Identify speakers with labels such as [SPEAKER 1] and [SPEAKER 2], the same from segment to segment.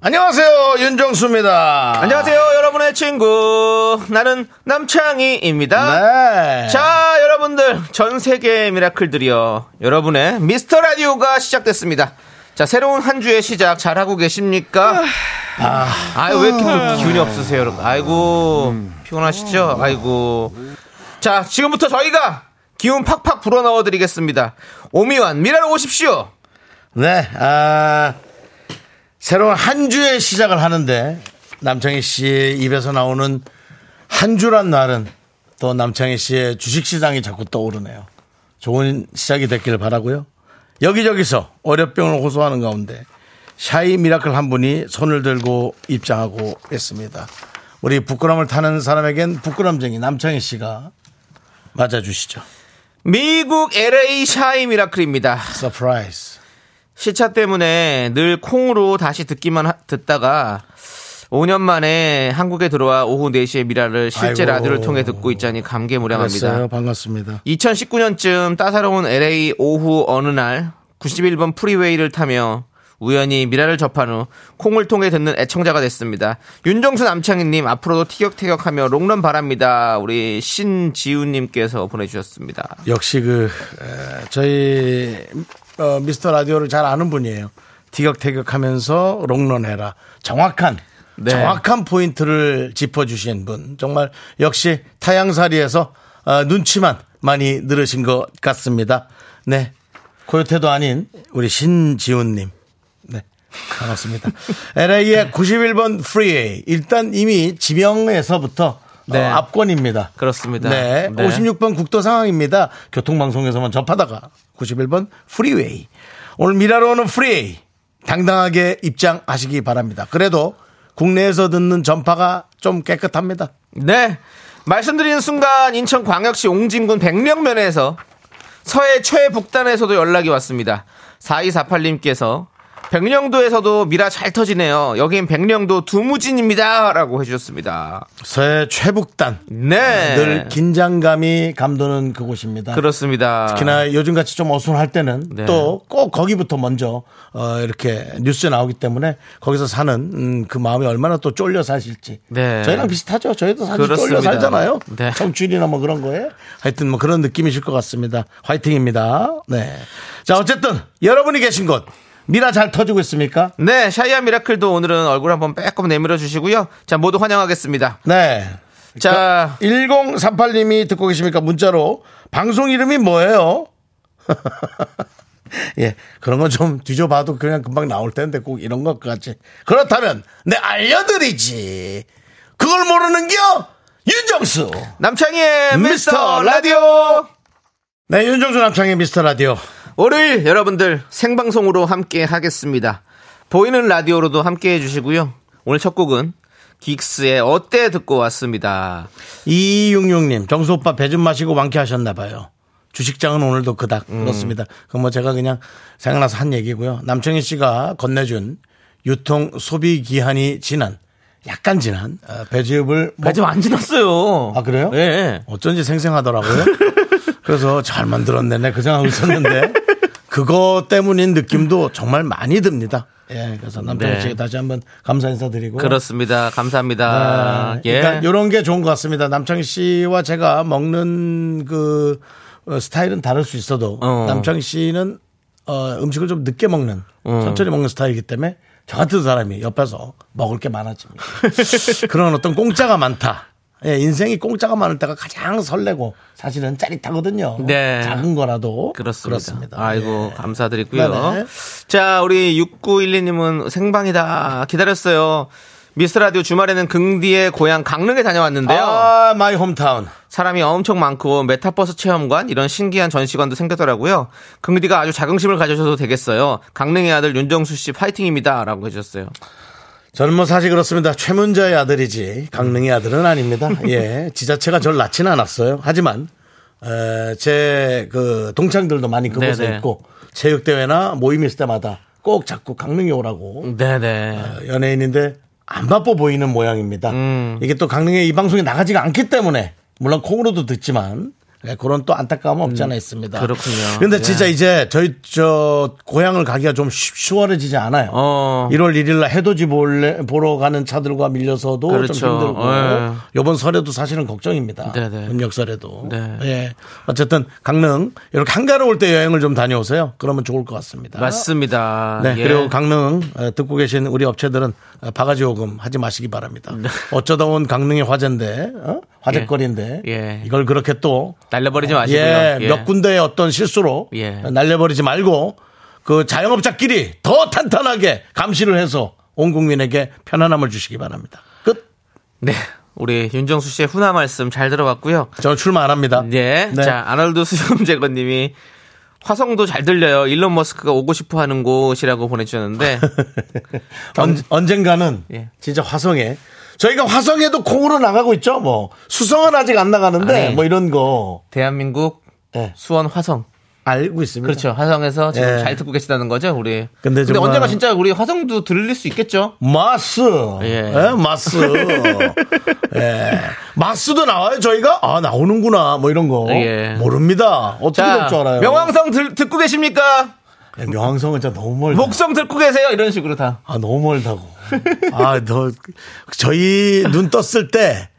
[SPEAKER 1] 안녕하세요 윤정수입니다.
[SPEAKER 2] 아. 안녕하세요, 여러분의 친구. 나는 남창희입니다.
[SPEAKER 1] 네.
[SPEAKER 2] 자, 여러분들, 전 세계의 미라클들이요. 여러분의 미스터 라디오가 시작됐습니다. 자, 새로운 한 주의 시작 잘하고 계십니까? 아, 유왜 이렇게 또 기운이 없으세요, 여러분? 아이고, 피곤하시죠? 아이고. 자, 지금부터 저희가 기운 팍팍 불어 넣어 드리겠습니다. 오미완, 미라로 오십시오.
[SPEAKER 1] 네. 아, 새로운 한 주의 시작을 하는데 남창희 씨의 입에서 나오는 한 주란 날은 또 남창희 씨의 주식 시장이 자꾸 떠오르네요. 좋은 시작이 됐기를 바라고요. 여기저기서 어려병을 호소하는 가운데 샤이 미라클 한 분이 손을 들고 입장하고 있습니다. 우리 부끄럼을 타는 사람에겐 부끄럼쟁이 남창희 씨가 맞아주시죠.
[SPEAKER 2] 미국 LA 샤이 미라클입니다.
[SPEAKER 1] 서프라이즈.
[SPEAKER 2] 시차 때문에 늘 콩으로 다시 듣기만 하- 듣다가 5년 만에 한국에 들어와 오후 4시에 미라를 실제
[SPEAKER 1] 아이고.
[SPEAKER 2] 라디오를 통해 듣고 있자니
[SPEAKER 1] 반갑습니다.
[SPEAKER 2] 감개무량합니다.
[SPEAKER 1] 반갑습니다.
[SPEAKER 2] 2019년쯤 따사로운 LA 오후 어느 날 91번 프리웨이를 타며 우연히 미라를 접한 후 콩을 통해 듣는 애청자가 됐습니다. 윤정수 남창희님 앞으로도 티격태격하며 롱런 바랍니다. 우리 신지우님께서 보내주셨습니다.
[SPEAKER 1] 역시 그 에, 저희 어, 미스터 라디오를 잘 아는 분이에요. 티격태격하면서 롱런해라 정확한
[SPEAKER 2] 네.
[SPEAKER 1] 정확한 포인트를 짚어주신 분 정말 역시 타양사리에서 어, 눈치만 많이 늘으신 것 같습니다. 네 고요태도 아닌 우리 신지훈님 네 반갑습니다. LA의 91번 프리웨이 일단 이미 지명에서부터
[SPEAKER 2] 네.
[SPEAKER 1] 어, 압권입니다.
[SPEAKER 2] 그렇습니다.
[SPEAKER 1] 네,
[SPEAKER 2] 네.
[SPEAKER 1] 56번 국도 상황입니다. 교통방송에서만 접하다가 91번 프리웨이. 오늘 미라로는 프리웨이 당당하게 입장하시기 바랍니다. 그래도 국내에서 듣는 전파가 좀 깨끗합니다.
[SPEAKER 2] 네. 말씀드리는 순간 인천 광역시 옹진군 백령면에서 서해 최북단에서도 연락이 왔습니다. 4248님께서 백령도에서도 미라 잘 터지네요. 여긴 백령도 두무진입니다. 라고 해주셨습니다.
[SPEAKER 1] 서해 최북단
[SPEAKER 2] 네.
[SPEAKER 1] 늘 긴장감이 감도는 그곳입니다.
[SPEAKER 2] 그렇습니다.
[SPEAKER 1] 특히나 요즘같이 좀 어수선할 때는
[SPEAKER 2] 아. 네.
[SPEAKER 1] 또 꼭 거기부터 먼저 어, 이렇게 뉴스에 나오기 때문에 거기서 사는 음, 그 마음이 얼마나 또 쫄려 사실지
[SPEAKER 2] 네.
[SPEAKER 1] 저희랑 비슷하죠 저희도 사실
[SPEAKER 2] 그렇습니다.
[SPEAKER 1] 쫄려 살잖아요
[SPEAKER 2] 네.
[SPEAKER 1] 청춘이나 뭐 그런 거에 하여튼 뭐 그런 느낌이실 것 같습니다 화이팅입니다 네자 어쨌든 여러분이 계신 곳 미라 잘 터지고 있습니까
[SPEAKER 2] 네. 샤이아 미라클도 오늘은 얼굴 한번 빼꼼 내밀어 주시고요. 자, 모두 환영하겠습니다.
[SPEAKER 1] 네
[SPEAKER 2] 자,
[SPEAKER 1] 1038님이 듣고 계십니까? 문자로 방송 이름이 뭐예요? 예, 그런 건 좀 뒤져봐도 그냥 금방 나올 텐데 꼭 이런 것까지. 그렇다면 내 알려드리지. 그걸 모르는겨 윤정수.
[SPEAKER 2] 남창희의 미스터
[SPEAKER 1] 미스터
[SPEAKER 2] 라디오.
[SPEAKER 1] 네, 윤정수 남창의 미스터 라디오.
[SPEAKER 2] 월요일 여러분들 생방송으로 함께 하겠습니다. 보이는 라디오로도 함께 해주시고요. 오늘 첫 곡은 기익스의 어때 듣고 왔습니다.
[SPEAKER 1] 2266님, 정수 오빠 배 좀 마시고 완쾌하셨나봐요. 주식장은 오늘도 그닥.
[SPEAKER 2] 음.
[SPEAKER 1] 그렇습니다. 그럼 뭐 제가 그냥 생각나서 한 얘기고요. 남청희 씨가 건네준 유통 소비 기한이 지난, 약간 지난 어, 배즙을. 먹-
[SPEAKER 2] 아직 안 지났어요.
[SPEAKER 1] 아, 그래요?
[SPEAKER 2] 예.
[SPEAKER 1] 어쩐지 생생하더라고요. 그래서 잘 만들었네. 내그 생각하고 있었는데. 그거 때문인 느낌도 정말 많이 듭니다. 예, 그래서 남창희
[SPEAKER 2] 네.
[SPEAKER 1] 씨에 다시 한번 감사 인사드리고.
[SPEAKER 2] 그렇습니다. 감사합니다.
[SPEAKER 1] 아,
[SPEAKER 2] 예.
[SPEAKER 1] 일단 이런 게 좋은 것 같습니다. 남창희 씨와 제가 먹는 그 어, 스타일은 다를 수 있어도
[SPEAKER 2] 어.
[SPEAKER 1] 남창희 씨는 어, 음식을 좀 늦게 먹는
[SPEAKER 2] 어.
[SPEAKER 1] 천천히 먹는 스타일이기 때문에 저 같은 사람이 옆에서 먹을 게 많아집니다. 그런 어떤 공짜가 많다. 예, 인생이 공짜가 많을 때가 가장 설레고 사실은 짜릿하거든요.
[SPEAKER 2] 네.
[SPEAKER 1] 작은 거라도
[SPEAKER 2] 그렇습니다. 예.
[SPEAKER 1] 그렇습니다. 예.
[SPEAKER 2] 아이고 감사드리고요.
[SPEAKER 1] 네네.
[SPEAKER 2] 자 우리 6912님은 생방이다 기다렸어요. 미스 라디오 주말에는 긍디의 고향 강릉에 다녀왔는데요.
[SPEAKER 1] 아, 마이 홈타운.
[SPEAKER 2] 사람이 엄청 많고 메타버스 체험관 이런 신기한 전시관도 생겼더라고요. 긍디가 아주 자긍심을 가져셔도 되겠어요. 강릉의 아들 윤정수 씨 파이팅입니다라고 해주셨어요.
[SPEAKER 1] 저는 뭐 사실 그렇습니다. 최문자의 아들이지 강릉의 아들은 아닙니다. 예, 지자체가 절 낳지는 않았어요. 하지만 제 그 동창들도 많이 그곳에
[SPEAKER 2] 네네.
[SPEAKER 1] 있고 체육대회나 모임 있을 때마다 꼭 자꾸 강릉에 오라고
[SPEAKER 2] 네네.
[SPEAKER 1] 연예인인데 안 바빠 보이는 모양입니다.
[SPEAKER 2] 음.
[SPEAKER 1] 이게 또 강릉에 이 방송이 나가지가 않기 때문에 물론 콩으로도 듣지만 예, 그런 또 안타까움은 없지 않아 있습니다.
[SPEAKER 2] 음, 그렇군요.
[SPEAKER 1] 근데
[SPEAKER 2] 예.
[SPEAKER 1] 진짜 이제 저희 저 고향을 가기가 좀 쉬- 수월해지지 않아요.
[SPEAKER 2] 어.
[SPEAKER 1] 1월 1일 날 해돋이 볼래- 보러 가는 차들과 밀려서도
[SPEAKER 2] 그렇죠.
[SPEAKER 1] 좀 힘들고
[SPEAKER 2] 예.
[SPEAKER 1] 요번 설에도 사실은 걱정입니다.
[SPEAKER 2] 네네.
[SPEAKER 1] 음력 설에도.
[SPEAKER 2] 네.
[SPEAKER 1] 예. 어쨌든 강릉 이렇게 한가로울 때 여행을 좀 다녀오세요. 그러면 좋을 것 같습니다.
[SPEAKER 2] 맞습니다.
[SPEAKER 1] 예. 네,
[SPEAKER 2] 예.
[SPEAKER 1] 그리고 강릉 어, 듣고 계신 우리 업체들은 어, 바가지 요금 하지 마시기 바랍니다.
[SPEAKER 2] 네.
[SPEAKER 1] 어쩌다 온 강릉의 화제인데, 어? 화제거리인데,
[SPEAKER 2] 예.
[SPEAKER 1] 이걸 그렇게 또,
[SPEAKER 2] 날려버리지 마시고요.
[SPEAKER 1] 예,
[SPEAKER 2] 예.
[SPEAKER 1] 몇 군데의 어떤 실수로
[SPEAKER 2] 예.
[SPEAKER 1] 날려버리지 말고, 그 자영업자끼리 더 탄탄하게 감시를 해서 온 국민에게 편안함을 주시기 바랍니다. 끝.
[SPEAKER 2] 네. 우리 윤정수 씨의 훈화 말씀 잘 들어봤고요.
[SPEAKER 1] 저는 출마 안 합니다.
[SPEAKER 2] 네.
[SPEAKER 1] 네.
[SPEAKER 2] 자, 아놀드 수염제거님이 화성도 잘 들려요. 일론 머스크가 오고 싶어 하는 곳이라고 보내주셨는데.
[SPEAKER 1] 언, 언젠가는
[SPEAKER 2] 예.
[SPEAKER 1] 진짜 화성에 저희가 화성에도 콩으로 나가고 있죠. 뭐 수성은 아직 안 나가는데
[SPEAKER 2] 아니.
[SPEAKER 1] 뭐 이런 거
[SPEAKER 2] 대한민국
[SPEAKER 1] 네.
[SPEAKER 2] 수원 화성.
[SPEAKER 1] 알고 있습니다.
[SPEAKER 2] 그렇죠. 화성에서 지금
[SPEAKER 1] 예.
[SPEAKER 2] 잘 듣고 계시다는 거죠, 우리.
[SPEAKER 1] 근데 정말-
[SPEAKER 2] 언젠가 진짜 우리 화성도 들릴 수 있겠죠?
[SPEAKER 1] 마스,
[SPEAKER 2] 예.
[SPEAKER 1] 예, 마스, 예, 마스도 나와요. 저희가 아 나오는구나 뭐 이런 거
[SPEAKER 2] 예.
[SPEAKER 1] 모릅니다. 어떻게 될
[SPEAKER 2] 자,
[SPEAKER 1] 줄 알아요?
[SPEAKER 2] 명왕성 들- 듣고 계십니까?
[SPEAKER 1] 예, 명왕성은 진짜 너무 멀다.
[SPEAKER 2] 목성 듣고 계세요? 이런 식으로 다.
[SPEAKER 1] 아 너무 멀다고. 아너 저희 눈 떴을 때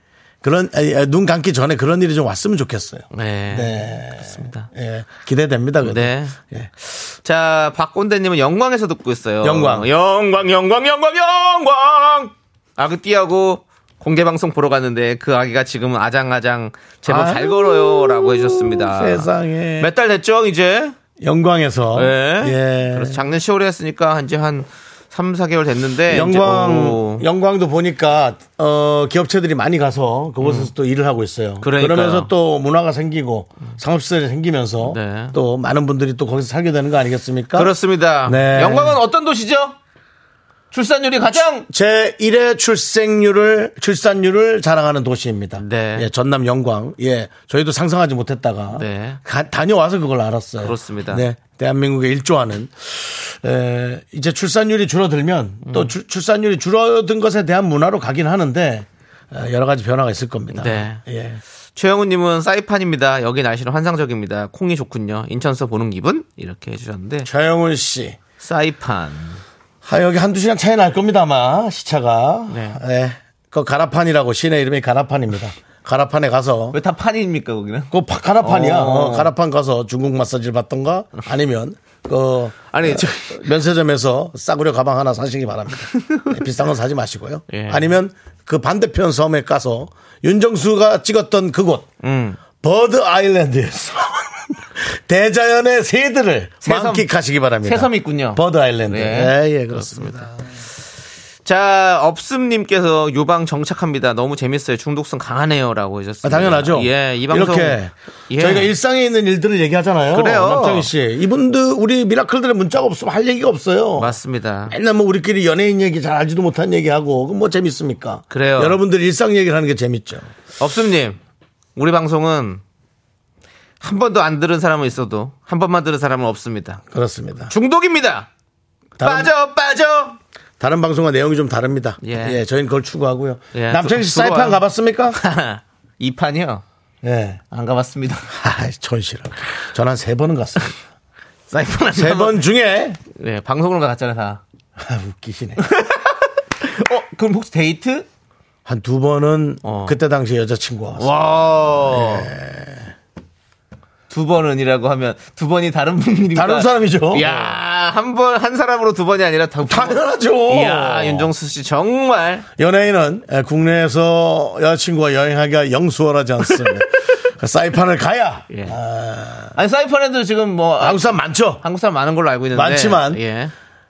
[SPEAKER 1] 그런 아니, 아, 눈 감기 전에 그런 일이 좀 왔으면 좋겠어요.
[SPEAKER 2] 네.
[SPEAKER 1] 네,
[SPEAKER 2] 그렇습니다.
[SPEAKER 1] 예, 기대됩니다. 그래도.
[SPEAKER 2] 네.
[SPEAKER 1] 예.
[SPEAKER 2] 자, 박곤대님은 영광에서 듣고 있어요.
[SPEAKER 1] 영광.
[SPEAKER 2] 영광, 영광, 영광, 영광! 아그띠하고 공개방송 보러 갔는데 그 아기가 지금은 아장아장 제법 잘
[SPEAKER 1] 아유,
[SPEAKER 2] 걸어요. 라고 해주셨습니다.
[SPEAKER 1] 세상에.
[SPEAKER 2] 몇 달 됐죠, 이제?
[SPEAKER 1] 영광에서.
[SPEAKER 2] 예.
[SPEAKER 1] 예.
[SPEAKER 2] 그래서 작년 10월에 했으니까 이제 한 3, 4개월 됐는데. 네, 이제, 오.
[SPEAKER 1] 영광, 영광도 보니까, 어, 기업체들이 많이 가서 그곳에서 또 일을 하고 있어요.
[SPEAKER 2] 음. 그러니까요.
[SPEAKER 1] 면서또 문화가 생기고 상업시설이 생기면서
[SPEAKER 2] 네.
[SPEAKER 1] 또 많은 분들이 또 거기서 살게 되는 거 아니겠습니까?
[SPEAKER 2] 그렇습니다.
[SPEAKER 1] 네.
[SPEAKER 2] 영광은 어떤 도시죠? 출산율이 가장
[SPEAKER 1] 제 1회 출생률을, 출산율을 자랑하는 도시입니다.
[SPEAKER 2] 네.
[SPEAKER 1] 예, 전남 영광. 예, 저희도 상상하지 못했다가.
[SPEAKER 2] 네.
[SPEAKER 1] 가- 다녀와서 그걸 알았어요.
[SPEAKER 2] 그렇습니다.
[SPEAKER 1] 네. 대한민국에 일조하는. 에, 이제 출산율이 줄어들면 또 주- 출산율이 줄어든 것에 대한 문화로 가긴 하는데 에, 여러 가지 변화가 있을 겁니다.
[SPEAKER 2] 네.
[SPEAKER 1] 예.
[SPEAKER 2] 최영우님은 사이판입니다. 여기 날씨는 환상적입니다. 콩이 좋군요. 인천서 보는 기분 이렇게 해주셨는데
[SPEAKER 1] 최영훈 씨.
[SPEAKER 2] 사이판.
[SPEAKER 1] 아, 여기 한두 시간 차이 날 겁니다, 아마, 시차가.
[SPEAKER 2] 네.
[SPEAKER 1] 예. 그 가라판이라고, 시내 이름이 가라판입니다. 가라판에 가서
[SPEAKER 2] 왜 다 판입니까 거기는?
[SPEAKER 1] 그 파- 가라판이야.
[SPEAKER 2] 어.
[SPEAKER 1] 어, 가라판 가서 중국 마사지를 받던가 아니면 그
[SPEAKER 2] 아니 저
[SPEAKER 1] 면세점에서 싸구려 가방 하나 사시기 바랍니다. 네, 비싼 건 사지 마시고요.
[SPEAKER 2] 예.
[SPEAKER 1] 아니면 그 반대편 섬에 가서 윤정수가 찍었던 그곳
[SPEAKER 2] 음.
[SPEAKER 1] 버드 아일랜드에서 대자연의 새들을
[SPEAKER 2] 새섬.
[SPEAKER 1] 만끽하시기 바랍니다.
[SPEAKER 2] 새섬이 있군요.
[SPEAKER 1] 버드 아일랜드.
[SPEAKER 2] 예.
[SPEAKER 1] 예, 예, 그렇습니다.
[SPEAKER 2] 자 업슴님께서 요방 정착합니다. 너무 재밌어요. 중독성 강하네요라고 해주셨습니다.
[SPEAKER 1] 아, 당연하죠.
[SPEAKER 2] 예, 이 방송
[SPEAKER 1] 이렇게
[SPEAKER 2] 예.
[SPEAKER 1] 저희가 일상에 있는 일들을 얘기하잖아요.
[SPEAKER 2] 그래요.
[SPEAKER 1] 남창희 씨, 이분들 우리 미라클들의 문자가 없으면 할 얘기가 없어요.
[SPEAKER 2] 맞습니다.
[SPEAKER 1] 맨날 뭐 우리끼리 연예인 얘기 잘 알지도 못한 얘기하고 그건 뭐 재밌습니까?
[SPEAKER 2] 그래요.
[SPEAKER 1] 여러분들 일상 얘기를 하는 게 재밌죠.
[SPEAKER 2] 업슴님 우리 방송은 한 번도 안 들은 사람은 있어도 한 번만 들은 사람은 없습니다.
[SPEAKER 1] 그렇습니다.
[SPEAKER 2] 중독입니다.
[SPEAKER 1] 다른,
[SPEAKER 2] 빠져 빠져.
[SPEAKER 1] 다른 방송과 내용이 좀 다릅니다.
[SPEAKER 2] 예.
[SPEAKER 1] 예, 저희는 그걸 추구하고요.
[SPEAKER 2] 예,
[SPEAKER 1] 남창희 씨
[SPEAKER 2] 또 부러워요.
[SPEAKER 1] 사이판 가봤습니까?
[SPEAKER 2] 이 판이요.
[SPEAKER 1] 예.
[SPEAKER 2] 안 가봤습니다.
[SPEAKER 1] 아, 전실은 전한 세 번은 갔습니다.
[SPEAKER 2] 사이판
[SPEAKER 1] 세 번 중에
[SPEAKER 2] 네, 방송으로 갔잖아요, 다.
[SPEAKER 1] 아, 웃기시네.
[SPEAKER 2] 어, 그럼 혹시 데이트?
[SPEAKER 1] 한 두 번은
[SPEAKER 2] 어.
[SPEAKER 1] 그때 당시 여자친구와 왔어요.
[SPEAKER 2] 와. 네. 두 번은이라고 하면 두 번이 다른 분이니까.
[SPEAKER 1] 다른 사람이죠.
[SPEAKER 2] 그러니까 야, 한 번 한 사람으로 두 번이 아니라 다.
[SPEAKER 1] 당연하죠.
[SPEAKER 2] 야, 윤정수 씨 정말
[SPEAKER 1] 연예인은 에, 국내에서 여자친구와 여행하기가 영수월하지 않습니다. 사이판을 가야
[SPEAKER 2] 예. 아니 사이판에도 지금 뭐
[SPEAKER 1] 한국 사람 많죠.
[SPEAKER 2] 한국 사람 많은 걸로 알고 있는데
[SPEAKER 1] 많지만.
[SPEAKER 2] 예.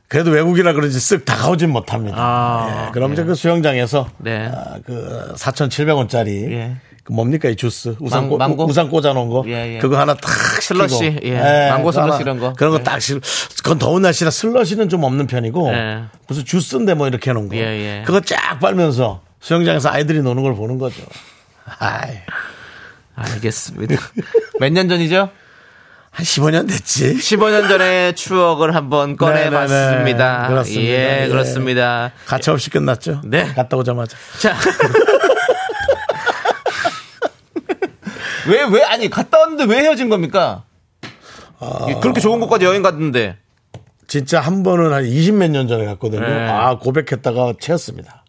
[SPEAKER 1] 그래도 외국이라 그런지 쓱 다가오진 못합니다.
[SPEAKER 2] 아,
[SPEAKER 1] 예, 그럼 이제 그 수영장에서
[SPEAKER 2] 네.
[SPEAKER 1] 아, 그 4,700원짜리
[SPEAKER 2] 예.
[SPEAKER 1] 그 뭡니까 이 주스 우산
[SPEAKER 2] 망-
[SPEAKER 1] 꽂-
[SPEAKER 2] 망고?
[SPEAKER 1] 우산 꽂아 놓은 거
[SPEAKER 2] 예, 예.
[SPEAKER 1] 그거 하나 탁
[SPEAKER 2] 슬러시,
[SPEAKER 1] 끼고.
[SPEAKER 2] 예. 망고 슬러시
[SPEAKER 1] 아마
[SPEAKER 2] 이런 거.
[SPEAKER 1] 그런
[SPEAKER 2] 예.
[SPEAKER 1] 거딱 실 그건 더운 날씨라 슬러시는 좀 없는 편이고
[SPEAKER 2] 예.
[SPEAKER 1] 무슨 주스인데 뭐 이렇게 해 놓은 거
[SPEAKER 2] 예, 예.
[SPEAKER 1] 그거 쫙 빨면서 수영장에서 아이들이 노는 걸 보는 거죠 아이,
[SPEAKER 2] 알겠습니다. 몇 년 전이죠?
[SPEAKER 1] 한 15년 됐지
[SPEAKER 2] 15년 전의 추억을 한번
[SPEAKER 1] 네, 네,
[SPEAKER 2] 꺼내봤습니다.
[SPEAKER 1] 네. 그렇습니다.
[SPEAKER 2] 예,
[SPEAKER 1] 예.
[SPEAKER 2] 그렇습니다.
[SPEAKER 1] 가차 없이 끝났죠
[SPEAKER 2] 네.
[SPEAKER 1] 갔다 오자마자
[SPEAKER 2] 자. 왜, 왜, 아니, 갔다 왔는데 왜 헤어진 겁니까? 그렇게 좋은 곳까지 여행 갔는데.
[SPEAKER 1] 진짜 한 번은 한 20 몇 년 전에 갔거든요
[SPEAKER 2] 네.
[SPEAKER 1] 아 고백했다가 채웠습니다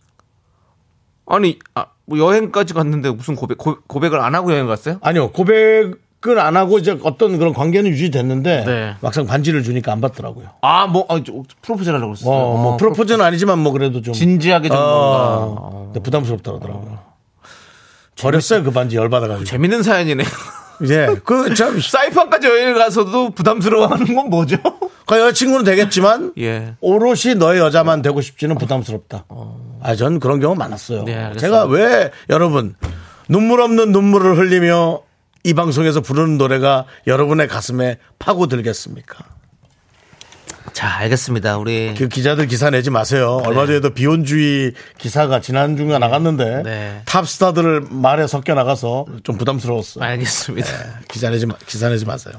[SPEAKER 2] 아니, 아, 뭐 여행까지 갔는데 무슨 고백, 고, 고백을 안 하고 여행 갔어요?
[SPEAKER 1] 아니요 고백은 안 하고 이제 어떤 그런 관계는 유지됐는데
[SPEAKER 2] 네.
[SPEAKER 1] 막상 반지를 주니까 안 받더라고요.
[SPEAKER 2] 아, 뭐, 아, 저, 프로포즈 하려고 그랬어요.
[SPEAKER 1] 어, 뭐
[SPEAKER 2] 어,
[SPEAKER 1] 프로포즈는 아니지만 뭐 그래도 좀
[SPEAKER 2] 진지하게 좀.
[SPEAKER 1] 어,
[SPEAKER 2] 뭔가.
[SPEAKER 1] 근데 부담스럽다 그러더라고요. 버렸어요 그 반지 열 받아가지고.
[SPEAKER 2] 재밌는 사연이네요.
[SPEAKER 1] 예, 그참
[SPEAKER 2] 사이판까지 여행을 가서도 부담스러워하는 건 뭐죠?
[SPEAKER 1] 그 여자친구는 되겠지만
[SPEAKER 2] 예.
[SPEAKER 1] 오롯이 너의 여자만 되고 싶지는 부담스럽다. 아, 전 그런 경우 많았어요.
[SPEAKER 2] 네, 알겠습니다.
[SPEAKER 1] 제가 왜 여러분 눈물 없는 눈물을 흘리며 이 방송에서 부르는 노래가 여러분의 가슴에 파고들겠습니까?
[SPEAKER 2] 자, 알겠습니다. 우리.
[SPEAKER 1] 그 기자들 기사 내지 마세요.
[SPEAKER 2] 네.
[SPEAKER 1] 얼마 전에도 비혼주의 기사가 지난주에 나갔는데
[SPEAKER 2] 네.
[SPEAKER 1] 탑스타들을 말에 섞여 나가서 좀 부담스러웠어요.
[SPEAKER 2] 알겠습니다.
[SPEAKER 1] 기사 내지 마, 기사 내지 마세요.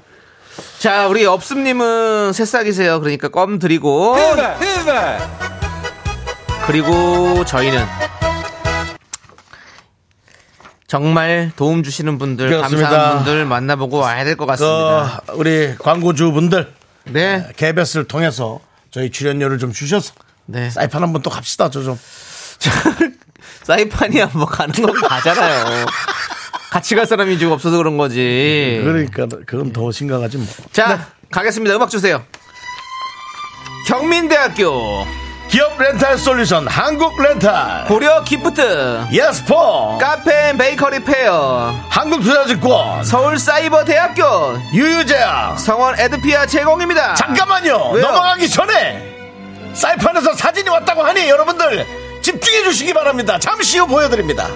[SPEAKER 2] 자, 우리 업습님은 새싹이세요. 그러니까 껌 드리고. 그리고 저희는 정말 도움 주시는 분들,
[SPEAKER 1] 그렇습니다.
[SPEAKER 2] 감사한 분들 만나보고 와야 될 것 같습니다.
[SPEAKER 1] 그 우리 광고주분들
[SPEAKER 2] 어. 네.
[SPEAKER 1] 개별스를 통해서 저희 출연료를 좀 주셔서
[SPEAKER 2] 네.
[SPEAKER 1] 사이판 한번 또 갑시다. 저 좀.
[SPEAKER 2] 사이판이야, 뭐 가는 건 가잖아요. 같이 갈 사람이 지금 없어서 그런 거지.
[SPEAKER 1] 그러니까 그건
[SPEAKER 2] 예.
[SPEAKER 1] 더 심각하지 뭐.
[SPEAKER 2] 자, 가겠습니다. 음악 주세요. 경민대학교
[SPEAKER 1] 기업 렌탈 솔루션 한국 렌탈
[SPEAKER 2] 고려 기프트
[SPEAKER 1] 예스포
[SPEAKER 2] 카페 앤 베이커리 페어
[SPEAKER 1] 한국 투자증권
[SPEAKER 2] 서울사이버대학교
[SPEAKER 1] 유유제약
[SPEAKER 2] 성원 에드피아 제공입니다.
[SPEAKER 1] 잠깐만요.
[SPEAKER 2] 아, 왜요?
[SPEAKER 1] 넘어가기 전에 사이판에서 사진이 왔다고 하니 여러분들 집중해 주시기 바랍니다. 잠시 후 보여드립니다.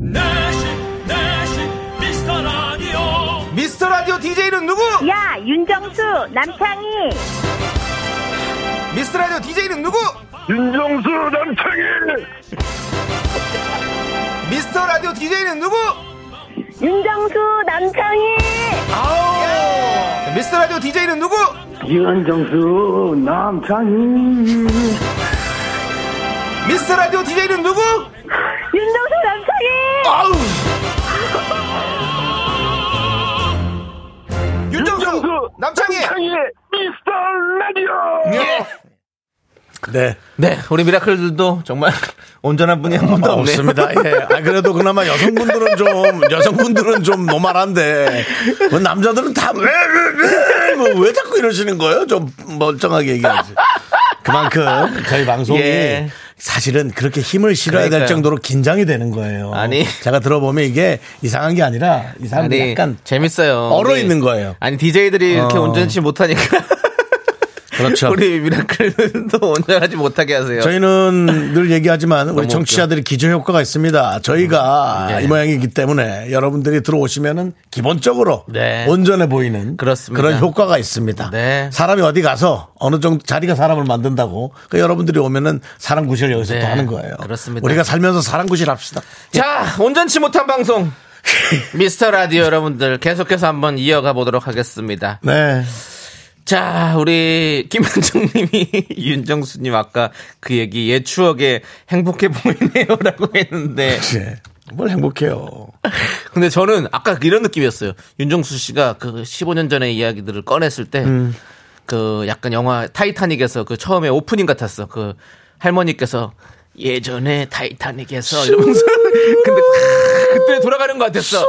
[SPEAKER 3] 내식 내식 미스터 라디오
[SPEAKER 2] 미스터 라디오 DJ는 누구?
[SPEAKER 4] 야, 윤정수, 남창희.
[SPEAKER 2] 미스터 라디오 DJ는 누구?
[SPEAKER 5] 윤정수 남창희
[SPEAKER 2] 미스터 라디오 DJ는 누구?
[SPEAKER 4] 윤정수, 남창희.
[SPEAKER 2] 아우. 미스터 라디오 DJ는 누구?
[SPEAKER 6] 이현정수 남창희
[SPEAKER 2] 미스터 라디오 DJ는 누구?
[SPEAKER 4] 윤정수, 남창희.
[SPEAKER 2] 아우. 윤정수 남창희.
[SPEAKER 6] 미스터 라디오
[SPEAKER 2] 예.
[SPEAKER 1] 네.
[SPEAKER 2] 네, 우리 미라클들도 정말 온전한 분이 한 분도 없네요.
[SPEAKER 1] 없습니다. 예. 아, 그래도 그나마 여성분들은 좀, 여성분들은 좀 노말한데, 뭐 남자들은 다, 왜, 왜, 왜, 뭐, 왜 자꾸 이러시는 거예요? 좀 멀쩡하게 얘기하지. 그만큼 저희 방송이
[SPEAKER 2] 예.
[SPEAKER 1] 사실은 그렇게 힘을 실어야 될
[SPEAKER 2] 그러니까요.
[SPEAKER 1] 정도로 긴장이 되는 거예요.
[SPEAKER 2] 아니.
[SPEAKER 1] 제가 들어보면 이게 이상한 게 아니라 이 사람들이
[SPEAKER 2] 아니,
[SPEAKER 1] 약간
[SPEAKER 2] 재밌어요.
[SPEAKER 1] 얼어
[SPEAKER 2] 우리-
[SPEAKER 1] 있는 거예요.
[SPEAKER 2] 아니 DJ들이 이렇게
[SPEAKER 1] 어.
[SPEAKER 2] 온전치 못하니까
[SPEAKER 1] 그렇죠.
[SPEAKER 2] 우리 미라클도 온전하지 못하게 하세요.
[SPEAKER 1] 저희는 늘 얘기하지만 우리
[SPEAKER 2] 예. 웃겨.
[SPEAKER 1] 청취자들이 기저 효과가 있습니다. 저희가
[SPEAKER 2] 네.
[SPEAKER 1] 이 모양이기 때문에 여러분들이 들어오시면은 기본적으로
[SPEAKER 2] 네.
[SPEAKER 1] 온전해 보이는
[SPEAKER 2] 그렇습니다.
[SPEAKER 1] 런 효과가 있습니다.
[SPEAKER 2] 네.
[SPEAKER 1] 사람이 어디 가서 어느 정도 자리가 사람을 만든다고 그 여러분들이 오면은 사람 구실 여기서
[SPEAKER 2] 네.
[SPEAKER 1] 또 하는 거예요.
[SPEAKER 2] 그렇습니다.
[SPEAKER 1] 우리가 살면서 사람 구실 합시다.
[SPEAKER 2] 자, 온전치 못한 방송 미스터 라디오 여러분들 계속해서 한번 이어가 보도록 하겠습니다.
[SPEAKER 1] 네.
[SPEAKER 2] 자, 우리 김현정님이 윤정수님 아까 그 얘기 옛 추억에 행복해 보이네요라고 했는데
[SPEAKER 1] 예. 뭘 행복해요.
[SPEAKER 2] 근데 저는 아까 이런 느낌이었어요. 윤정수 씨가 그 15년 전의 이야기들을 꺼냈을 때,
[SPEAKER 1] 음.
[SPEAKER 2] 그 약간 영화 타이타닉에서 그 처음에 오프닝 같았어. 그 할머니께서 예전에 타이타닉에서 이러면서 근데 그때 돌아가는 것 같았어.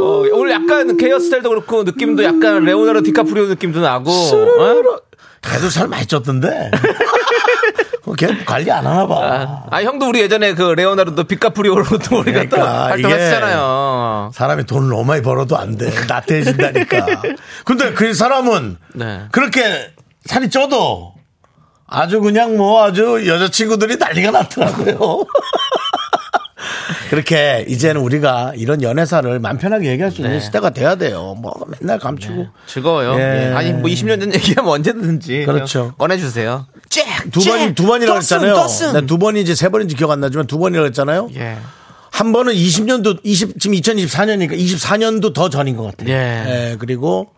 [SPEAKER 2] 어, 오늘 약간 그 헤어스타일도 그렇고 느낌도 약간 레오나르 디카프리오 느낌도 나고 어?
[SPEAKER 1] 걔도 살 많이 쪘던데. 걔 관리 안 하나 봐.
[SPEAKER 2] 아, 아, 형도 우리 예전에 그 레오나르도 디카프리오로도 우리가 또
[SPEAKER 1] 그러니까 예.
[SPEAKER 2] 활동했잖아요.
[SPEAKER 1] 사람이 돈을 너무 많이 벌어도 안 돼. 나태해진다니까. 근데 그 사람은
[SPEAKER 2] 네.
[SPEAKER 1] 그렇게 살이 쪄도 아주 그냥 뭐 아주 여자친구들이 난리가 났더라고요. 그렇게 이제는 우리가 이런 연애사를 맘 편하게 얘기할 수 있는
[SPEAKER 2] 네.
[SPEAKER 1] 시대가 돼야 돼요. 뭐 맨날 감추고.
[SPEAKER 2] 즐거워요.
[SPEAKER 1] 예.
[SPEAKER 2] 예. 아니 뭐 20년 전 얘기하면 언제든지
[SPEAKER 1] 그렇죠.
[SPEAKER 2] 그냥 꺼내주세요. 잭!
[SPEAKER 1] 두
[SPEAKER 2] 잭!
[SPEAKER 1] 번이 두 번이라고
[SPEAKER 2] 떴음,
[SPEAKER 1] 했잖아요.
[SPEAKER 2] 떴음.
[SPEAKER 1] 네, 두 번인지 세 번인지 기억 안 나지만 두 번이라고 했잖아요.
[SPEAKER 2] 예.
[SPEAKER 1] 한 번은 20년도 20 지금 2024년이니까 24년도 더 전인 것 같아요.
[SPEAKER 2] 예.
[SPEAKER 1] 예, 그리고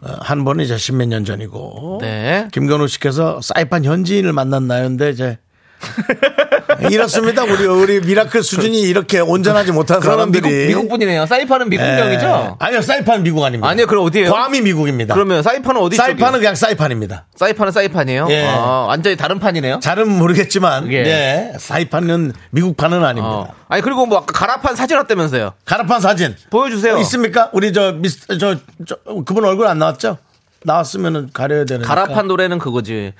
[SPEAKER 1] 어, 한 번은 이제 십몇 년 전이고.
[SPEAKER 2] 네.
[SPEAKER 1] 김건우 씨께서 사이판 현지인을 만났나요인데 이제 이렇습니다. 우리 우리 미라클 수준이 이렇게 온전하지 못한
[SPEAKER 2] 그러면 미국,
[SPEAKER 1] 사람들이
[SPEAKER 2] 미국분이네요. 사이판은
[SPEAKER 1] 예.
[SPEAKER 2] 미국령이죠?
[SPEAKER 1] 아니요, 사이판 미국 아닙니다.
[SPEAKER 2] 아니요, 그럼 어디예요?
[SPEAKER 1] 괌이 미국입니다.
[SPEAKER 2] 그러면 사이판은 어디
[SPEAKER 1] 사이판은
[SPEAKER 2] 쪽이에요?
[SPEAKER 1] 그냥 사이판입니다.
[SPEAKER 2] 사이판은 사이판이에요?
[SPEAKER 1] 예.
[SPEAKER 2] 아, 완전히 다른 판이네요.
[SPEAKER 1] 잘은 모르겠지만
[SPEAKER 2] 예.
[SPEAKER 1] 예, 사이판은 미국판은 아닙니다.
[SPEAKER 2] 어. 아니 그리고 뭐 아까 가라판 사진 왔다면서요.
[SPEAKER 1] 가라판 사진
[SPEAKER 2] 보여주세요.
[SPEAKER 1] 있습니까? 우리 저 미스 저, 저 그분 얼굴 안 나왔죠? 나왔으면은 가려야 되는.
[SPEAKER 2] 가라판 노래는 그거지.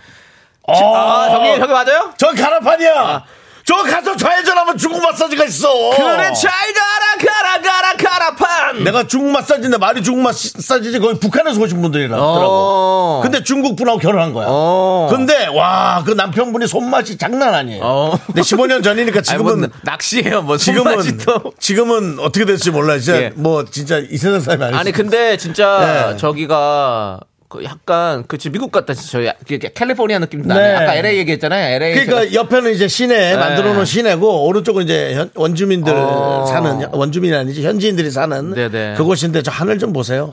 [SPEAKER 1] 그러니까. 어,
[SPEAKER 2] 아, 저기 저기 맞아요?
[SPEAKER 1] 저 가라판이야. 저 가서 좌회전하면 중국 마사지가 있어.
[SPEAKER 2] 그래 잘 가라 가라 가라 가라판.
[SPEAKER 1] 내가 중국 마사지인데 말이 중국 마사지지 거의 북한에서 오신 분들이라더라고.
[SPEAKER 2] 어.
[SPEAKER 1] 근데 중국 분하고 결혼한 거야.
[SPEAKER 2] 어.
[SPEAKER 1] 근데 와 그 남편분이 손맛이 장난 아니에요.
[SPEAKER 2] 어.
[SPEAKER 1] 근데 15년 전이니까
[SPEAKER 2] 아니, 뭐
[SPEAKER 1] 지금은
[SPEAKER 2] 낚시예요. 뭐
[SPEAKER 1] 지금은
[SPEAKER 2] 지금은 또.
[SPEAKER 1] 지금은 어떻게 될지 몰라. 진짜
[SPEAKER 2] 예.
[SPEAKER 1] 뭐 진짜 이 세상 사람이 아니지.
[SPEAKER 2] 아니 근데 진짜
[SPEAKER 1] 네.
[SPEAKER 2] 저기가 그 약간 그 지금 미국 같다 진짜 야- 이게 캘리포니아 느낌도
[SPEAKER 1] 네.
[SPEAKER 2] 나네. 아까 LA 얘기했잖아요. LA.
[SPEAKER 1] 그러니까 옆에는 이제 시내 만들어 놓은 시내고 오른쪽은 이제 현- 원주민들
[SPEAKER 2] 네. 어.
[SPEAKER 1] 사는 원주민이 아니지 현지인들이 사는
[SPEAKER 2] 네네.
[SPEAKER 1] 그곳인데 저 하늘 좀 보세요.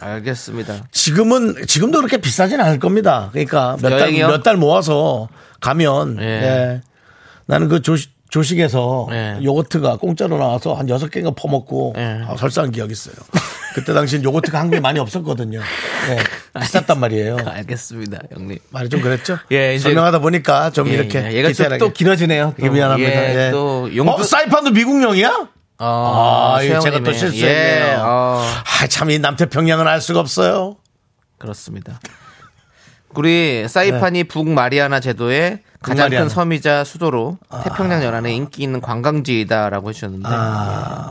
[SPEAKER 2] 알겠습니다.
[SPEAKER 1] 지금은 지금도 그렇게 비싸진 않을 겁니다. 그러니까 몇 달
[SPEAKER 2] 여행이요?
[SPEAKER 1] 몇 달 모아서 가면
[SPEAKER 2] 예.
[SPEAKER 1] 예. 나는 그 조식 조식에서
[SPEAKER 2] 예.
[SPEAKER 1] 요거트가 공짜로 나와서 한 여섯 개인가 퍼먹고
[SPEAKER 2] 예.
[SPEAKER 1] 아, 설사한 기억이 있어요. 그때 당시엔 요거트가 한국에 많이 없었거든요. 예. 비쌌단 말이에요.
[SPEAKER 2] 알겠습니다, 형님.
[SPEAKER 1] 말이 좀 그랬죠?
[SPEAKER 2] 예, 이제-
[SPEAKER 1] 설명하다 보니까 좀
[SPEAKER 2] 예,
[SPEAKER 1] 이렇게
[SPEAKER 2] 예. 얘가 좀
[SPEAKER 1] 디테일하게.
[SPEAKER 2] 또 길어지네요. 또.
[SPEAKER 1] 이게 미안합니다.
[SPEAKER 2] 예,
[SPEAKER 1] 예.
[SPEAKER 2] 또 용도.
[SPEAKER 1] 어, 사이판도 미국령이야?
[SPEAKER 2] 아,
[SPEAKER 1] 아, 이거 제가 또
[SPEAKER 2] 세영님의-
[SPEAKER 1] 실수했네요.
[SPEAKER 2] 예, 어,
[SPEAKER 1] 아, 참, 이 남태평양은 알 수가 없어요.
[SPEAKER 2] 그렇습니다. 우리 사이판이 북마리아나 제도의 가장
[SPEAKER 1] 네. 북마리아나. 아.
[SPEAKER 2] 큰 섬이자 수도로 태평양 연안에 인기 있는 관광지이다라고 해주셨는데 예,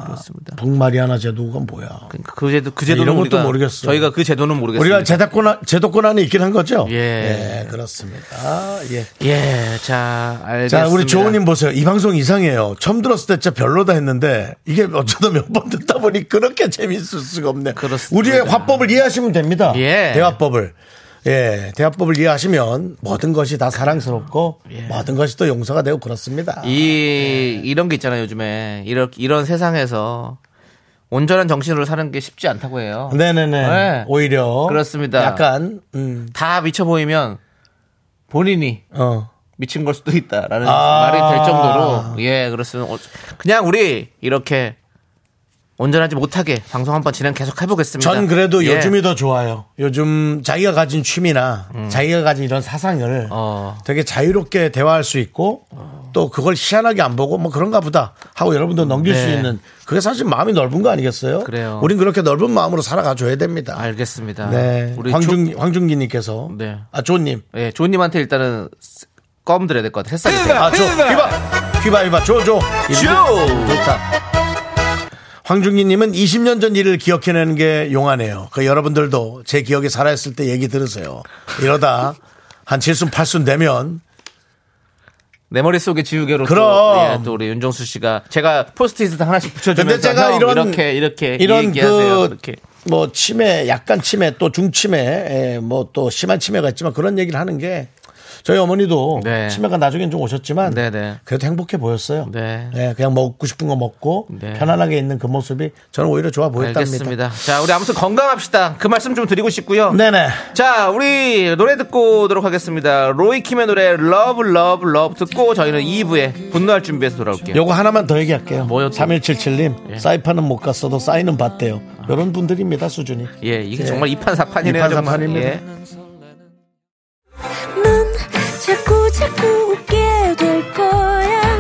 [SPEAKER 2] 그렇습니다.
[SPEAKER 1] 북마리아나 제도가 뭐야?
[SPEAKER 2] 그러니까 그 제도 그 제도는
[SPEAKER 1] 아. 네, 이런 것도
[SPEAKER 2] 우리가
[SPEAKER 1] 모르겠어요.
[SPEAKER 2] 저희가 그 제도는 모르겠습니다.
[SPEAKER 1] 우리가 제도권, 제도권 안에 있긴 한 거죠?
[SPEAKER 2] 예.
[SPEAKER 1] 그렇습니다. 아, 예.
[SPEAKER 2] 예, 자, 알겠습니다.
[SPEAKER 1] 자, 우리 조은님 보세요. 이 방송 이상해요. 처음 들었을 때 진짜 별로다 했는데 이게 어쩌다 몇 번 듣다 보니 그렇게 재밌을 수가 없네.
[SPEAKER 2] 그렇습니다.
[SPEAKER 1] 우리의 화법을 이해하시면 됩니다.
[SPEAKER 2] 예.
[SPEAKER 1] 대화법을. 예, 대화법을 이해하시면 모든 것이 다 사랑스럽고 모든 것이 또 용서가 되고 그렇습니다.
[SPEAKER 2] 예. 이
[SPEAKER 1] 네.
[SPEAKER 2] 이런 게 있잖아요, 요즘에. 이런 이런 세상에서 온전한 정신으로 사는 게 쉽지 않다고 해요.
[SPEAKER 1] 네네네.
[SPEAKER 2] 네.
[SPEAKER 1] 오히려
[SPEAKER 2] 그렇습니다.
[SPEAKER 1] 약간 음,
[SPEAKER 2] 다 미쳐 보이면 본인이
[SPEAKER 1] 어.
[SPEAKER 2] 미친 걸 수도 있다라는
[SPEAKER 1] 아.
[SPEAKER 2] 말이 될 정도로 예, 그렇습니다. 어, 그냥 우리 이렇게 온전하지 못하게 방송 한번 진행 계속 해보겠습니다.
[SPEAKER 1] 전 그래도
[SPEAKER 2] 예.
[SPEAKER 1] 요즘이 더 좋아요. 요즘 자기가 가진 취미나 자기가 가진 이런 사상을
[SPEAKER 2] 음. 어.
[SPEAKER 1] 되게 자유롭게 대화할 수 있고 또 그걸 희한하게 안 보고 뭐 그런가 보다 하고 여러분도 넘길
[SPEAKER 2] 네.
[SPEAKER 1] 수 있는 그게 사실 마음이 넓은 거 아니겠어요?
[SPEAKER 2] 그래요.
[SPEAKER 1] 우린 그렇게 넓은 마음으로 살아가 줘야 됩니다.
[SPEAKER 2] 알겠습니다.
[SPEAKER 1] 네.
[SPEAKER 2] 우리 조,
[SPEAKER 1] 황중 황준기 님께서
[SPEAKER 2] 네.
[SPEAKER 1] 아 조님.
[SPEAKER 2] 예, 조님한테 일단은 껌 드려야 될 것 같아요. 햇살이
[SPEAKER 1] 아, 조 휘바. 휘바 휘바 조조. 좋다. 황중기님은 20년 전 일을 기억해내는 게 용하네요. 그 여러분들도 제 기억이 살아있을 때 얘기 들으세요. 이러다 한 7순 8순 되면
[SPEAKER 2] 내 머릿속에 지우개로
[SPEAKER 1] 그럼.
[SPEAKER 2] 또, 예, 또 우리 윤정수 씨가 제가 포스트잇을 하나씩
[SPEAKER 1] 근데
[SPEAKER 2] 붙여주면서
[SPEAKER 1] 제가
[SPEAKER 2] 형,
[SPEAKER 1] 이런
[SPEAKER 2] 이렇게 이렇게
[SPEAKER 1] 이런
[SPEAKER 2] 얘기하세요.
[SPEAKER 1] 그-
[SPEAKER 2] 이렇게.
[SPEAKER 1] 뭐 치매 약간 치매 또 중치매 뭐 또 심한 치매가 있지만 그런 얘기를 하는 게 저희 어머니도
[SPEAKER 2] 네.
[SPEAKER 1] 치매가 나중엔 좀 오셨지만
[SPEAKER 2] 네네.
[SPEAKER 1] 그래도 행복해 보였어요.
[SPEAKER 2] 네.
[SPEAKER 1] 예, 그냥 먹고 싶은 거 먹고
[SPEAKER 2] 네.
[SPEAKER 1] 편안하게 있는 그 모습이 저는 오히려 좋아 보였답니다.
[SPEAKER 2] 알겠습니다. 자, 우리 아무튼 건강합시다. 그 말씀 좀 드리고 싶고요.
[SPEAKER 1] 네네.
[SPEAKER 2] 자, 우리 노래 듣고 오도록 하겠습니다. 로이킴의 노래 러브 러브 러브 듣고 저희는 2부에 분노할 준비해서 돌아올게요.
[SPEAKER 1] 요거 하나만 더 얘기할게요.
[SPEAKER 2] 뭐요, 또? 예.
[SPEAKER 1] 3177님 사이판은 못 갔어도 사인은 봤대요. 이런 분들입니다 수준이.
[SPEAKER 2] 예, 이게 정말 이판사판이네요.
[SPEAKER 1] 네. 이판사판입니다.
[SPEAKER 7] 넌 자꾸 자꾸 웃게 될 거야.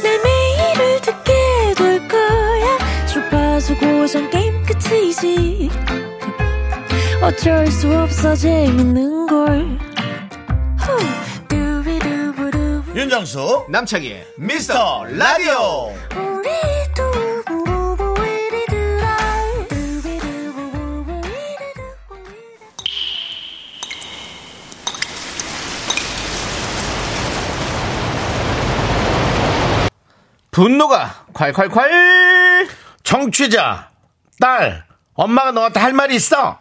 [SPEAKER 7] 넌내 매일을 듣게 될 거야. 주파수 고정 게임 끝이지. 어쩔 수 없어 재밌는 걸. 후. 두비두부두.
[SPEAKER 2] 예.
[SPEAKER 1] 윤정수
[SPEAKER 2] 남창희의
[SPEAKER 1] 미스터 라디오.
[SPEAKER 7] 우리 두부부부 우리 두라. 두비두부부부 우리 두부부.
[SPEAKER 2] 분노가 콸콸콸!
[SPEAKER 1] 정취자, 딸, 엄마가 너한테 할 말이 있어.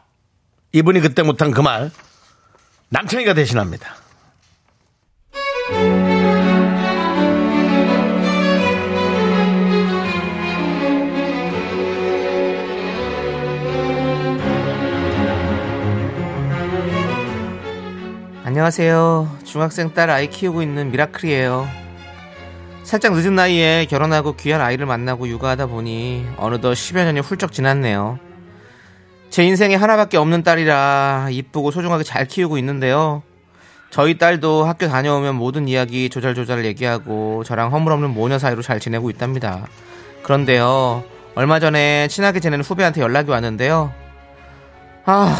[SPEAKER 1] 이분이 그때 못한 그 말, 남창이가 대신합니다.
[SPEAKER 2] 안녕하세요. 중학생 딸 아이 키우고 있는 미라클이에요. 살짝 늦은 나이에 결혼하고 귀한 아이를 만나고 육아하다 보니 어느덧 10여 년이 훌쩍 지났네요. 제 인생에 하나밖에 없는 딸이라 이쁘고 소중하게 잘 키우고 있는데요. 저희 딸도 학교 다녀오면 모든 이야기 조잘조잘 얘기하고 저랑 허물없는 모녀 사이로 잘 지내고 있답니다. 그런데요. 얼마 전에 친하게 지내는 후배한테 연락이 왔는데요. 아,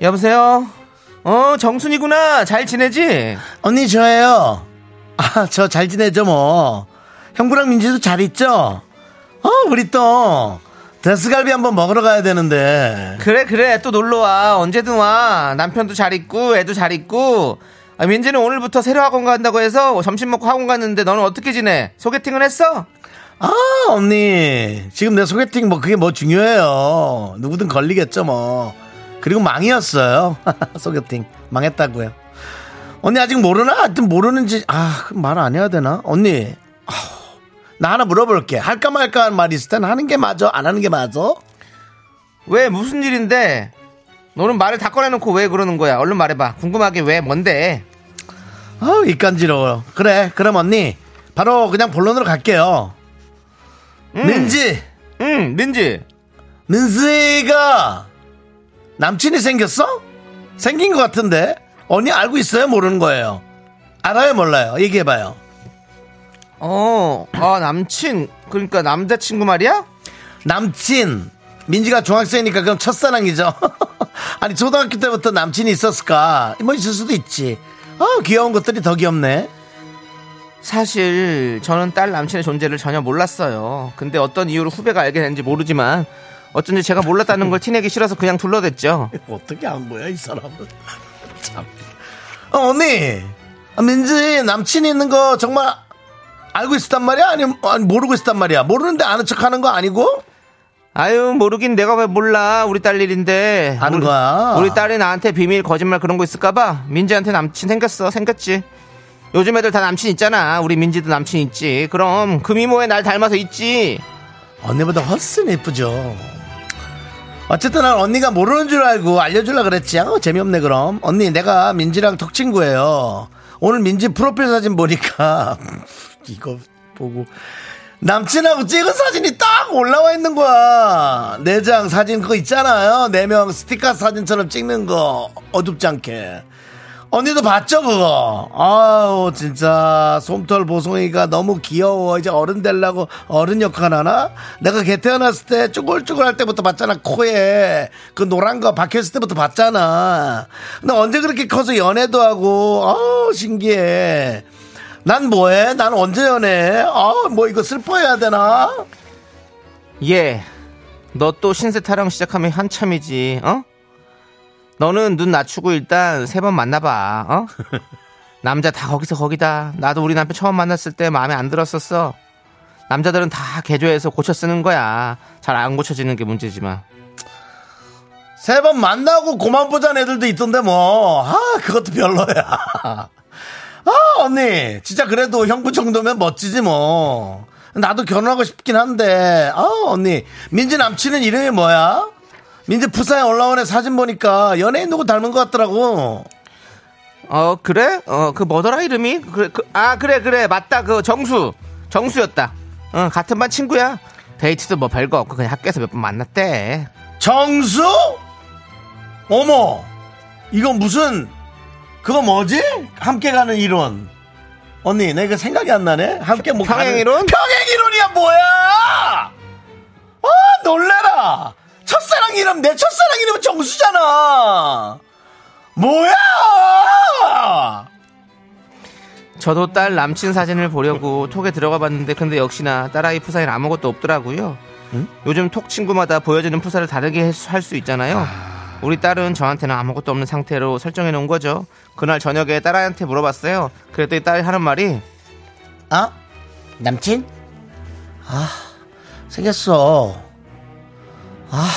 [SPEAKER 2] 여보세요? 어, 정순이구나. 잘 지내지?
[SPEAKER 1] 언니, 저예요. 아, 저 잘 지내죠, 뭐. 형부랑 민지도 잘 있죠? 어, 우리 또, 데스갈비 한번 먹으러 가야 되는데.
[SPEAKER 2] 그래, 그래. 또 놀러 와. 언제든 와. 남편도 잘 있고, 애도 잘 있고. 아, 민지는 오늘부터 새로 학원 간다고 해서 뭐 점심 먹고 학원 갔는데 너는 어떻게 지내? 소개팅은 했어?
[SPEAKER 1] 아, 언니. 지금 내 소개팅 뭐 그게 뭐 중요해요. 누구든 걸리겠죠, 뭐. 그리고 망이었어요. 소개팅. 망했다고요. 언니 아직 모르나? 하여튼 모르는지, 아, 말 안 해야 되나? 언니. 아우, 나 하나 물어볼게. 할까 말까 하는 말이 있을 땐 하는 게 맞아? 안 하는 게 맞아?
[SPEAKER 2] 왜, 무슨 일인데? 너는 말을 다 꺼내놓고 왜 그러는 거야? 얼른 말해봐. 궁금하게 왜, 뭔데?
[SPEAKER 1] 아우, 입간지러워요. 그래, 그럼 언니. 바로 그냥 본론으로 갈게요. 민지,
[SPEAKER 2] 응, 민지.
[SPEAKER 1] 민지가 남친이 생겼어? 생긴 것 같은데? 언니 알고 있어요? 모르는 거예요? 알아요? 몰라요? 얘기해봐요.
[SPEAKER 2] 어, 아, 남친. 그러니까 남자친구 말이야?
[SPEAKER 1] 남친. 민지가 중학생이니까 그럼 첫사랑이죠. 아니, 초등학교 때부터 남친이 있었을까? 뭐 있을 수도 있지. 아, 귀여운 것들이 더 귀엽네.
[SPEAKER 2] 사실 저는 딸 남친의 존재를 전혀 몰랐어요. 근데 어떤 이유로 후배가 알게 됐는지 모르지만 어쩐지 제가 몰랐다는 걸 티내기 싫어서 그냥 둘러댔죠.
[SPEAKER 1] 어떻게 한 거야, 이 사람은? 참. 어, 언니. 아, 민지, 남친이 있는 거 정말 알고 있었단 말이야? 아니, 아니, 모르고 있었단 말이야? 모르는데 아는 척 하는 거 아니고?
[SPEAKER 2] 아유 모르긴 내가 왜 몰라 우리 딸 일인데
[SPEAKER 1] 아는
[SPEAKER 2] 우리,
[SPEAKER 1] 거야.
[SPEAKER 2] 우리 딸이 나한테 비밀 거짓말 그런 거 있을까봐 민지한테 남친 생겼어 생겼지. 요즘 애들 다 남친 있잖아. 우리 민지도 남친 있지. 그럼 그 미모에 날 닮아서 있지.
[SPEAKER 1] 언니보다 훨씬 예쁘죠. 어쨌든 난 언니가 모르는 줄 알고 알려주려 그랬지. 어, 재미없네 그럼. 언니 내가 민지랑 톡 친구예요. 오늘 민지 프로필 사진 보니까 이거 보고 남친하고 찍은 사진이 딱 올라와 있는 거야. 네 장 사진 그거 있잖아요. 네 명 스티커 사진처럼 찍는 거 어둡지 않게. 언니도 봤죠 그거 아우 진짜 솜털 보송이가 너무 귀여워 이제 어른 되려고 어른 역할 하나 내가 개 태어났을 때 쭈글쭈글 할 때부터 봤잖아 코에 그 노란 거 박혔을 때부터 봤잖아 너 언제 그렇게 커서 연애도 하고 아우 신기해 난 뭐해 난 언제 연애해 아우 뭐 이거 슬퍼해야 되나
[SPEAKER 2] 예. 너 또 신세 타령 시작하면 한참이지. 어? 너는 눈 낮추고 일단 세 번 만나봐. 어? 남자 다 거기서 거기다. 나도 우리 남편 처음 만났을 때 마음에 안 들었었어. 남자들은 다 개조해서 고쳐 쓰는 거야. 잘 안 고쳐지는 게 문제지만.
[SPEAKER 1] 세 번 만나고 고만 보자는 애들도 있던데 뭐. 아, 그것도 별로야. 아, 언니. 진짜 그래도 형부 정도면 멋지지 뭐. 나도 결혼하고 싶긴 한데. 아, 언니. 민지 남친은 이름이 뭐야? 민지 부산에 올라온 애 사진 보니까 연예인 누구 닮은 것 같더라고.
[SPEAKER 2] 어 그래? 어 그 뭐더라 이름이? 그래 그, 아 그래 그래 맞다 그 정수 정수였다. 어 같은 반 친구야. 데이트도 뭐 별거 없고 그냥 학교에서 몇 번 만났대.
[SPEAKER 1] 정수? 어머. 이거 무슨 그거 뭐지? 함께 가는 이론. 언니, 내가 생각이 안 나네. 함께 뭐 가는-
[SPEAKER 2] 평행이론?
[SPEAKER 1] 평행이론이야 뭐야? 아 놀래라. 첫사랑 이름 내 첫사랑 이름은 정수잖아. 뭐야?
[SPEAKER 2] 저도 딸 남친 사진을 보려고 톡에 들어가 봤는데 근데 역시나 딸아이 프사엔 아무것도 없더라고요. 요즘 톡 친구마다 보여지는 프사를 다르게 할 수 있잖아요. 우리 딸은 저한테는 아무것도 없는 상태로 설정해 놓은 거죠. 그날 저녁에 딸한테 물어봤어요. 그랬더니 딸이 하는 말이
[SPEAKER 1] 아? 남친? 아, 생겼어. 아,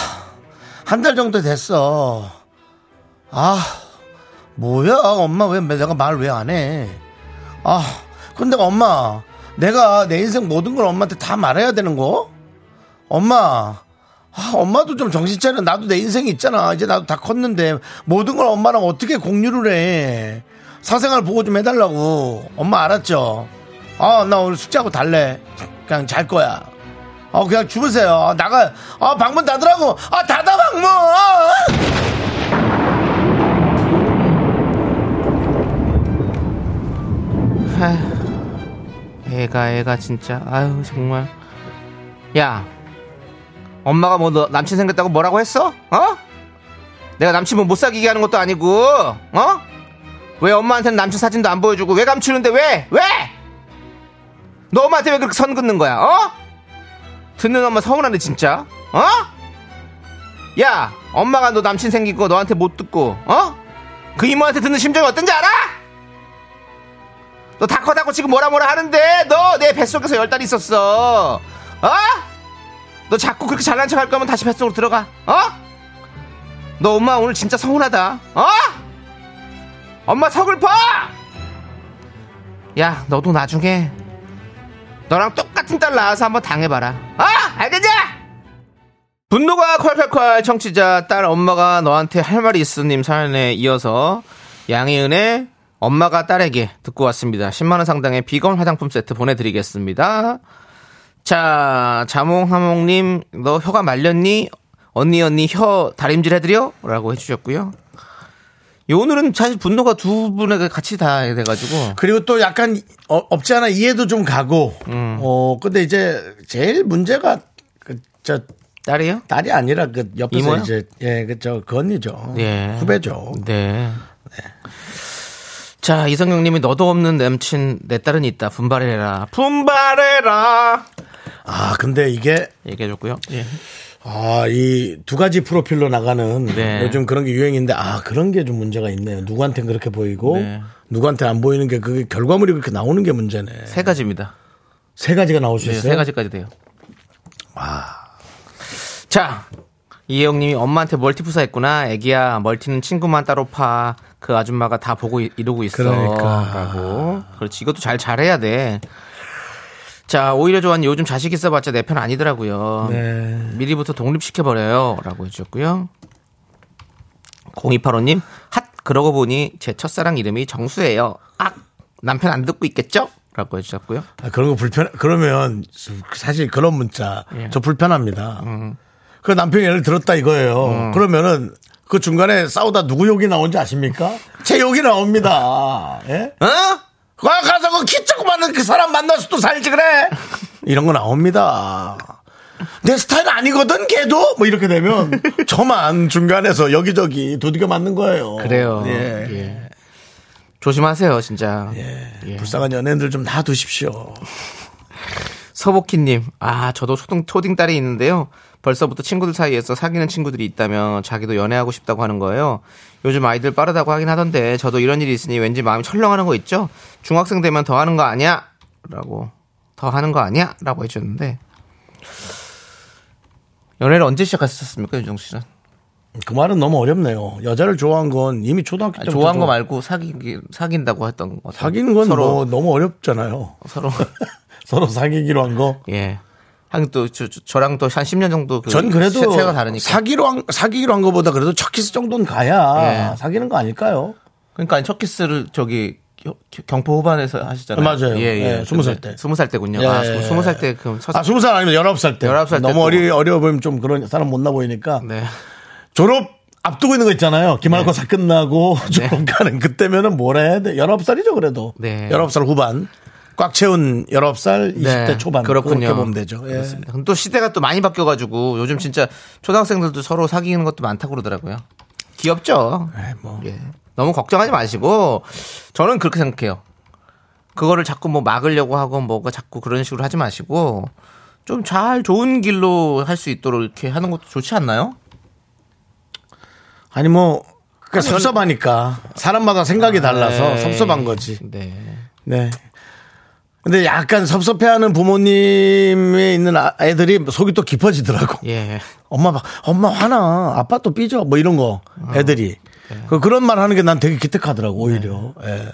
[SPEAKER 1] 한 달 정도 됐어. 아, 뭐야? 엄마 왜 내가 말 왜 안 해? 아, 근데 엄마, 내가 내 인생 모든 걸 엄마한테 다 말해야 되는 거? 엄마, 아, 엄마도 좀 정신 차려. 나도 내 인생이 있잖아. 이제 나도 다 컸는데 모든 걸 엄마랑 어떻게 공유를 해? 사생활 보고 좀 해달라고. 엄마 알았죠? 아, 나 오늘 숙제하고 달래. 그냥 잘 거야. 아, 그냥 주무세요. 아, 나가. 아, 방문 닫으라고. 아, 닫아 방문. 아!
[SPEAKER 2] 애가 애가 진짜 아유 정말 야 엄마가 뭐 너 남친 생겼다고 뭐라고 했어? 어? 내가 남친 뭐 못 사귀게 하는 것도 아니고 어? 왜 엄마한테는 남친 사진도 안 보여주고 왜 감추는데 왜? 왜? 너 엄마한테 왜 그렇게 선 긋는 거야? 어? 듣는 엄마 서운하네 진짜 어? 야 엄마가 너 남친 생긴 거 너한테 못 듣고 어? 그 이모한테 듣는 심정이 어떤지 알아? 너 다 커다고 지금 뭐라 뭐라 하는데 너 내 뱃속에서 열 달 있었어 어? 너 자꾸 그렇게 잘난 척 할 거면 다시 뱃속으로 들어가 어? 너 엄마 오늘 진짜 서운하다 어? 엄마 서글퍼 야 너도 나중에 너랑 똑같은 딸 낳아서 한번 당해봐라 어? 알겠냐? 분노가 콸콸콸 청취자 딸 엄마가 너한테 할 말이 있으님 사연에 이어서 양희은의 엄마가 딸에게 듣고 왔습니다. 10만원 상당의 비건 화장품 세트 보내드리겠습니다. 자, 자몽하몽님, 너 혀가 말렸니? 언니, 언니, 혀 다림질 해드려? 라고 해주셨고요. 이 오늘은 사실 분노가 두 분에게 같이 다 돼가지고.
[SPEAKER 1] 그리고 또 약간 어, 없지 않아 이해도 좀 가고.
[SPEAKER 2] 음.
[SPEAKER 1] 어, 근데 이제 제일 문제가 그, 저
[SPEAKER 2] 딸이요?
[SPEAKER 1] 딸이 아니라 그 옆에서
[SPEAKER 2] 이모요?
[SPEAKER 1] 이제 예, 그저 그 언니죠.
[SPEAKER 2] 예.
[SPEAKER 1] 후배죠.
[SPEAKER 2] 네. 자, 이성경님이 너도 없는 남친, 내 딸은 있다. 분발해라. 분발해라.
[SPEAKER 1] 아, 근데 이게
[SPEAKER 2] 얘기해줬고요. 예.
[SPEAKER 1] 아, 이 두 가지 프로필로 나가는
[SPEAKER 2] 네.
[SPEAKER 1] 요즘 그런 게 유행인데 아, 그런 게 좀 문제가 있네요. 누구한테 그렇게 보이고
[SPEAKER 2] 네.
[SPEAKER 1] 누구한테 안 보이는 게 그게 결과물이 그렇게 나오는 게 문제네.
[SPEAKER 2] 세 가지입니다.
[SPEAKER 1] 세 가지가 나올 수
[SPEAKER 2] 네,
[SPEAKER 1] 있어요.
[SPEAKER 2] 세 가지까지 돼요. 자, 이혜영님이 엄마한테 멀티 푸사했구나. 애기야, 멀티는 친구만 따로 파. 그 아줌마가 다 보고 이- 이러고 있어.
[SPEAKER 1] 그러니까.
[SPEAKER 2] 라고. 그렇지. 이것도 잘 잘해야 돼. 자, 오히려 좋아하는 요즘 자식 있어봤자 내 편 아니더라고요.
[SPEAKER 1] 네.
[SPEAKER 2] 미리부터 독립시켜버려요. 라고 해주셨고요. 0285님, 핫! 그러고 보니 제 첫사랑 이름이 정수예요. 악! 남편 안 듣고 있겠죠? 라고 해주셨고요.
[SPEAKER 1] 아, 그런 거 불편, 그러면 사실 그런 문자,
[SPEAKER 2] 예.
[SPEAKER 1] 저 불편합니다.
[SPEAKER 2] 음.
[SPEAKER 1] 그 남편이 예를 들었다 이거예요. 그러면은 그 중간에 싸우다 누구 욕이 나온지 아십니까? 제 욕이 나옵니다. 예?
[SPEAKER 2] 어?
[SPEAKER 1] 와, 가서 그키 조그마한 그 사람 만나서 또 살지 그래? 이런 거 나옵니다. 내 스타일 아니거든, 걔도? 뭐 이렇게 되면 저만 중간에서 여기저기 도둑에 맞는 거예요.
[SPEAKER 2] 그래요.
[SPEAKER 1] 예.
[SPEAKER 2] 예. 조심하세요, 진짜.
[SPEAKER 1] 불쌍한 연예인들 좀 놔두십시오.
[SPEAKER 2] 서복희님, 아, 저도 초등, 초딩 딸이 있는데요. 벌써부터 친구들 사이에서 사귀는 친구들이 있다며 자기도 연애하고 싶다고 하는 거예요. 요즘 아이들 빠르다고 하긴 하던데 저도 이런 일이 있으니 왠지 마음이 철렁하는 거 있죠? 중학생 되면 더 하는 거 아니야? 라고. 더 하는 거 아니야? 라고 해주셨는데. 연애를 언제 시작하셨습니까, 윤정수 씨는?
[SPEAKER 1] 그 말은 너무 어렵네요. 여자를 좋아한 건 이미 초등학교
[SPEAKER 2] 아니,
[SPEAKER 1] 때부터
[SPEAKER 2] 좋아한 거
[SPEAKER 1] 좋아-
[SPEAKER 2] 말고 사귀, 사귄다고 했던 거.
[SPEAKER 1] 사귀는 건
[SPEAKER 2] 서로,
[SPEAKER 1] 뭐 너무 어렵잖아요.
[SPEAKER 2] 서로.
[SPEAKER 1] 서로 사귀기로 한 거.
[SPEAKER 2] 예. 하긴 또 저, 랑 또 한 10년 정도 그
[SPEAKER 1] 전
[SPEAKER 2] 세-
[SPEAKER 1] 그래도
[SPEAKER 2] 세가 다르니까.
[SPEAKER 1] 사귀기로 한, 사귀기로 한 거보다 그래도 첫 키스 정도는 가야
[SPEAKER 2] 예.
[SPEAKER 1] 사귀는 거 아닐까요?
[SPEAKER 2] 그러니까 첫 키스를 저기 겨- 경포 후반에서 하시잖아요.
[SPEAKER 1] 맞아요. 예, 스무 살
[SPEAKER 2] 근데
[SPEAKER 1] 때.
[SPEAKER 2] 스무 살 때군요. 아,
[SPEAKER 1] 예.
[SPEAKER 2] 스무 살 때 그럼 첫
[SPEAKER 1] 아, 스무 살 아니면 열아홉 살 때.
[SPEAKER 2] 19살 때
[SPEAKER 1] 너무
[SPEAKER 2] 또.
[SPEAKER 1] 어리, 어려 보이면 좀 그런 사람 못나 보이니까.
[SPEAKER 2] 네.
[SPEAKER 1] 졸업 앞두고 있는 거 있잖아요. 기말고사 끝나고 졸업 가는 그때면은 뭐라 해야 돼? 열아홉 살이죠, 그래도.
[SPEAKER 2] 네.
[SPEAKER 1] 열아홉 살 후반. 꽉 채운 열아홉 살, 이십
[SPEAKER 2] 네.
[SPEAKER 1] 대 초반.
[SPEAKER 2] 그렇군요.
[SPEAKER 1] 그렇게 보면 되죠. 예.
[SPEAKER 2] 그렇습니다. 근데 또 시대가 또 많이 바뀌어 가지고 요즘 진짜 초등학생들도 서로 사귀는 것도 많다고 그러더라고요. 귀엽죠?
[SPEAKER 1] 네, 뭐.
[SPEAKER 2] 예. 너무 걱정하지 마시고 저는 그렇게 생각해요. 그거를 자꾸 뭐 막으려고 하고 뭐가 자꾸 그런 식으로 하지 마시고 좀 잘 좋은 길로 할 수 있도록 이렇게 하는 것도 좋지 않나요?
[SPEAKER 1] 아니 뭐 그러니까 섭섭하니까 사람마다 생각이 달라서 섭섭한 거지.
[SPEAKER 2] 네.
[SPEAKER 1] 네. 근데 약간 섭섭해하는 부모님에 있는 아- 애들이 속이 또 깊어지더라고.
[SPEAKER 2] 예.
[SPEAKER 1] 엄마 막 엄마 화나 아빠 또 삐져 뭐 이런 거 애들이 그 그런 말 하는 게 난 되게 기특하더라고 오히려. 예.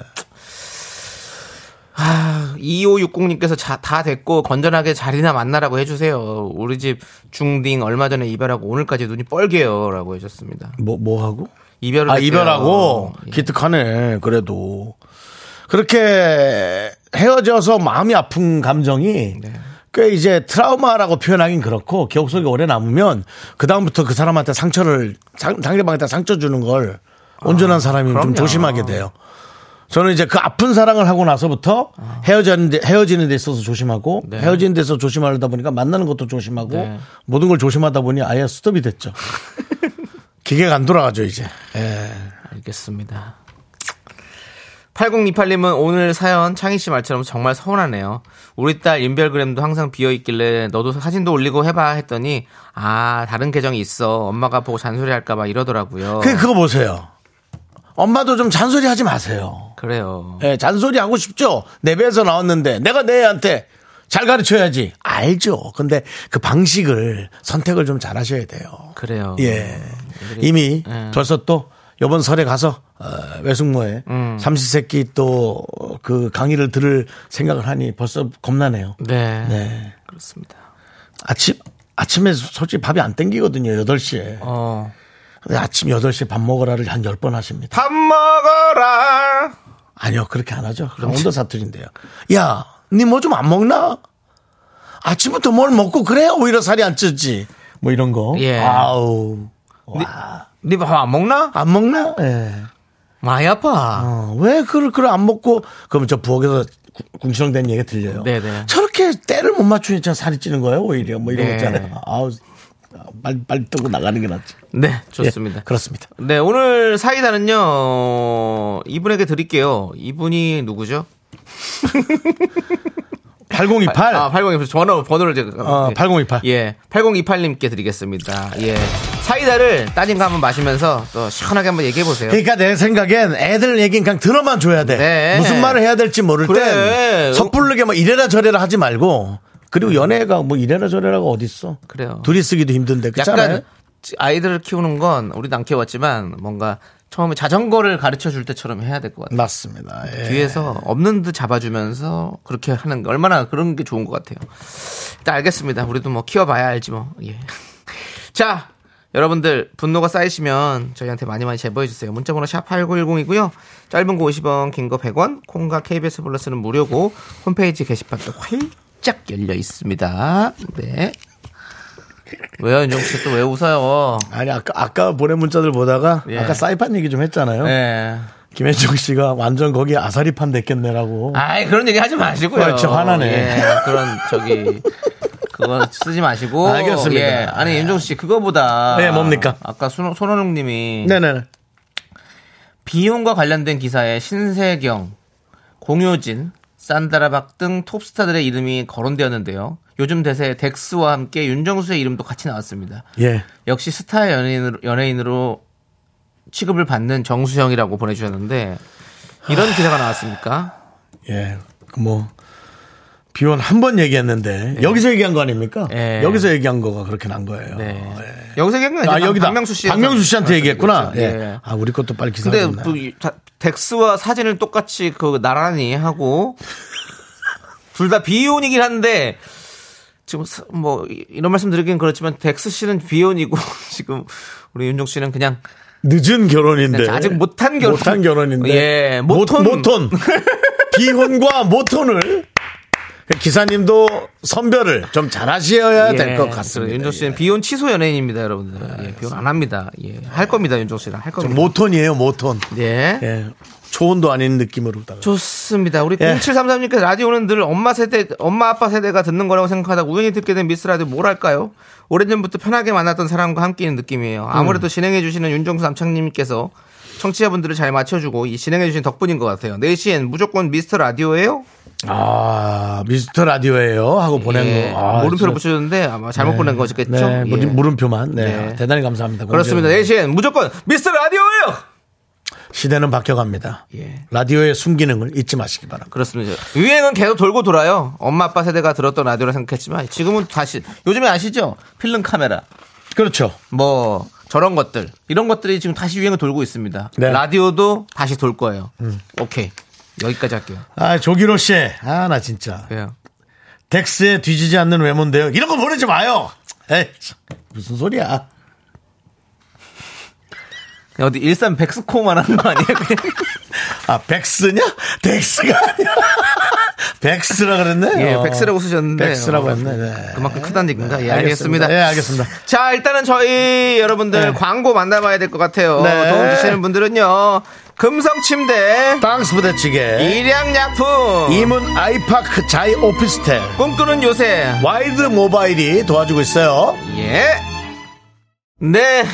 [SPEAKER 2] 2560님께서 자, 다 됐고 건전하게 자리나 만나라고 해주세요. 우리 집 중딩 얼마 전에 이별하고 오늘까지 눈이 뻘개요라고 해주셨습니다.
[SPEAKER 1] 뭐, 뭐 하고?
[SPEAKER 2] 이별을
[SPEAKER 1] 아,
[SPEAKER 2] 했대요.
[SPEAKER 1] 이별하고?
[SPEAKER 2] 예.
[SPEAKER 1] 기특하네, 그래도. 그렇게 헤어져서 마음이 아픈 감정이
[SPEAKER 2] 네.
[SPEAKER 1] 꽤 이제 트라우마라고 표현하긴 그렇고 기억 속에 오래 남으면 그다음부터 그 사람한테 상처를, 상, 상대방한테 상처 주는 걸 온전한 사람이 좀
[SPEAKER 2] 아, 그럼요.
[SPEAKER 1] 조심하게 돼요. 저는 이제 그 아픈 사랑을 하고 나서부터 헤어지는데 헤어지는 데 있어서 조심하고
[SPEAKER 2] 아. 네.
[SPEAKER 1] 헤어지는 데서 조심하다 보니까 만나는 것도 조심하고
[SPEAKER 2] 네.
[SPEAKER 1] 모든 걸 조심하다 보니 아예 수톱이 됐죠. 기계가 안 돌아가죠 이제.
[SPEAKER 2] 알겠습니다. 8028님은 오늘 사연 창희 씨 말처럼 정말 서운하네요. 우리 딸 인별그램도 항상 비어 있길래 너도 사진도 올리고 해봐 했더니 아 다른 계정이 있어 엄마가 보고 잔소리할까봐 이러더라고요.
[SPEAKER 1] 그 그거 보세요. 엄마도 좀 잔소리 하지 마세요.
[SPEAKER 2] 그래요.
[SPEAKER 1] 예, 잔소리 하고 싶죠. 내 배에서 나왔는데 내가 내 애한테 잘 가르쳐야지. 알죠. 근데 그 방식을 선택을 좀 잘 하셔야 돼요.
[SPEAKER 2] 그래요.
[SPEAKER 1] 예. 이미
[SPEAKER 2] 예.
[SPEAKER 1] 벌써 또 요번 설에 가서 어, 외숙모의
[SPEAKER 2] 음.
[SPEAKER 1] 삼시세끼 또 그 강의를 들을 생각을 하니 벌써 겁나네요.
[SPEAKER 2] 네.
[SPEAKER 1] 네.
[SPEAKER 2] 그렇습니다.
[SPEAKER 1] 아침 아침에 솔직히 밥이 안 땡기거든요. 8시에.
[SPEAKER 2] 어.
[SPEAKER 1] 근데 아침 8시에 밥 먹으라를 한 10번 하십니다.
[SPEAKER 2] 밥 먹어라.
[SPEAKER 1] 아니요, 그렇게 안 하죠. 강원도 사투리인데요. 야, 니 뭐 좀 안 먹나? 아침부터 뭘 먹고 그래야 오히려 살이 안 찌지. 뭐 이런 거.
[SPEAKER 2] 예.
[SPEAKER 1] 아우. 와.
[SPEAKER 2] 네밥 안 먹나?
[SPEAKER 1] 안 먹나? 예.
[SPEAKER 2] 많이 아파.
[SPEAKER 1] 어, 왜 그걸, 그걸 안 먹고, 그러면 저 부엌에서 구- 궁시렁대는 얘기가 들려요.
[SPEAKER 2] 네네.
[SPEAKER 1] 저렇게 때를 못 맞추니까 살이 찌는 거예요, 오히려. 뭐 이런
[SPEAKER 2] 네.
[SPEAKER 1] 거 있잖아요. 아우, 빨리, 빨리 뜨고 나가는 게 낫지.
[SPEAKER 2] 네, 좋습니다.
[SPEAKER 1] 예, 그렇습니다.
[SPEAKER 2] 네, 오늘 사이다는요, 어, 이분에게 드릴게요. 이분이 누구죠?
[SPEAKER 1] 8028.
[SPEAKER 2] 아, 8028. 전화, 번호를 제가.
[SPEAKER 1] 어,
[SPEAKER 2] 예.
[SPEAKER 1] 8028.
[SPEAKER 2] 예, 8028님께 드리겠습니다. 예. 사이다를 따님과 한번 마시면서 또 시원하게 한번 얘기해보세요.
[SPEAKER 1] 그러니까 내 생각엔 애들 얘기는 그냥 들어만 줘야 돼.
[SPEAKER 2] 네.
[SPEAKER 1] 무슨 말을 해야 될지 모를
[SPEAKER 2] 그래.
[SPEAKER 1] 땐 섣부르게 막 이래라 저래라 하지 말고 그리고 연애가 뭐 이래라 저래라가 어딨어.
[SPEAKER 2] 그래요.
[SPEAKER 1] 둘이 쓰기도 힘든데. 그렇지 않아요?
[SPEAKER 2] 약간 아이들을 키우는 건 우리도 안 키워봤지만 뭔가 처음에 자전거를 가르쳐 줄 때처럼 해야 될 것 같아요.
[SPEAKER 1] 맞습니다. 예.
[SPEAKER 2] 뒤에서 없는 듯 잡아주면서 그렇게 하는 게 얼마나 그런 게 좋은 것 같아요. 일단 알겠습니다. 우리도 뭐 키워봐야 알지 뭐. 예. 자, 여러분들 분노가 쌓이시면 저희한테 많이 많이 제보해 주세요. 문자번호 샵 #8910이고요. 짧은 거 50원, 긴 거 100원, 콩과 KBS 플러스는 무료고 홈페이지 게시판도 활짝 열려 있습니다. 네. 왜요, 윤정 씨? 또 왜 웃어요?
[SPEAKER 1] 아니 아까 아까 보낸 문자들 보다가
[SPEAKER 2] 예.
[SPEAKER 1] 아까 사이판 얘기 좀 했잖아요.
[SPEAKER 2] 예.
[SPEAKER 1] 김혜정 씨가 완전 거기 아사리판 됐겠네라고.
[SPEAKER 2] 아이 그런 얘기 하지 마시고요.
[SPEAKER 1] 아, 저 화나네.
[SPEAKER 2] 예, 그런 저기 그거 쓰지 마시고.
[SPEAKER 1] 알겠습니다.
[SPEAKER 2] 예, 아니 윤종 씨 그거보다.
[SPEAKER 1] 네, 뭡니까?
[SPEAKER 2] 아까 손, 손원웅님이
[SPEAKER 1] 네네.
[SPEAKER 2] 비용과 관련된 기사에 신세경, 공효진, 산다라박 등 톱스타들의 이름이 거론되었는데요. 요즘 대세 덱스와 함께 윤정수의 이름도 같이 나왔습니다.
[SPEAKER 1] 예.
[SPEAKER 2] 역시 스타 연예인으로, 연예인으로 취급을 받는 정수영이라고 보내주셨는데 이런 기사가 나왔습니까?
[SPEAKER 1] 예. 그뭐 비원 한 번 얘기했는데 여기서 얘기한 거 아닙니까?
[SPEAKER 2] 예.
[SPEAKER 1] 여기서 얘기한 거가 그렇게 난 거예요.
[SPEAKER 2] 네.
[SPEAKER 1] 예.
[SPEAKER 2] 여기서 얘기는
[SPEAKER 1] 아, 여기다.
[SPEAKER 2] 박명수 씨.
[SPEAKER 1] 박명수 씨한테 얘기했구나.
[SPEAKER 2] 예.
[SPEAKER 1] 예. 아, 우리 것도 빨리 기사
[SPEAKER 2] 근데
[SPEAKER 1] 좀 나.
[SPEAKER 2] 그 이- 다- 덱스와 사진을 똑같이 그 나란히 하고 둘 다 비혼이긴 한데 지금 사- 뭐 이- 이런 말씀 드리긴 그렇지만 덱스 씨는 비혼이고 지금 우리 윤종 씨는 그냥
[SPEAKER 1] 늦은 결혼인데.
[SPEAKER 2] 그렇죠. 아직 못한 결혼.
[SPEAKER 1] 못한 결혼인데.
[SPEAKER 2] 예,
[SPEAKER 1] 모-
[SPEAKER 2] 모톤.
[SPEAKER 1] 모톤. 비혼과 모톤을 기사님도 선별을 좀 잘하셔야 될 것 같습니다. 예. 아,
[SPEAKER 2] 예, 윤종 씨는 비혼 취소 연예인입니다, 여러분들. 예, 비혼 안 합니다. 예, 할 겁니다, 윤종 씨랑 할
[SPEAKER 1] 예.
[SPEAKER 2] 겁니다.
[SPEAKER 1] 모톤이에요, 모톤.
[SPEAKER 2] 예.
[SPEAKER 1] 예. 초혼도 아닌 느낌으로다가.
[SPEAKER 2] 좋습니다. 우리
[SPEAKER 1] 예.
[SPEAKER 2] 0733님께서 라디오는 늘 엄마 세대, 엄마 아빠 세대가 듣는 거라고 생각하다 우연히 듣게 된 미스 라디오 뭐랄까요?
[SPEAKER 1] 음.
[SPEAKER 2] 오래전부터 편하게 만났던 사람과 함께 있는 느낌이에요. 아무래도 진행해주시는 윤정수 남창님께서 청취자분들을 잘 맞춰주고 이 진행해주신 덕분인 것 같아요. 4시엔 무조건 미스터 라디오예요
[SPEAKER 1] 아, 미스터 라디오예요. 하고 보낸
[SPEAKER 2] 예,
[SPEAKER 1] 거. 아, 진짜.
[SPEAKER 2] 물음표를 붙여줬는데 아마 잘못
[SPEAKER 1] 네.
[SPEAKER 2] 보낸 거겠죠?
[SPEAKER 1] 네,
[SPEAKER 2] 예.
[SPEAKER 1] 물- 물음표만. 네.
[SPEAKER 2] 네.
[SPEAKER 1] 아, 대단히 감사합니다.
[SPEAKER 2] 그렇습니다. 예,
[SPEAKER 1] 공지해
[SPEAKER 2] 4시엔 무조건 미스터 라디오예요
[SPEAKER 1] 주셔서. 시대는 바뀌어갑니다.
[SPEAKER 2] 예.
[SPEAKER 1] 라디오의 숨기능을 잊지 마시기 바랍니다.
[SPEAKER 2] 그렇습니다. 유행은 계속 돌고 돌아요. 엄마 아빠 세대가 들었던 라디오라 생각했지만 지금은 다시 요즘에 아시죠? 필름 카메라
[SPEAKER 1] 그렇죠.
[SPEAKER 2] 뭐 저런 것들 이런 것들이 지금 다시 유행을 돌고 있습니다.
[SPEAKER 1] 네. 음.
[SPEAKER 2] 라디오도 다시 돌 거예요. 오케이 여기까지 할게요.
[SPEAKER 1] 아, 조기로 씨. 아, 나 진짜.
[SPEAKER 2] 그래요.
[SPEAKER 1] 덱스에 뒤지지 않는 외모인데요. 이런 거 보내지 마요. 에이, 참, 무슨 소리야.
[SPEAKER 2] 그냥 어디 일산 백스코만 하는 거 아니에요? 그냥?
[SPEAKER 1] 아, 백스냐? 덱스가 아니야. 백스라 그랬네.
[SPEAKER 2] 예,
[SPEAKER 1] 어,
[SPEAKER 2] 백스라고 쓰셨는데
[SPEAKER 1] 백스라고
[SPEAKER 2] 어,
[SPEAKER 1] 했네. 네.
[SPEAKER 2] 그만큼 크다는 얘기인가? 예, 알겠습니다.
[SPEAKER 1] 예, 알겠습니다.
[SPEAKER 2] 자, 일단은 저희 여러분들
[SPEAKER 1] 네.
[SPEAKER 2] 광고 만나봐야 될 것 같아요.
[SPEAKER 1] 네.
[SPEAKER 2] 도움 주시는 분들은요. 금성 침대,
[SPEAKER 1] 땅스 부대찌개.
[SPEAKER 2] 예. 일양약품,
[SPEAKER 1] 이문 아이파크 자이 오피스텔.
[SPEAKER 2] 꿈꾸는 요새,
[SPEAKER 1] 와이드 모바일이 도와주고 있어요.
[SPEAKER 2] 예. 네.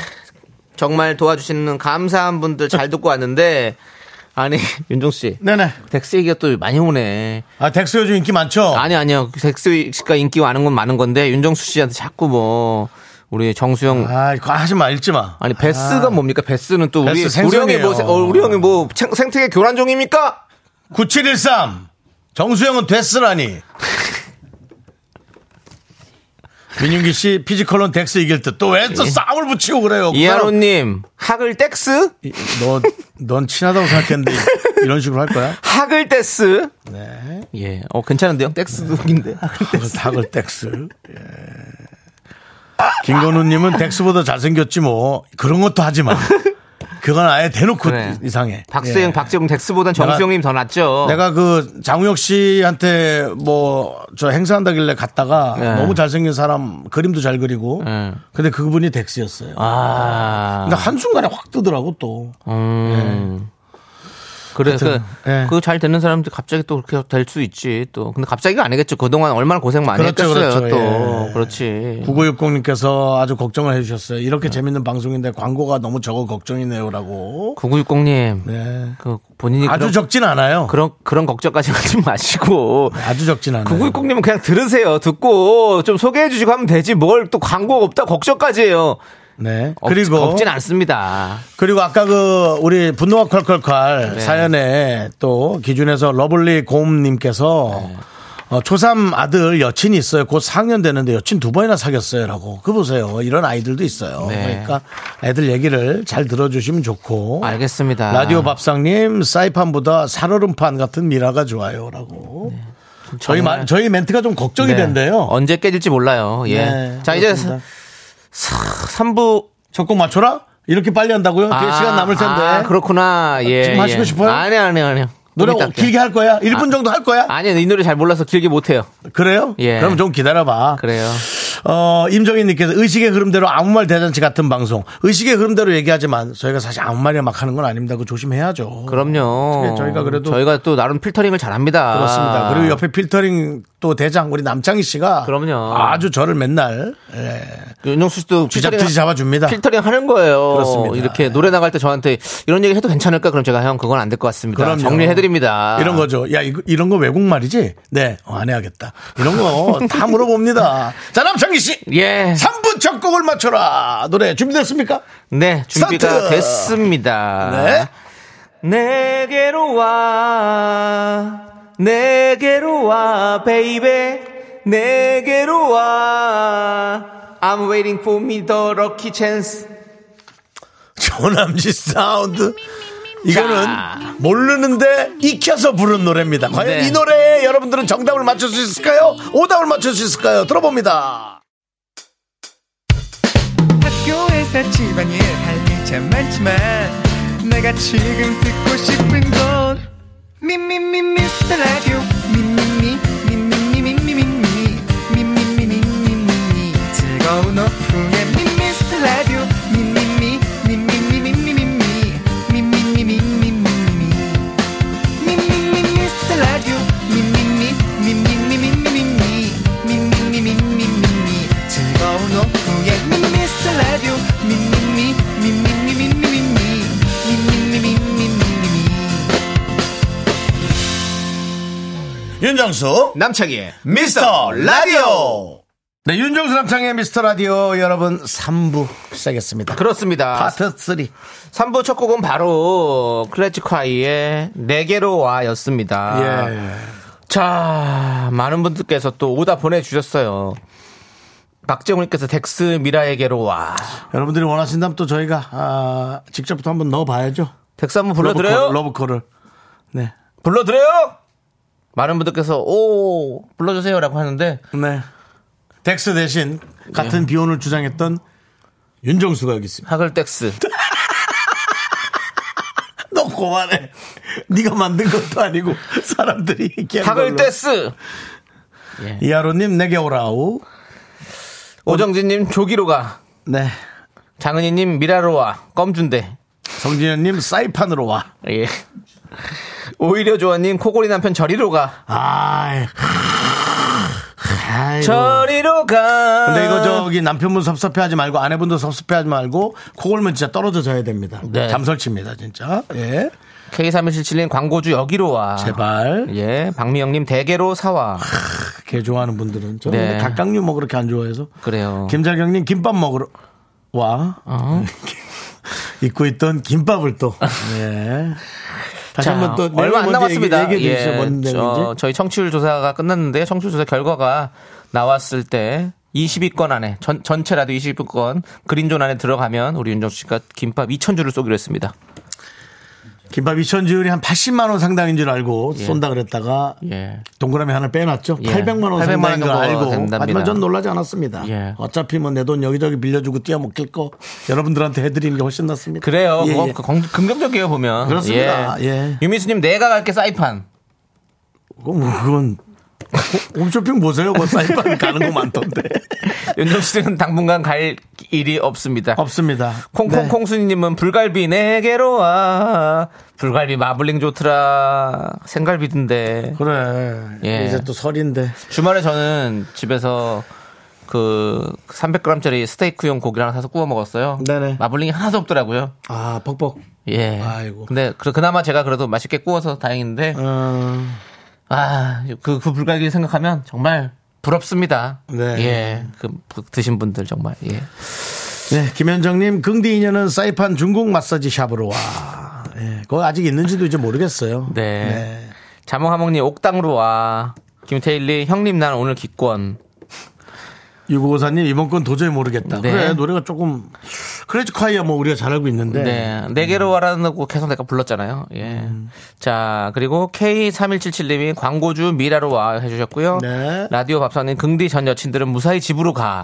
[SPEAKER 2] 정말 도와주시는 감사한 분들 잘 듣고 왔는데, 아니, 윤종씨.
[SPEAKER 1] 네네.
[SPEAKER 2] 덱스 얘기가 또 많이 오네.
[SPEAKER 1] 아, 덱스 요즘 인기 많죠?
[SPEAKER 2] 아니, 아니요. 덱스 씨가 인기 많은 건 많은 건데, 윤정수 씨한테 자꾸 뭐, 우리 정수영.
[SPEAKER 1] 아, 그거 하지 마, 읽지 마.
[SPEAKER 2] 아니, 베스가 뭡니까? 베스는 또 우리,
[SPEAKER 1] 베스
[SPEAKER 2] 우리 형이 뭐,
[SPEAKER 1] 생선이에요.
[SPEAKER 2] 어, 우리 형이 뭐, 생- 생태계 교란종입니까?
[SPEAKER 1] 9713. 정수영은 됐으라니. 민윤기 씨, 피지컬론 덱스 이길 듯. 또 왜 또 싸움을 붙이고 그래요? 그 사람-
[SPEAKER 2] 예. 이하로님, 학을 덱스?
[SPEAKER 1] 이- 너, 넌 친하다고 생각했는데 이- 이런 식으로 할 거야?
[SPEAKER 2] 학을 덱스?
[SPEAKER 1] 네.
[SPEAKER 2] 예. 어, 괜찮은데요? 덱스도 웃긴데. 학을 덱스.
[SPEAKER 1] 닭을 덱스. 예. 김건우님은 덱스보다 잘생겼지 뭐. 그런 것도 하지 마. 그건 아예 대놓고
[SPEAKER 2] 그래.
[SPEAKER 1] 이상해.
[SPEAKER 2] 박수영,
[SPEAKER 1] 예.
[SPEAKER 2] 박재웅 덱스보단 정수영님 더 낫죠.
[SPEAKER 1] 내가 그 장우혁 씨한테 뭐 저 행사한다길래 갔다가
[SPEAKER 2] 네.
[SPEAKER 1] 너무 잘생긴 사람 그림도 잘 그리고
[SPEAKER 2] 네.
[SPEAKER 1] 근데 그분이 덱스였어요.
[SPEAKER 2] 아.
[SPEAKER 1] 근데 한순간에 확 뜨더라고 또.
[SPEAKER 2] 음. 그래, 그,
[SPEAKER 1] 예. 하여튼, 예.
[SPEAKER 2] 그거 잘 되는 사람들 갑자기 또 그렇게 될 수 있지, 또. 근데 갑자기가 아니겠죠. 그동안 얼마나 고생 많이
[SPEAKER 1] 그렇죠,
[SPEAKER 2] 했겠어요,
[SPEAKER 1] 그렇죠.
[SPEAKER 2] 또.
[SPEAKER 1] 예.
[SPEAKER 2] 그렇지.
[SPEAKER 1] 9960님께서 아주 걱정을 해주셨어요. 이렇게 재밌는 방송인데 광고가 너무 적어 걱정이네요라고.
[SPEAKER 2] 9960님,
[SPEAKER 1] 네.
[SPEAKER 2] 그, 본인이.
[SPEAKER 1] 아주
[SPEAKER 2] 그런,
[SPEAKER 1] 적진 않아요.
[SPEAKER 2] 그런, 그런 걱정까지 하지 마시고.
[SPEAKER 1] 아주 적진 않아요.
[SPEAKER 2] 9960님은 그냥 들으세요. 듣고 좀 소개해 주시고 하면 되지. 뭘 또 광고가 없다 걱정까지 해요.
[SPEAKER 1] 네.
[SPEAKER 2] 없,
[SPEAKER 1] 그리고
[SPEAKER 2] 없진 않습니다.
[SPEAKER 1] 그리고 아까 그 우리 분노와 콸콸콸
[SPEAKER 2] 네.
[SPEAKER 1] 사연에 또 기준에서 러블리 곰님께서 어, 초삼 아들 여친이 있어요. 곧 4학년 되는데 여친 두 번이나 사귀었어요라고. 그 보세요. 이런 아이들도 있어요.
[SPEAKER 2] 네.
[SPEAKER 1] 그러니까 애들 얘기를 잘 들어주시면 좋고.
[SPEAKER 2] 알겠습니다.
[SPEAKER 1] 라디오 밥상님 사이판보다 살얼음판 같은 미라가 좋아요라고. 저희
[SPEAKER 2] 네. 정말.
[SPEAKER 1] 마- 저희 멘트가 좀 걱정이
[SPEAKER 2] 네.
[SPEAKER 1] 된대요.
[SPEAKER 2] 언제 깨질지 몰라요. 예.
[SPEAKER 1] 네,
[SPEAKER 2] 자, 이제
[SPEAKER 1] 그렇습니다.
[SPEAKER 2] 3부
[SPEAKER 1] 첫 곡 맞춰라. 이렇게 빨리 한다고요? 뒤에 시간 남을 텐데.
[SPEAKER 2] 아, 그렇구나. 예.
[SPEAKER 1] 지금 하시고
[SPEAKER 2] 예.
[SPEAKER 1] 싶어요?
[SPEAKER 2] 아니, 아니, 아니.
[SPEAKER 1] 노래 길게 할 거야? 1분 정도 할 거야?
[SPEAKER 2] 아니, 이 노래 잘 몰라서 길게 못 해요.
[SPEAKER 1] 그래요?
[SPEAKER 2] 예.
[SPEAKER 1] 그럼 좀 기다려봐.
[SPEAKER 2] 그래요.
[SPEAKER 1] 어, 임정희님께서 의식의 흐름대로 아무 말 대잔치 같은 방송. 의식의 흐름대로 얘기하지만 저희가 사실 아무 말이나 막 하는 건 아닙니다. 그거 조심해야죠.
[SPEAKER 2] 그럼요.
[SPEAKER 1] 어떻게 네, 저희가 그래도-
[SPEAKER 2] 저희가 또 나름 필터링을 잘 합니다.
[SPEAKER 1] 그렇습니다. 그리고 옆에 필터링 또 대장 우리 남창희 씨가
[SPEAKER 2] 그럼요.
[SPEAKER 1] 아주 저를 맨날 예,
[SPEAKER 2] 윤정수 씨도
[SPEAKER 1] 쥐잡듯이
[SPEAKER 2] 필터링-
[SPEAKER 1] 잡아줍니다.
[SPEAKER 2] 필터링 하는 거예요.
[SPEAKER 1] 그렇습니다.
[SPEAKER 2] 이렇게 노래 나갈 때 저한테 이런 얘기 해도 괜찮을까? 그럼 제가 형 그건 안 될 것 같습니다.
[SPEAKER 1] 그럼요.
[SPEAKER 2] 정리해드립니다.
[SPEAKER 1] 이런 거죠. 야 이거, 이런 거 외국 말이지? 네, 어, 안 해야겠다. 이런 거 다 물어봅니다. 자 남창희 씨,
[SPEAKER 2] 예.
[SPEAKER 1] 3부 첫 곡을 맞춰라 노래 준비됐습니까?
[SPEAKER 2] 네, 준비가
[SPEAKER 1] 스타트!
[SPEAKER 2] 됐습니다.
[SPEAKER 1] 네.
[SPEAKER 2] 내게로 와, 내게로 와, 베이베, 내게로 와. I'm waiting for me the lucky chance.
[SPEAKER 1] 조남지 사운드. 이거는
[SPEAKER 2] 자.
[SPEAKER 1] 모르는데 익혀서 부른 노래입니다. 과연
[SPEAKER 2] 네.
[SPEAKER 1] 이 노래에 여러분들은 정답을 맞출 수 있을까요? 오답을 맞출 수 있을까요? 들어봅니다.
[SPEAKER 8] 학교에서 집안일 할 일 참 많지만 내가 지금 듣고 싶은 건 미미미 미스터 라디오 미미미 미미미 미미미 미미미 미미미 즐거운 오후에 미스터 라디오 미미미 미미미 미미미 미미미 미미미
[SPEAKER 1] 윤정수
[SPEAKER 2] 남창희의
[SPEAKER 1] 미스터 라디오. 네, 윤정수 남창의 미스터 라디오 여러분 3부 시작했습니다.
[SPEAKER 2] 그렇습니다.
[SPEAKER 1] 파트 3.
[SPEAKER 2] 3부 첫 곡은 바로 클래식콰이의 내게로 와였습니다.
[SPEAKER 1] 예.
[SPEAKER 2] 자, 많은 분들께서 또 오다 보내주셨어요. 박재훈님께서 덱스 미라에게로 와.
[SPEAKER 1] 여러분들이 원하신다면 또 저희가 아, 직접부터 한번 넣어봐야죠.
[SPEAKER 2] 덱스 한번 불러드려요?
[SPEAKER 1] 러브콜, 러브콜을. 네.
[SPEAKER 2] 불러드려요? 많은 분들께서 오 불러주세요라고 하는데
[SPEAKER 1] 네. 덱스 대신
[SPEAKER 2] 네.
[SPEAKER 1] 같은 비혼을 주장했던 윤정수가 여기 있습니다.
[SPEAKER 2] 하글 덱스
[SPEAKER 1] 너 고만해. 네가 만든 것도 아니고 사람들이 얘기한
[SPEAKER 2] 하글
[SPEAKER 1] 걸로.
[SPEAKER 2] 덱스
[SPEAKER 1] 이하로님 내게 오라우.
[SPEAKER 2] 오정진님 조기로가
[SPEAKER 1] 네.
[SPEAKER 2] 장은희님 미라로와 껌준대
[SPEAKER 1] 성진현님 사이판으로 와.
[SPEAKER 2] 예. 오히려 조아님 코골이 남편 저리로가
[SPEAKER 1] 아이. 아이고.
[SPEAKER 2] 저리로가
[SPEAKER 1] 근데 이거 저기 남편분 섭섭해하지 말고 아내분도 섭섭해하지 말고 코골면 진짜 떨어져 져야 됩니다.
[SPEAKER 2] 네.
[SPEAKER 1] 잠설치입니다 진짜. 예.
[SPEAKER 2] K3177님 광고주 여기로 와
[SPEAKER 1] 제발.
[SPEAKER 2] 예 박미영님 대게로 사와
[SPEAKER 1] 개 좋아하는 분들은 저
[SPEAKER 2] 네.
[SPEAKER 1] 네. 각각류 뭐 그렇게 안 좋아해서.
[SPEAKER 2] 그래요
[SPEAKER 1] 김자경님 김밥 먹으러 와.
[SPEAKER 2] 어.
[SPEAKER 1] 잊고 있던 김밥을 또. 예. 다시
[SPEAKER 2] 자,
[SPEAKER 1] 한번 또 내용이
[SPEAKER 2] 얼마 안
[SPEAKER 1] 뭔지 얘기-
[SPEAKER 2] 남았습니다. 예,
[SPEAKER 1] 얘기해 주시죠. 뭔
[SPEAKER 2] 저,
[SPEAKER 1] 내용인지.
[SPEAKER 2] 저희 청취율 조사가 끝났는데 청취율 조사 결과가 나왔을 때 20위권 안에 전, 전체 라도 20위권 그린존 안에 들어가면 우리 윤정수 씨가 김밥 2,000주를 쏘기로 했습니다.
[SPEAKER 1] 김밥 2천 주율이 한 80만 원 상당인 줄 알고 쏜다 그랬다가
[SPEAKER 2] 예.
[SPEAKER 1] 동그라미 하나 빼놨죠.
[SPEAKER 2] 예.
[SPEAKER 1] 800만 원
[SPEAKER 2] 800만 원
[SPEAKER 1] 상당인 걸
[SPEAKER 2] 정도가
[SPEAKER 1] 알고.
[SPEAKER 2] 된답니다.
[SPEAKER 1] 하지만 전 놀라지 않았습니다.
[SPEAKER 2] 예.
[SPEAKER 1] 어차피 뭐 내 돈 여기저기 빌려주고 뛰어먹힐 거 여러분들한테 해드리는 게 훨씬 낫습니다.
[SPEAKER 2] 그래요. 뭐
[SPEAKER 1] 예,
[SPEAKER 2] 그거
[SPEAKER 1] 예.
[SPEAKER 2] 긍- 긍정적이에요 보면.
[SPEAKER 1] 그렇습니다. 예.
[SPEAKER 2] 유미수님 내가 갈게 사이판.
[SPEAKER 1] 그거 뭐 그건 홈쇼핑 보세요. 뭐 사이판 가는 거 많던데.
[SPEAKER 2] 윤정수 씨는 당분간 갈 일이 없습니다.
[SPEAKER 1] 없습니다. 네.
[SPEAKER 2] 콩콩콩순이님은 불갈비 내게로 와 불갈비 마블링 좋더라 생갈비던데
[SPEAKER 1] 그래.
[SPEAKER 2] 예.
[SPEAKER 1] 이제 또 설인데.
[SPEAKER 2] 주말에 저는 집에서 그 300g짜리 스테이크용 고기랑 사서 구워 먹었어요.
[SPEAKER 1] 네네.
[SPEAKER 2] 마블링이 하나도 없더라고요.
[SPEAKER 1] 아, 퍽퍽.
[SPEAKER 2] 예.
[SPEAKER 1] 아이고.
[SPEAKER 2] 근데 그, 그나마 제가 그래도 맛있게 구워서 다행인데
[SPEAKER 1] 어,
[SPEAKER 2] 아, 그, 그 불갈비 생각하면 정말 부럽습니다.
[SPEAKER 1] 네.
[SPEAKER 2] 예. 그, 그 드신 분들 정말 예.
[SPEAKER 1] 네, 김현정님, 긍디 인연은 사이판 중국 마사지 샵으로 와. 예, 그거 아직 있는지도 이제 모르겠어요.
[SPEAKER 2] 네. 자몽하몽님 옥당으로 와. 김태일리 형님 난 오늘 기권.
[SPEAKER 1] 유고사님 이번 건 도저히 모르겠다.
[SPEAKER 2] 네.
[SPEAKER 1] 그래 노래가 조금 크레지 콰이야 뭐 우리가 잘 알고 있는데
[SPEAKER 2] 네. 네 개로 와라는 곡 계속 내가 불렀잖아요. 예.
[SPEAKER 1] 음.
[SPEAKER 2] 자, 그리고 K3177님이 광고주 미라로 와 해주셨고요.
[SPEAKER 1] 네.
[SPEAKER 2] 라디오 밥상님, 긍디 전 여친들은 무사히 집으로 가.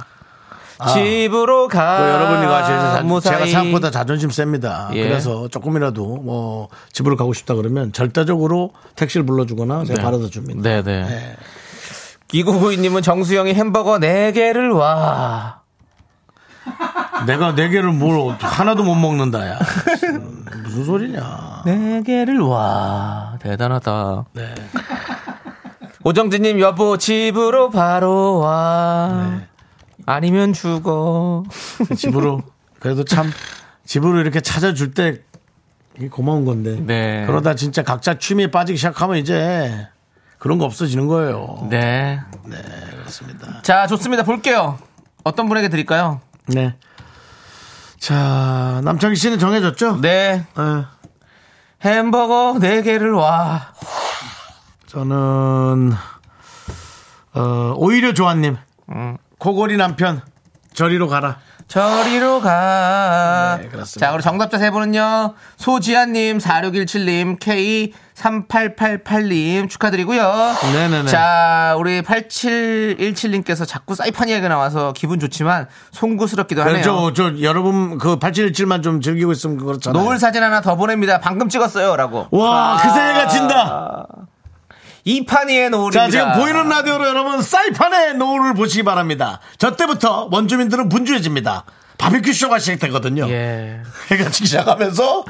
[SPEAKER 2] 집으로 가.
[SPEAKER 1] 아. 뭐 여러분 이거 제가, 자- 제가
[SPEAKER 2] 무사히.
[SPEAKER 1] 생각보다 자존심 셉니다.
[SPEAKER 2] 예.
[SPEAKER 1] 그래서 조금이라도 뭐 집으로 가고 싶다 그러면 절대적으로 택시를 불러주거나 제가 바라다 줍니다.
[SPEAKER 2] 네네. 이구구이님은 정수영이 햄버거 네개를 와.
[SPEAKER 1] 내가 네 개를 뭘 하나도 못 먹는다야. 음, 무슨 소리냐?
[SPEAKER 2] 네개를 와. 대단하다.
[SPEAKER 1] 네.
[SPEAKER 2] 오정진님, 여보, 집으로 바로 와.
[SPEAKER 1] 네.
[SPEAKER 2] 아니면 죽어.
[SPEAKER 1] 집으로 그래도 참 집으로 이렇게 찾아줄 때 이게 고마운 건데.
[SPEAKER 2] 네.
[SPEAKER 1] 그러다 진짜 각자 취미에 빠지기 시작하면 이제 그런 거 없어지는 거예요.
[SPEAKER 2] 네.
[SPEAKER 1] 그렇습니다.
[SPEAKER 2] 자, 좋습니다. 볼게요. 어떤 분에게 드릴까요?
[SPEAKER 1] 네. 자, 남창희 씨는 정해졌죠?
[SPEAKER 2] 네.
[SPEAKER 1] 예.
[SPEAKER 2] 햄버거 네개를 와.
[SPEAKER 1] 저는, 어, 오히려 조아님.
[SPEAKER 2] 음.
[SPEAKER 1] 코골이 남편, 저리로 가라.
[SPEAKER 2] 저리로 가.
[SPEAKER 1] 네, 그렇습니다.
[SPEAKER 2] 자, 그리고 정답자 세 분은요. 소지아님, 4617님, K3888님 축하드리고요.
[SPEAKER 1] 네네네.
[SPEAKER 2] 자, 우리 8717님께서 자꾸 사이판 이야기가 나와서 기분 좋지만 송구스럽기도
[SPEAKER 1] 그래, 저,
[SPEAKER 2] 하네요.
[SPEAKER 1] 저, 여러분, 그 8717만 좀 즐기고 있으면 그렇잖아요.
[SPEAKER 2] 노을 아, 사진 하나 더 보냅니다. 방금 찍었어요. 라고.
[SPEAKER 1] 네. 와, 그새가 진다!
[SPEAKER 2] 이판이의 노을입니다.
[SPEAKER 1] 자, 지금 보이는 라디오로 여러분, 사이판의 노을을 보시기 바랍니다. 저 때부터 원주민들은 분주해집니다. 바비큐쇼가 시작되거든요.
[SPEAKER 2] 예.
[SPEAKER 1] 해가 지기 시작하면서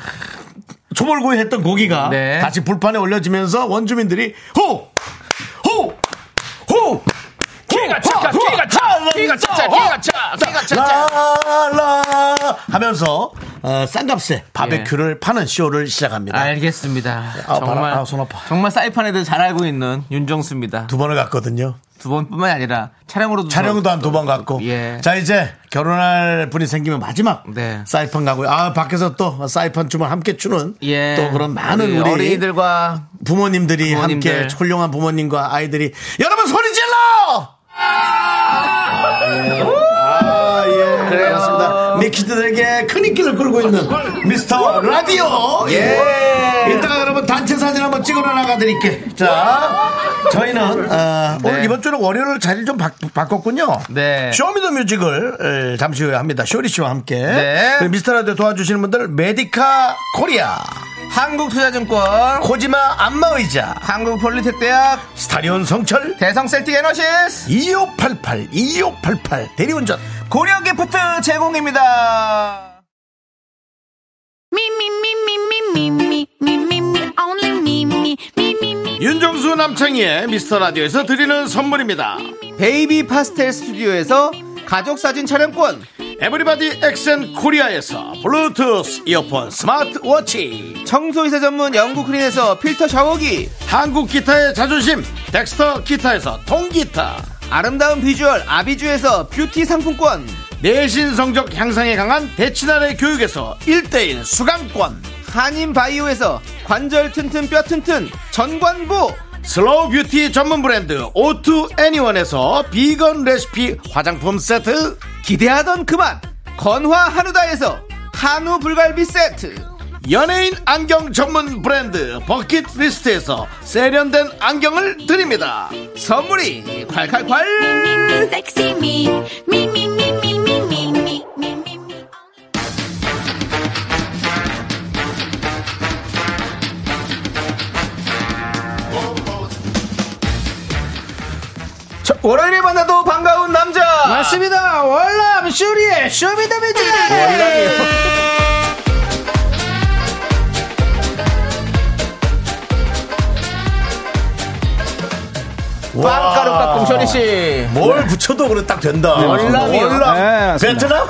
[SPEAKER 1] 초벌구이 했던 고기가
[SPEAKER 2] 네.
[SPEAKER 1] 다시 불판에 올려지면서 원주민들이 호! 호! 호!
[SPEAKER 5] 기가 차차, 기가 차, 기가 차차, 기가 차.
[SPEAKER 2] 자, 자, 자, 자.
[SPEAKER 1] 라라 하면서 어, 싼 값에 바베큐를 파는 쇼를 시작합니다.
[SPEAKER 2] 아, 알겠습니다.
[SPEAKER 1] 아우,
[SPEAKER 2] 정말
[SPEAKER 1] 봐라. 아우, 손 아파.
[SPEAKER 2] 정말 사이판에 대해 잘 알고 있는 윤정수입니다.
[SPEAKER 1] 두 번을 갔거든요.
[SPEAKER 2] 두 번뿐만 아니라 촬영으로도
[SPEAKER 1] 촬영도 한 두 번 갔고.
[SPEAKER 2] 예.
[SPEAKER 1] 자, 이제 결혼할 분이 생기면 마지막
[SPEAKER 2] 네.
[SPEAKER 1] 사이판 가고요. 아, 밖에서 또 사이판 춤을 함께 추는
[SPEAKER 2] 예.
[SPEAKER 1] 또 그런 많은 우리,
[SPEAKER 2] 어린이들과
[SPEAKER 1] 부모님들이
[SPEAKER 2] 부모님들.
[SPEAKER 1] 함께 훌륭한 부모님과 아이들이 여러분 소리 질러! 아, 예. 그래, 맞습니다. 미키드들에게 큰 인기를 끌고 있는 미스터 라디오. 예. 이따가 여러분 단체 사진 한번 찍으러 나가드릴게. 자, 저희는, 어, 오늘 이번 주는 월요일 자리를 좀 바, 꿨군요
[SPEAKER 2] 네.
[SPEAKER 1] 쇼미더 뮤직을 잠시 후에 합니다. 쇼리 씨와 함께.
[SPEAKER 2] 네.
[SPEAKER 1] 그리고 미스터 라디오 도와주시는 분들, 메디카 코리아,
[SPEAKER 2] 한국투자증권,
[SPEAKER 1] 코지마 안마의자,
[SPEAKER 2] 한국폴리텍대학,
[SPEAKER 1] 스타리온 성철,
[SPEAKER 2] 대성셀틱에너시스,
[SPEAKER 1] 2588, 2588 대리운전.
[SPEAKER 2] 고려기프트 제공입니다.
[SPEAKER 7] Me, me, me, me, me, me, me, me, me, me, only me, me, me, me, me.
[SPEAKER 1] 윤정수 남창희의 미스터 라디오에서 드리는 선물입니다.
[SPEAKER 2] 베이비 파스텔 스튜디오에서 가족사진 촬영권,
[SPEAKER 1] 에브리바디 엑센 코리아에서 블루투스 이어폰 스마트워치.
[SPEAKER 2] 청소이사 전문 영국크린에서 필터 샤워기,
[SPEAKER 1] 한국 기타의 자존심. 덱스터 기타에서 통기타.
[SPEAKER 2] 아름다운 비주얼 아비주에서 뷰티 상품권,
[SPEAKER 1] 내신 성적 향상에 강한 대치나래 교육에서 1대1 수강권.
[SPEAKER 2] 한인 바이오에서 관절 튼튼 뼈 튼튼 전관부
[SPEAKER 1] 슬로우 뷰티 전문 브랜드 오투 애니원에서 비건 레시피 화장품 세트.
[SPEAKER 2] 기대하던 그만 건화 한우다에서 한우 불갈비 세트
[SPEAKER 1] 연예인 안경 전문 브랜드 버킷리스트에서 세련된 안경을 드립니다.
[SPEAKER 2] 선물이 콸콸콸
[SPEAKER 7] Sexy me, me, me, me, me, me, me, me, me, me, me.
[SPEAKER 2] 저- 월요일에 만나도 반가운 남자
[SPEAKER 1] 맞습니다. 월남 쇼리의 쇼미더뮤직.
[SPEAKER 2] 예. 빵가루 깎음 쇼리씨
[SPEAKER 1] 뭘 붙여도 그래 딱 된다.
[SPEAKER 2] 월남이요.
[SPEAKER 9] 네,
[SPEAKER 1] 월남.
[SPEAKER 9] 맞습니다.
[SPEAKER 1] 베트남?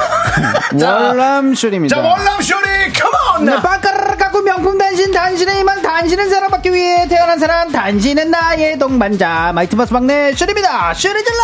[SPEAKER 9] 월남쇼입니다.
[SPEAKER 1] 자, 월남 쇼리 컴온.
[SPEAKER 9] 네, 빵가루를 깎고 명품 단신, 단신의 이만, 단신은 사랑받기 위해 태어난 사람, 단신은 나의 동반자, 마이트버스 막내 슈리입니다. 슈리질러!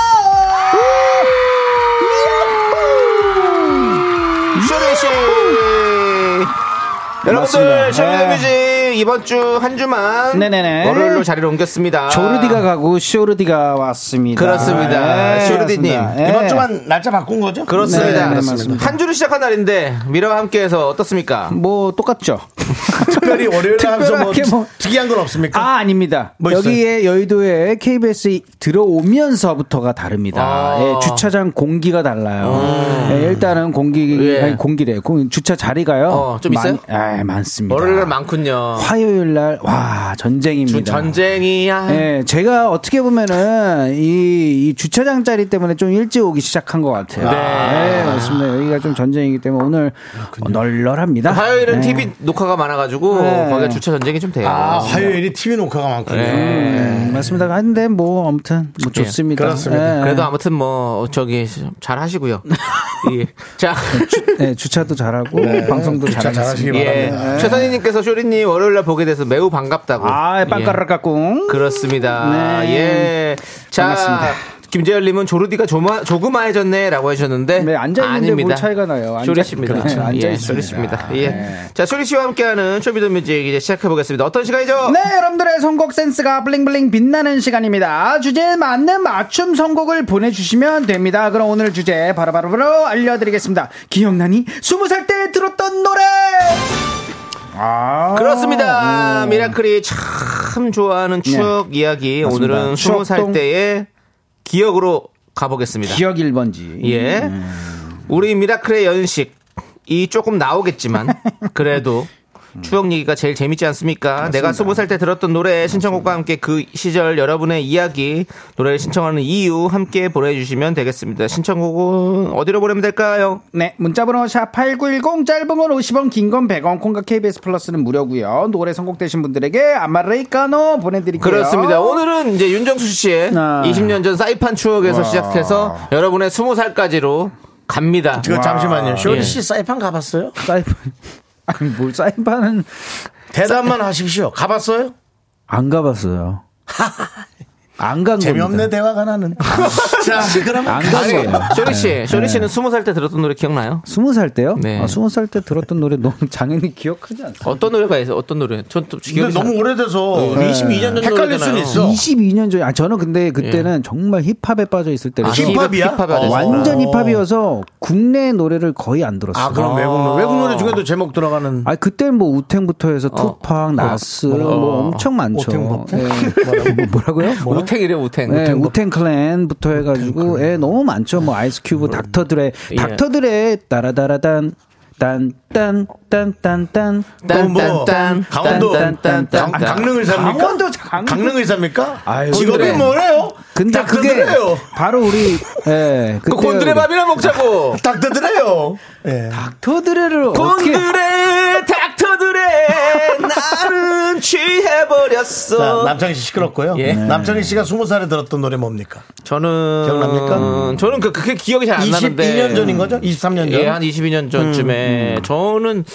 [SPEAKER 2] 쇼리씨 여러분들 쇼리뮤직 이번 주 한 주만
[SPEAKER 9] 네네네.
[SPEAKER 2] 월요일로 자리를 옮겼습니다
[SPEAKER 9] 조르디가 가고 쇼르디가 왔습니다.
[SPEAKER 2] 아.
[SPEAKER 9] 네,
[SPEAKER 2] 그렇습니다. 쇼르디님.
[SPEAKER 9] 맞습니다.
[SPEAKER 1] 음, 이번
[SPEAKER 9] 예.
[SPEAKER 1] 주만 날짜 바꾼 거죠?
[SPEAKER 9] 네,
[SPEAKER 2] 그렇습니다.
[SPEAKER 9] 네, 맞습니다.
[SPEAKER 2] 한 주를 시작한 날인데 미라와 함께해서 어떻습니까?
[SPEAKER 9] 뭐 똑같죠.
[SPEAKER 1] 특별히 월요일 하면서 뭐,
[SPEAKER 9] 특별하게 뭐-
[SPEAKER 1] 특이한 건 없습니까?
[SPEAKER 9] 아, 아닙니다.
[SPEAKER 1] 뭐 있어요?
[SPEAKER 9] 여기에 여의도에 KBS 들어오면서부터가 다릅니다.
[SPEAKER 2] 아. 음.
[SPEAKER 9] 예, 주차장 공기가 달라요. 예, 일단은 공기,
[SPEAKER 2] 예.
[SPEAKER 9] 아니, 공기래요. 공- 주차 자리가요.
[SPEAKER 2] 어, 좀 있어요?
[SPEAKER 9] 많, 아, 많습니다.
[SPEAKER 2] 월요일 많군요.
[SPEAKER 9] 화요일 날, 와, 전쟁입니다.
[SPEAKER 2] 주- 전쟁이야.
[SPEAKER 9] 예, 제가 어떻게 보면은 이, 이 주차장 자리 때문에 좀 일찍 오기 시작한 것 같아요. 네, 맞습니다. 여기가 좀 전쟁이기 때문에 오늘 널널합니다.
[SPEAKER 2] 화요일은
[SPEAKER 9] 네.
[SPEAKER 2] TV 녹화가 많아가지고
[SPEAKER 9] 네.
[SPEAKER 2] 거기가 주차 전쟁이 좀 돼요.
[SPEAKER 1] 아, 화요일이 TV 녹화가 많군요.
[SPEAKER 9] 음, 맞습니다. 근데 뭐 아무튼 뭐
[SPEAKER 2] 예,
[SPEAKER 9] 좋습니다.
[SPEAKER 1] 그렇습니다.
[SPEAKER 9] 예.
[SPEAKER 2] 그래도 아무튼 뭐 저기 잘 하시고요. 예. 자,
[SPEAKER 9] 네, 주차도 잘하고 방송도
[SPEAKER 1] 주차 잘하시기
[SPEAKER 9] 잘하시기
[SPEAKER 1] 바랍니다.
[SPEAKER 2] 예. 최선희님께서 쇼리님 월요일날 보게 돼서 매우 반갑다고.
[SPEAKER 9] 네. 아, 빵가루
[SPEAKER 2] 예.
[SPEAKER 9] 깎꿍.
[SPEAKER 2] 그렇습니다.
[SPEAKER 9] 네.
[SPEAKER 2] 예. 자,
[SPEAKER 9] 반갑습니다.
[SPEAKER 2] 김재열님은 조르디가 조마, 조그마해졌네라고 하셨는데
[SPEAKER 9] 네, 앉아 있는데
[SPEAKER 2] 아닙니다.
[SPEAKER 9] 뭘 차이가 나요? 앉아-
[SPEAKER 2] 쇼리 씨입니다.
[SPEAKER 9] 그렇죠. 앉아
[SPEAKER 2] 예,
[SPEAKER 9] 있습니다.
[SPEAKER 2] 쇼리 씨입니다. 예.
[SPEAKER 9] 네.
[SPEAKER 2] 자, 쇼리 씨와 함께하는 쇼비더뮤직 이제 시작해 보겠습니다. 어떤 시간이죠?
[SPEAKER 9] 네, 여러분들의 선곡 센스가 블링블링 빛나는 시간입니다. 주제에 맞는 맞춤 선곡을 보내주시면 됩니다. 그럼 오늘 주제 바로바로바로 알려드리겠습니다. 기억나니? 스무 살 때 들었던 노래! 아, 음.
[SPEAKER 2] 그렇습니다. 미라클이 참 좋아하는 추억 이야기.
[SPEAKER 9] 예. 맞습니다.
[SPEAKER 2] 오늘은 스무 살
[SPEAKER 9] 추억동.
[SPEAKER 2] 때의 기억으로 가보겠습니다.
[SPEAKER 9] 기억 음. 1번지.
[SPEAKER 2] 예. 우리 미라클의 연식. 이 조금 나오겠지만, 그래도 추억 얘기가 제일 재밌지 않습니까? 내가 스무 살 때 들었던 노래 신청곡과 함께 그 시절 여러분의 이야기, 노래를 신청하는 이유 함께 보내주시면 되겠습니다. 신청곡은 어디로 보내면 될까요?
[SPEAKER 9] 네, 문자번호 샵8910 짧은 건 50원, 긴 건 100원, 콩과 KBS 플러스는 무료고요 노래 선곡되신 분들에게 아마레이카노 보내드릴게요.
[SPEAKER 2] 그렇습니다. 오늘은 이제 윤정수 씨의
[SPEAKER 1] 네.
[SPEAKER 9] 아.
[SPEAKER 2] 20년 전 사이판 추억에서 시작해서 여러분의 20살까지로 갑니다.
[SPEAKER 1] 지금 잠시만요. 쇼리
[SPEAKER 2] 예.
[SPEAKER 1] 씨 사이판 가봤어요?
[SPEAKER 9] 사이판. 아니, 뭘 사이판은
[SPEAKER 1] 대답만 하십시오. 가봤어요?
[SPEAKER 9] 안 가봤어요. 안 간 겁니다.
[SPEAKER 1] 재미없네 대화가 나는. 자, 그러면
[SPEAKER 9] 안 가봤어요.
[SPEAKER 2] 아, 예. 쇼리
[SPEAKER 1] 네.
[SPEAKER 2] 씨, 쇼리 씨는 스무 살 때 들었던 노래 기억나요?
[SPEAKER 9] 스무 살 때요?
[SPEAKER 2] 네.
[SPEAKER 9] 아, 스무 살 때 들었던 노래 너무 당연히 기억하지 않습니다.
[SPEAKER 2] 어떤 노래가 있어요? 어떤 노래? 전또
[SPEAKER 1] 근데
[SPEAKER 2] 기억이
[SPEAKER 1] 너무 오래돼서
[SPEAKER 2] 22년 전
[SPEAKER 1] 헷갈릴
[SPEAKER 2] 노래잖아요.
[SPEAKER 1] 수는 있어.
[SPEAKER 9] 22년 전에 아 저는 근데 그때는 정말 힙합에 빠져 있을 때라서
[SPEAKER 2] 힙-
[SPEAKER 1] 힙합이야?
[SPEAKER 2] 힙합이 아니라.
[SPEAKER 1] 아, 어.
[SPEAKER 9] 완전 힙합이어서 국내 노래를 거의 안 들었어요.
[SPEAKER 1] 아, 그럼 외국 노래. 외국 노래 중에도 제목 들어가는
[SPEAKER 9] 아 그때 뭐 우탱부터 해서 투팍, 나스 뭐 엄청 많죠.
[SPEAKER 1] 우탱부터?
[SPEAKER 9] 예. 뭐- 뭐라고요?
[SPEAKER 2] 우탱이래 우탱.
[SPEAKER 9] 네, 우탱 클랜부터 해가지고 예 너무 많죠. 뭐 아이스큐브, 닥터 드레, 닥터 드레 따라다라단. 딴딴딴딴딴
[SPEAKER 2] 딴딴딴
[SPEAKER 1] 강원도 강, 강릉을 삽니까?
[SPEAKER 9] 강원도 강-
[SPEAKER 1] 강릉을 삽니까?
[SPEAKER 9] 아유,
[SPEAKER 1] 직업이
[SPEAKER 2] 곤드레.
[SPEAKER 1] 뭐래요?
[SPEAKER 9] 근데 그게
[SPEAKER 1] 닥터드레요.
[SPEAKER 9] 바로 우리 예
[SPEAKER 2] 그 곤드레 밥이나 먹자고.
[SPEAKER 1] 닥터드레요. 예.
[SPEAKER 9] 닥터드레를 어떻게
[SPEAKER 2] 곤드레 닥터드레 네, 나는
[SPEAKER 1] 자,
[SPEAKER 2] 취해버렸어.
[SPEAKER 1] 남창희 씨 시끄럽고요.
[SPEAKER 2] 예.
[SPEAKER 1] 네. 남창희 씨가 스무 살에 들었던 노래 뭡니까?
[SPEAKER 2] 저는
[SPEAKER 1] 기억납니까?
[SPEAKER 2] 저는 그 그게 기억이 잘 안 나는데.
[SPEAKER 1] 21년 전인 음, 거죠? 23년 전?
[SPEAKER 2] 예, 한 22년 전쯤에 저는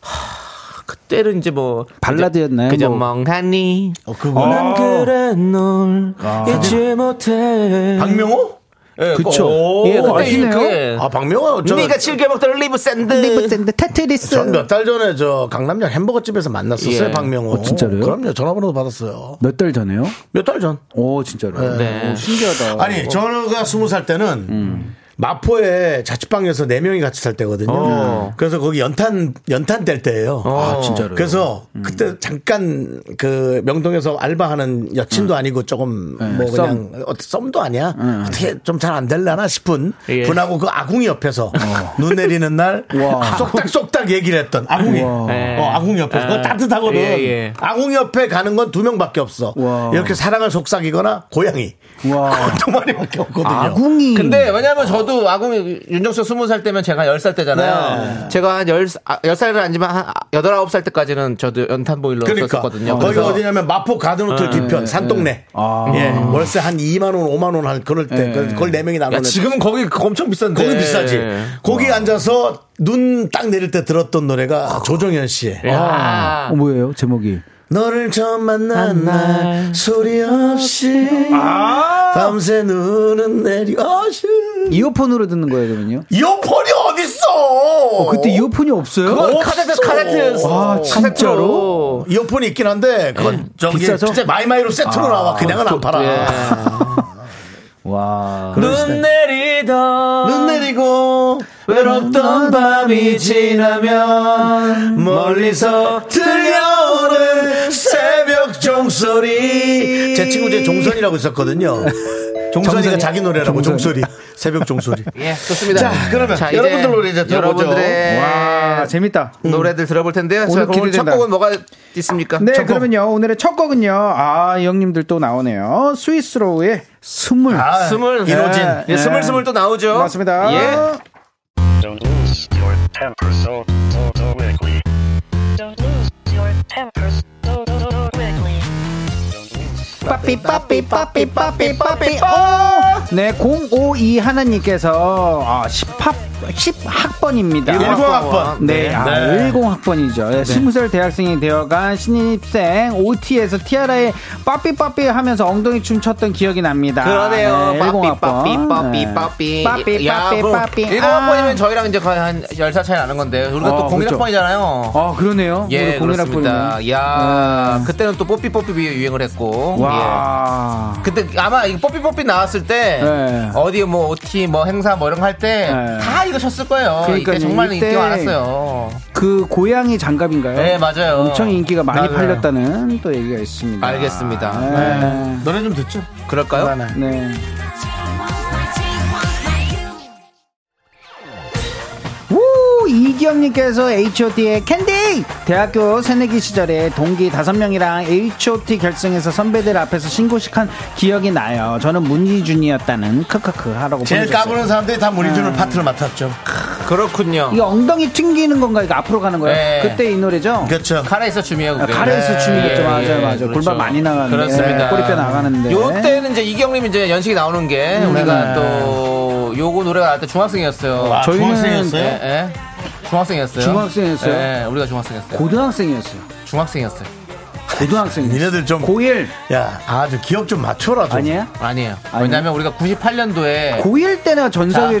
[SPEAKER 2] 하, 그때는 이제 뭐
[SPEAKER 9] 발라드였나요?
[SPEAKER 2] 그저
[SPEAKER 9] 뭐.
[SPEAKER 2] 멍하니
[SPEAKER 1] 어, 그거.
[SPEAKER 2] 난 그래 널 잊지 못해.
[SPEAKER 1] 아. 박명호? 예,
[SPEAKER 9] 그쵸.
[SPEAKER 1] 오,
[SPEAKER 2] 예, 그때
[SPEAKER 1] 아시네요.
[SPEAKER 2] 그게-
[SPEAKER 1] 아, 박명호. 저,
[SPEAKER 9] 그러니까
[SPEAKER 2] 네가 즐겨 먹던 리브 샌드.
[SPEAKER 9] 리브샌드 테트리스
[SPEAKER 1] 전몇 달 전에 저 강남역 햄버거집에서 만났었어요,
[SPEAKER 2] 예.
[SPEAKER 1] 박명호.
[SPEAKER 9] 어, 진짜로요? 네.
[SPEAKER 1] 그럼요. 전화번호도 받았어요.
[SPEAKER 9] 몇 달 전에요?
[SPEAKER 1] 몇 달 전.
[SPEAKER 9] 오 진짜로
[SPEAKER 2] 네.
[SPEAKER 9] 신기하다.
[SPEAKER 1] 아니, 저가 스무 살 때는 마포에 자취방에서 네 명이 같이 살 때거든요.
[SPEAKER 2] 어.
[SPEAKER 1] 그래서 거기 연탄 연탄 뗄 때예요.
[SPEAKER 2] 아,
[SPEAKER 9] 진짜로요?
[SPEAKER 1] 그래서 그때 잠깐 그 명동에서 알바하는 여친도 아니고 조금 뭐
[SPEAKER 9] 썸.
[SPEAKER 1] 그냥 어, 썸도 아니야. 어떻게 좀 잘 안 될라나 싶은
[SPEAKER 2] 예.
[SPEAKER 1] 분하고 그 아궁이 옆에서 눈 내리는 날
[SPEAKER 9] 와.
[SPEAKER 1] 쏙닥쏙닥 얘기를 했던 아궁이.
[SPEAKER 2] 예.
[SPEAKER 1] 어, 아궁이 옆에서 그거
[SPEAKER 2] 예.
[SPEAKER 1] 따뜻하거든.
[SPEAKER 2] 예, 예.
[SPEAKER 1] 아궁이 옆에 가는 건 두 명밖에 없어.
[SPEAKER 9] 와.
[SPEAKER 1] 이렇게 사랑을 속삭이거나 고양이.
[SPEAKER 9] 와
[SPEAKER 1] 두 마리밖에 그 없거든요.
[SPEAKER 9] 아궁이
[SPEAKER 2] 근데 왜냐면 저도 아궁이 윤정수 스무 살 때면 제가 열 살 때잖아요.
[SPEAKER 1] 네.
[SPEAKER 2] 제가 한열열 살은 아니지만 한 여덟 아홉 살 때까지는 저도 연탄 보일러
[SPEAKER 1] 그러니까
[SPEAKER 2] 썼었거든요.
[SPEAKER 1] 거기
[SPEAKER 2] 그래서 음.
[SPEAKER 1] 어디냐면 마포 가든호텔 뒤편 산동네.
[SPEAKER 9] 아.
[SPEAKER 1] 예, 월세 한 2만 원, 5만 원 할 그럴 때 그걸- 그걸 네 명이
[SPEAKER 2] 예. 야,
[SPEAKER 1] 나눠.
[SPEAKER 2] 지금은 거기 엄청 비싼데. 예.
[SPEAKER 1] 거기 비싸지. 거기 앉아서 눈 딱 내릴 때 들었던
[SPEAKER 2] 아.
[SPEAKER 1] 노래가 조정현 씨의
[SPEAKER 2] 야.
[SPEAKER 1] 아.
[SPEAKER 9] 어, 뭐예요 제목이
[SPEAKER 1] 너를 처음 만난 날 소리 없이
[SPEAKER 2] 아.
[SPEAKER 1] 밤새 눈은 내려오시
[SPEAKER 9] 이어폰으로 듣는 거예요 그러면요?
[SPEAKER 1] 이어폰이 어딨어?
[SPEAKER 9] 그때 이어폰이 없어요?
[SPEAKER 1] 그건
[SPEAKER 2] 카세트
[SPEAKER 1] 없어.
[SPEAKER 2] 카세트
[SPEAKER 9] 아,
[SPEAKER 2] 카세트로.
[SPEAKER 1] 이어폰이 있긴 한데
[SPEAKER 2] 예.
[SPEAKER 1] 그건 저기
[SPEAKER 9] 비싸죠?
[SPEAKER 1] 진짜 마이마이로
[SPEAKER 2] 아,
[SPEAKER 1] 세트로 나와 그냥은 안 팔아. 아,
[SPEAKER 9] 와
[SPEAKER 2] 눈 내리던
[SPEAKER 1] 눈 내리고 외롭던 밤이 지나면 멀리서 들려오는 새벽 종소리 제 친구 제 종선이라고 있었거든요 종선이가 자기 노래라고 종소리 새벽 종소리
[SPEAKER 2] 예, 좋습니다.
[SPEAKER 1] 자, 그러면
[SPEAKER 2] 자, 이제
[SPEAKER 1] 여러분들 노래 이제 들어보죠.
[SPEAKER 2] 여러분들의
[SPEAKER 9] 와 재밌다.
[SPEAKER 2] 노래들 들어볼 텐데요. 자,
[SPEAKER 9] 음. 오늘
[SPEAKER 2] 오늘 첫
[SPEAKER 9] 기대된다.
[SPEAKER 2] 곡은 뭐가 있습니까?
[SPEAKER 9] 네,
[SPEAKER 2] 첫 곡.
[SPEAKER 9] 그러면요. 오늘의 첫 곡은요. 아, 형님들 또 나오네요. 스위스로우의 스물.
[SPEAKER 1] 아,
[SPEAKER 2] 스물
[SPEAKER 1] 이노진
[SPEAKER 2] 예, 예, 스물 스물 또 나오죠.
[SPEAKER 9] 맞습니다. 아,
[SPEAKER 2] 예.
[SPEAKER 5] Don't lose your temper so, so, so quickly.
[SPEAKER 4] Don't lose your temper so, so, so quickly.
[SPEAKER 9] 빠삐 빠삐 빠삐 빠삐 빠삐 오. 네, 052 하나님께서 아, 10합 10학번입니다.
[SPEAKER 1] 일곱 학번.
[SPEAKER 9] 네, 아,
[SPEAKER 1] 네.
[SPEAKER 9] 10학번이죠. 네, 20살 대학생이 되어간 신입생 OT에서 티아라에 빠삐빠삐 하면서 엉덩이 춤 췄던 기억이 납니다.
[SPEAKER 2] 그러네요.
[SPEAKER 9] 네,
[SPEAKER 2] 빠삐,
[SPEAKER 9] 10학번.
[SPEAKER 2] 빠삐, 빠삐,
[SPEAKER 9] 네.
[SPEAKER 2] 빠삐.
[SPEAKER 9] 빠삐,
[SPEAKER 2] 야,
[SPEAKER 9] 빠삐,
[SPEAKER 2] 뭐,
[SPEAKER 9] 빠삐.
[SPEAKER 2] 일곱
[SPEAKER 9] 아.
[SPEAKER 2] 학번이면 저희랑 이제 거의 한 열 살 차이 나는 건데, 우리가
[SPEAKER 9] 어,
[SPEAKER 2] 또 공일
[SPEAKER 9] 그렇죠.
[SPEAKER 2] 학번이잖아요.
[SPEAKER 9] 아, 그러네요.
[SPEAKER 2] 예,
[SPEAKER 9] 공일학번이네. 네.
[SPEAKER 2] 그렇습니다. 야 그때는 또 뽀삐뽀삐 유행을 했고. 예.
[SPEAKER 9] 와.
[SPEAKER 2] 그때 아마 이 뽀삐뽀삐 나왔을 때
[SPEAKER 9] 네.
[SPEAKER 2] 어디 뭐 OT 뭐 행사 뭐 이런 거 할 때
[SPEAKER 9] 네.
[SPEAKER 2] 다 이거 쳤을 거예요.
[SPEAKER 9] 그러니까요.
[SPEAKER 2] 이때 정말
[SPEAKER 9] 이때-
[SPEAKER 2] 인기 많았어요.
[SPEAKER 9] 그 고양이 장갑인가요?
[SPEAKER 2] 네, 맞아요.
[SPEAKER 9] 엄청 인기가 많이
[SPEAKER 2] 맞아요.
[SPEAKER 9] 팔렸다는 또 얘기가 있습니다.
[SPEAKER 2] 알겠습니다.
[SPEAKER 9] 네.
[SPEAKER 1] 노래 좀 듣죠
[SPEAKER 2] 그럴까요?
[SPEAKER 9] 네. 우 이기영님께서 H.O.T.의 캔디 대학교 새내기 시절에 동기 다섯 명이랑 H.O.T 결승에서 선배들 앞에서 신고식한 기억이 나요. 저는 문희준이었다는 크크크 하라고
[SPEAKER 1] 제일
[SPEAKER 9] 보내주셨어요.
[SPEAKER 1] 까부는 사람들이 다 문희준을 파트를 맡았죠
[SPEAKER 2] 그렇군요.
[SPEAKER 9] 이게 엉덩이 튕기는 건가 이거 앞으로 가는 거예요?
[SPEAKER 2] 네.
[SPEAKER 9] 그때 이 노래죠? 아,
[SPEAKER 1] 그렇죠
[SPEAKER 2] 카레에서 춤이에요. 그게.
[SPEAKER 9] 가래에서 춤이겠죠.
[SPEAKER 2] 예,
[SPEAKER 9] 맞아요,
[SPEAKER 2] 예,
[SPEAKER 9] 맞아요.
[SPEAKER 2] 그렇죠.
[SPEAKER 9] 골반 많이 나가는데.
[SPEAKER 2] 그렇습니다.
[SPEAKER 9] 꼬리뼈 나가는데. 음, 네.
[SPEAKER 2] 요 때는 이제 이경림 이제 연식이 나오는 게 우리가 또 요거 노래가 나때 중학생이었어요.
[SPEAKER 1] 아,
[SPEAKER 9] 저희는-
[SPEAKER 1] 중학생이었어요?
[SPEAKER 2] 예, 예. 중학생이었어요.
[SPEAKER 9] 중학생이었어요?
[SPEAKER 2] 예, 우리가 중학생이었어요.
[SPEAKER 9] 고등학생이었어요.
[SPEAKER 2] 네. 중학생이었어요.
[SPEAKER 9] 고등학생이었어요.
[SPEAKER 1] 니네들 좀.
[SPEAKER 9] 고1
[SPEAKER 1] 야, 아, 좀 기억 좀 맞춰라. 좀.
[SPEAKER 9] 아니에요?
[SPEAKER 2] 아니에요.
[SPEAKER 9] 아니에요?
[SPEAKER 2] 왜냐면 우리가 98년도에
[SPEAKER 9] 고1 때나 전사위에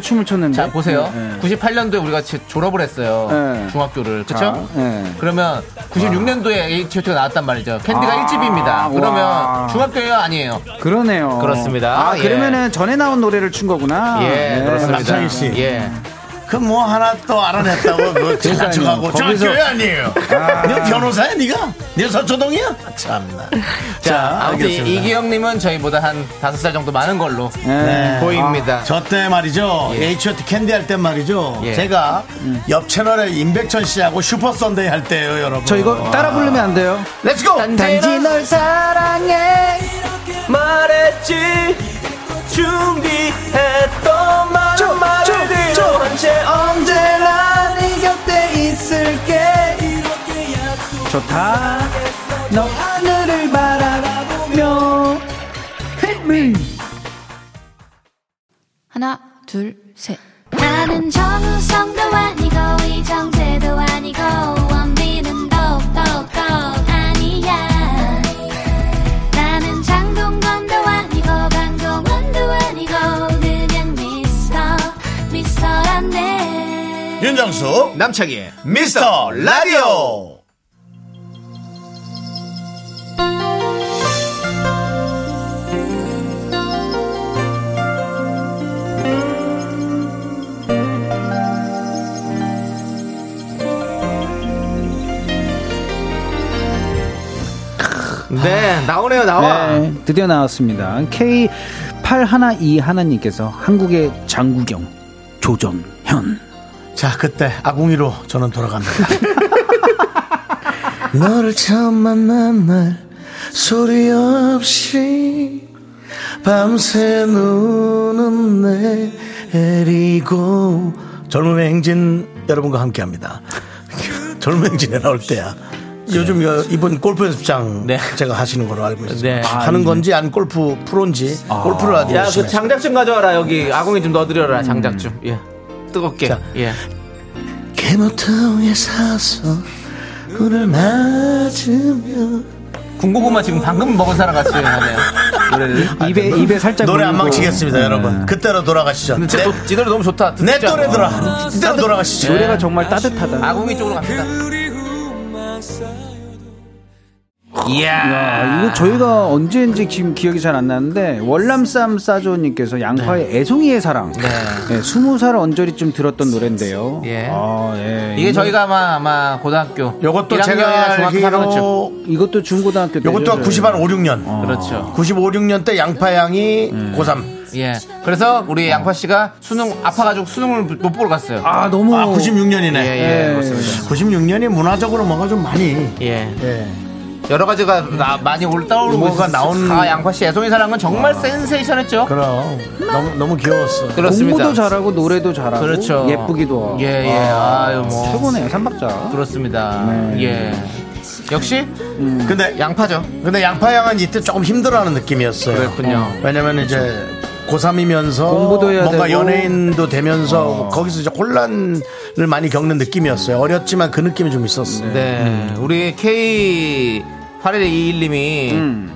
[SPEAKER 2] 자,
[SPEAKER 9] 춤을 췄는데.
[SPEAKER 2] 자 보세요.
[SPEAKER 9] 네, 네.
[SPEAKER 2] 98년도에 우리가 지- 졸업을 했어요.
[SPEAKER 9] 네.
[SPEAKER 2] 중학교를. 그렇죠?
[SPEAKER 9] 아, 네.
[SPEAKER 2] 그러면 96년도에 HOT가 나왔단 말이죠. 캔디가
[SPEAKER 9] 아,
[SPEAKER 2] 1집입니다. 그러면
[SPEAKER 9] 와.
[SPEAKER 2] 중학교가 아니에요.
[SPEAKER 9] 그러네요.
[SPEAKER 2] 그렇습니다.
[SPEAKER 9] 아,
[SPEAKER 2] 예.
[SPEAKER 9] 그러면은 전에 나온 노래를 춘 거구나.
[SPEAKER 2] 예,
[SPEAKER 9] 네.
[SPEAKER 2] 그렇습니다.
[SPEAKER 1] 남창희 씨.
[SPEAKER 2] 예.
[SPEAKER 1] 그 뭐 하나 또 알아냈다고 뭐 자축하고 저
[SPEAKER 9] 거기서-
[SPEAKER 1] 교회 아니에요. 너 변호사야 네가? 네 서초동이야? 참나.
[SPEAKER 2] 자, 아무튼
[SPEAKER 1] 알겠습니다.
[SPEAKER 2] 이기영님은 저희보다 한 5살 정도 많은 걸로
[SPEAKER 9] 네.
[SPEAKER 2] 보입니다.
[SPEAKER 1] 저 때 말이죠
[SPEAKER 2] 예.
[SPEAKER 1] H.O.T 캔디 할 때 말이죠
[SPEAKER 2] 예.
[SPEAKER 1] 제가 옆 채널에 임백천 씨하고 슈퍼 선데이 할 때예요 여러분
[SPEAKER 9] 저 이거 따라 부르면 안 돼요.
[SPEAKER 1] 렛츠고
[SPEAKER 9] 단지 널 사랑해.
[SPEAKER 2] 말했지 준비했던 많은 말을 뒤로 한채
[SPEAKER 9] 언제나 네 곁에 있을게. 좋다. 너 하늘을 바라보며. Hit me.
[SPEAKER 2] 네.
[SPEAKER 7] 하나, 둘, 셋. 나는 정우성도 아니고, 이정재도 아니고, 원빈은 더욱더 아니야. 나는 장동건도 아니고, 강동원도 아니고, 그냥 미스터, 미스터란데.
[SPEAKER 1] 윤정수
[SPEAKER 2] 남창희의
[SPEAKER 1] 미스터 라디오
[SPEAKER 2] 네 나오네요 나와
[SPEAKER 9] 네, 드디어 나왔습니다. K812 하나님께서 한국의 장구경 조정현.
[SPEAKER 1] 자 그때 아궁이로 저는 돌아갑니다 너를 처음 만난 날 소리 없이 밤새 눈은 내리고 젊음의 행진 여러분과 함께합니다 젊음의 행진에 나올 때야 요즘 그 이거 이번 골프 연습장
[SPEAKER 2] 네.
[SPEAKER 1] 제가 하시는 걸로 알고 있습니다
[SPEAKER 2] 네.
[SPEAKER 1] 하는 건지 안 골프 프로인지 골프를 하디
[SPEAKER 2] 야
[SPEAKER 1] 열심히
[SPEAKER 2] 그 장작 좀 가져와라 여기 아궁이 좀 넣어드려라 장작 좀예 뜨겁게
[SPEAKER 1] 자.
[SPEAKER 2] 예
[SPEAKER 1] 개모통에 사서 눈을 맞으며
[SPEAKER 2] 군고구마 지금 방금 먹은 사람 같이 하네요 아, 네. 노래를
[SPEAKER 9] 입에 입에 살짝
[SPEAKER 1] 노래 안
[SPEAKER 9] 물고.
[SPEAKER 1] 망치겠습니다
[SPEAKER 9] 네.
[SPEAKER 1] 여러분 그때로 돌아가시죠
[SPEAKER 2] 근데 진짜
[SPEAKER 1] 내,
[SPEAKER 2] 또, 이 노래 너무 좋다 듣자.
[SPEAKER 1] 내 또래 돌아 그때로 돌아가시죠
[SPEAKER 2] 네.
[SPEAKER 9] 노래가 정말 따뜻하다.
[SPEAKER 2] 아궁이 쪽으로 갑니다
[SPEAKER 9] 야, 아, 이거 저희가 언제인지 지금 기억이 잘 안 나는데 월남쌈 싸조님께서 양파의 애송이의 사랑. 네. 스무 살 언저리쯤 들었던 노래인데요.
[SPEAKER 2] 예.
[SPEAKER 9] 아, 예.
[SPEAKER 2] 이게 저희가 아마 아마 고등학교
[SPEAKER 1] 요것도
[SPEAKER 2] 1학년이나
[SPEAKER 1] 제가
[SPEAKER 2] 중학교 3학년쯤
[SPEAKER 1] 알기로
[SPEAKER 9] 이것도 중고등학교 때.
[SPEAKER 2] 네,
[SPEAKER 1] 요것도 90한 5, 6년
[SPEAKER 2] 그렇죠
[SPEAKER 1] 95, 6년 때 양파양이 고3
[SPEAKER 2] 예 그래서 우리 양파 씨가 수능 아파가지고 수능을 못 보러 갔어요
[SPEAKER 9] 아, 너무
[SPEAKER 1] 아 96년이네
[SPEAKER 2] 예, 예, 그렇습니다.
[SPEAKER 1] 96년이 문화적으로 뭔가 좀 많이
[SPEAKER 2] 예.
[SPEAKER 1] 예.
[SPEAKER 2] 여러 가지가 나- 많이 올라오고
[SPEAKER 1] 뭐가
[SPEAKER 2] 있었-
[SPEAKER 1] 나온-
[SPEAKER 2] 아, 양파 씨 애송이 사랑은 정말
[SPEAKER 9] 아.
[SPEAKER 2] 센세이션했죠.
[SPEAKER 1] 그럼 너무 너무 귀여웠어
[SPEAKER 2] 그렇습니다.
[SPEAKER 9] 공부도 잘하고 노래도 잘하고
[SPEAKER 2] 그렇죠.
[SPEAKER 9] 예쁘기도 하고.
[SPEAKER 2] 예, 예. 아유, 뭐.
[SPEAKER 9] 최고네요, 네. 삼박자.
[SPEAKER 2] 그렇습니다. 예. 역시
[SPEAKER 1] 근데
[SPEAKER 2] 양파죠.
[SPEAKER 1] 근데 양파양은 이때 조금 힘들어하는 느낌이었어요
[SPEAKER 2] 그렇군요.
[SPEAKER 1] 왜냐면 이제 고3이면서
[SPEAKER 9] 공부도 해야
[SPEAKER 1] 뭔가
[SPEAKER 9] 되고.
[SPEAKER 1] 연예인도 되면서 거기서 이제 혼란을 많이 겪는 느낌이었어요. 어렸지만 그 느낌이 좀 있었어요.
[SPEAKER 2] 네.
[SPEAKER 1] 음.
[SPEAKER 2] 우리 K 8121님이
[SPEAKER 1] 음.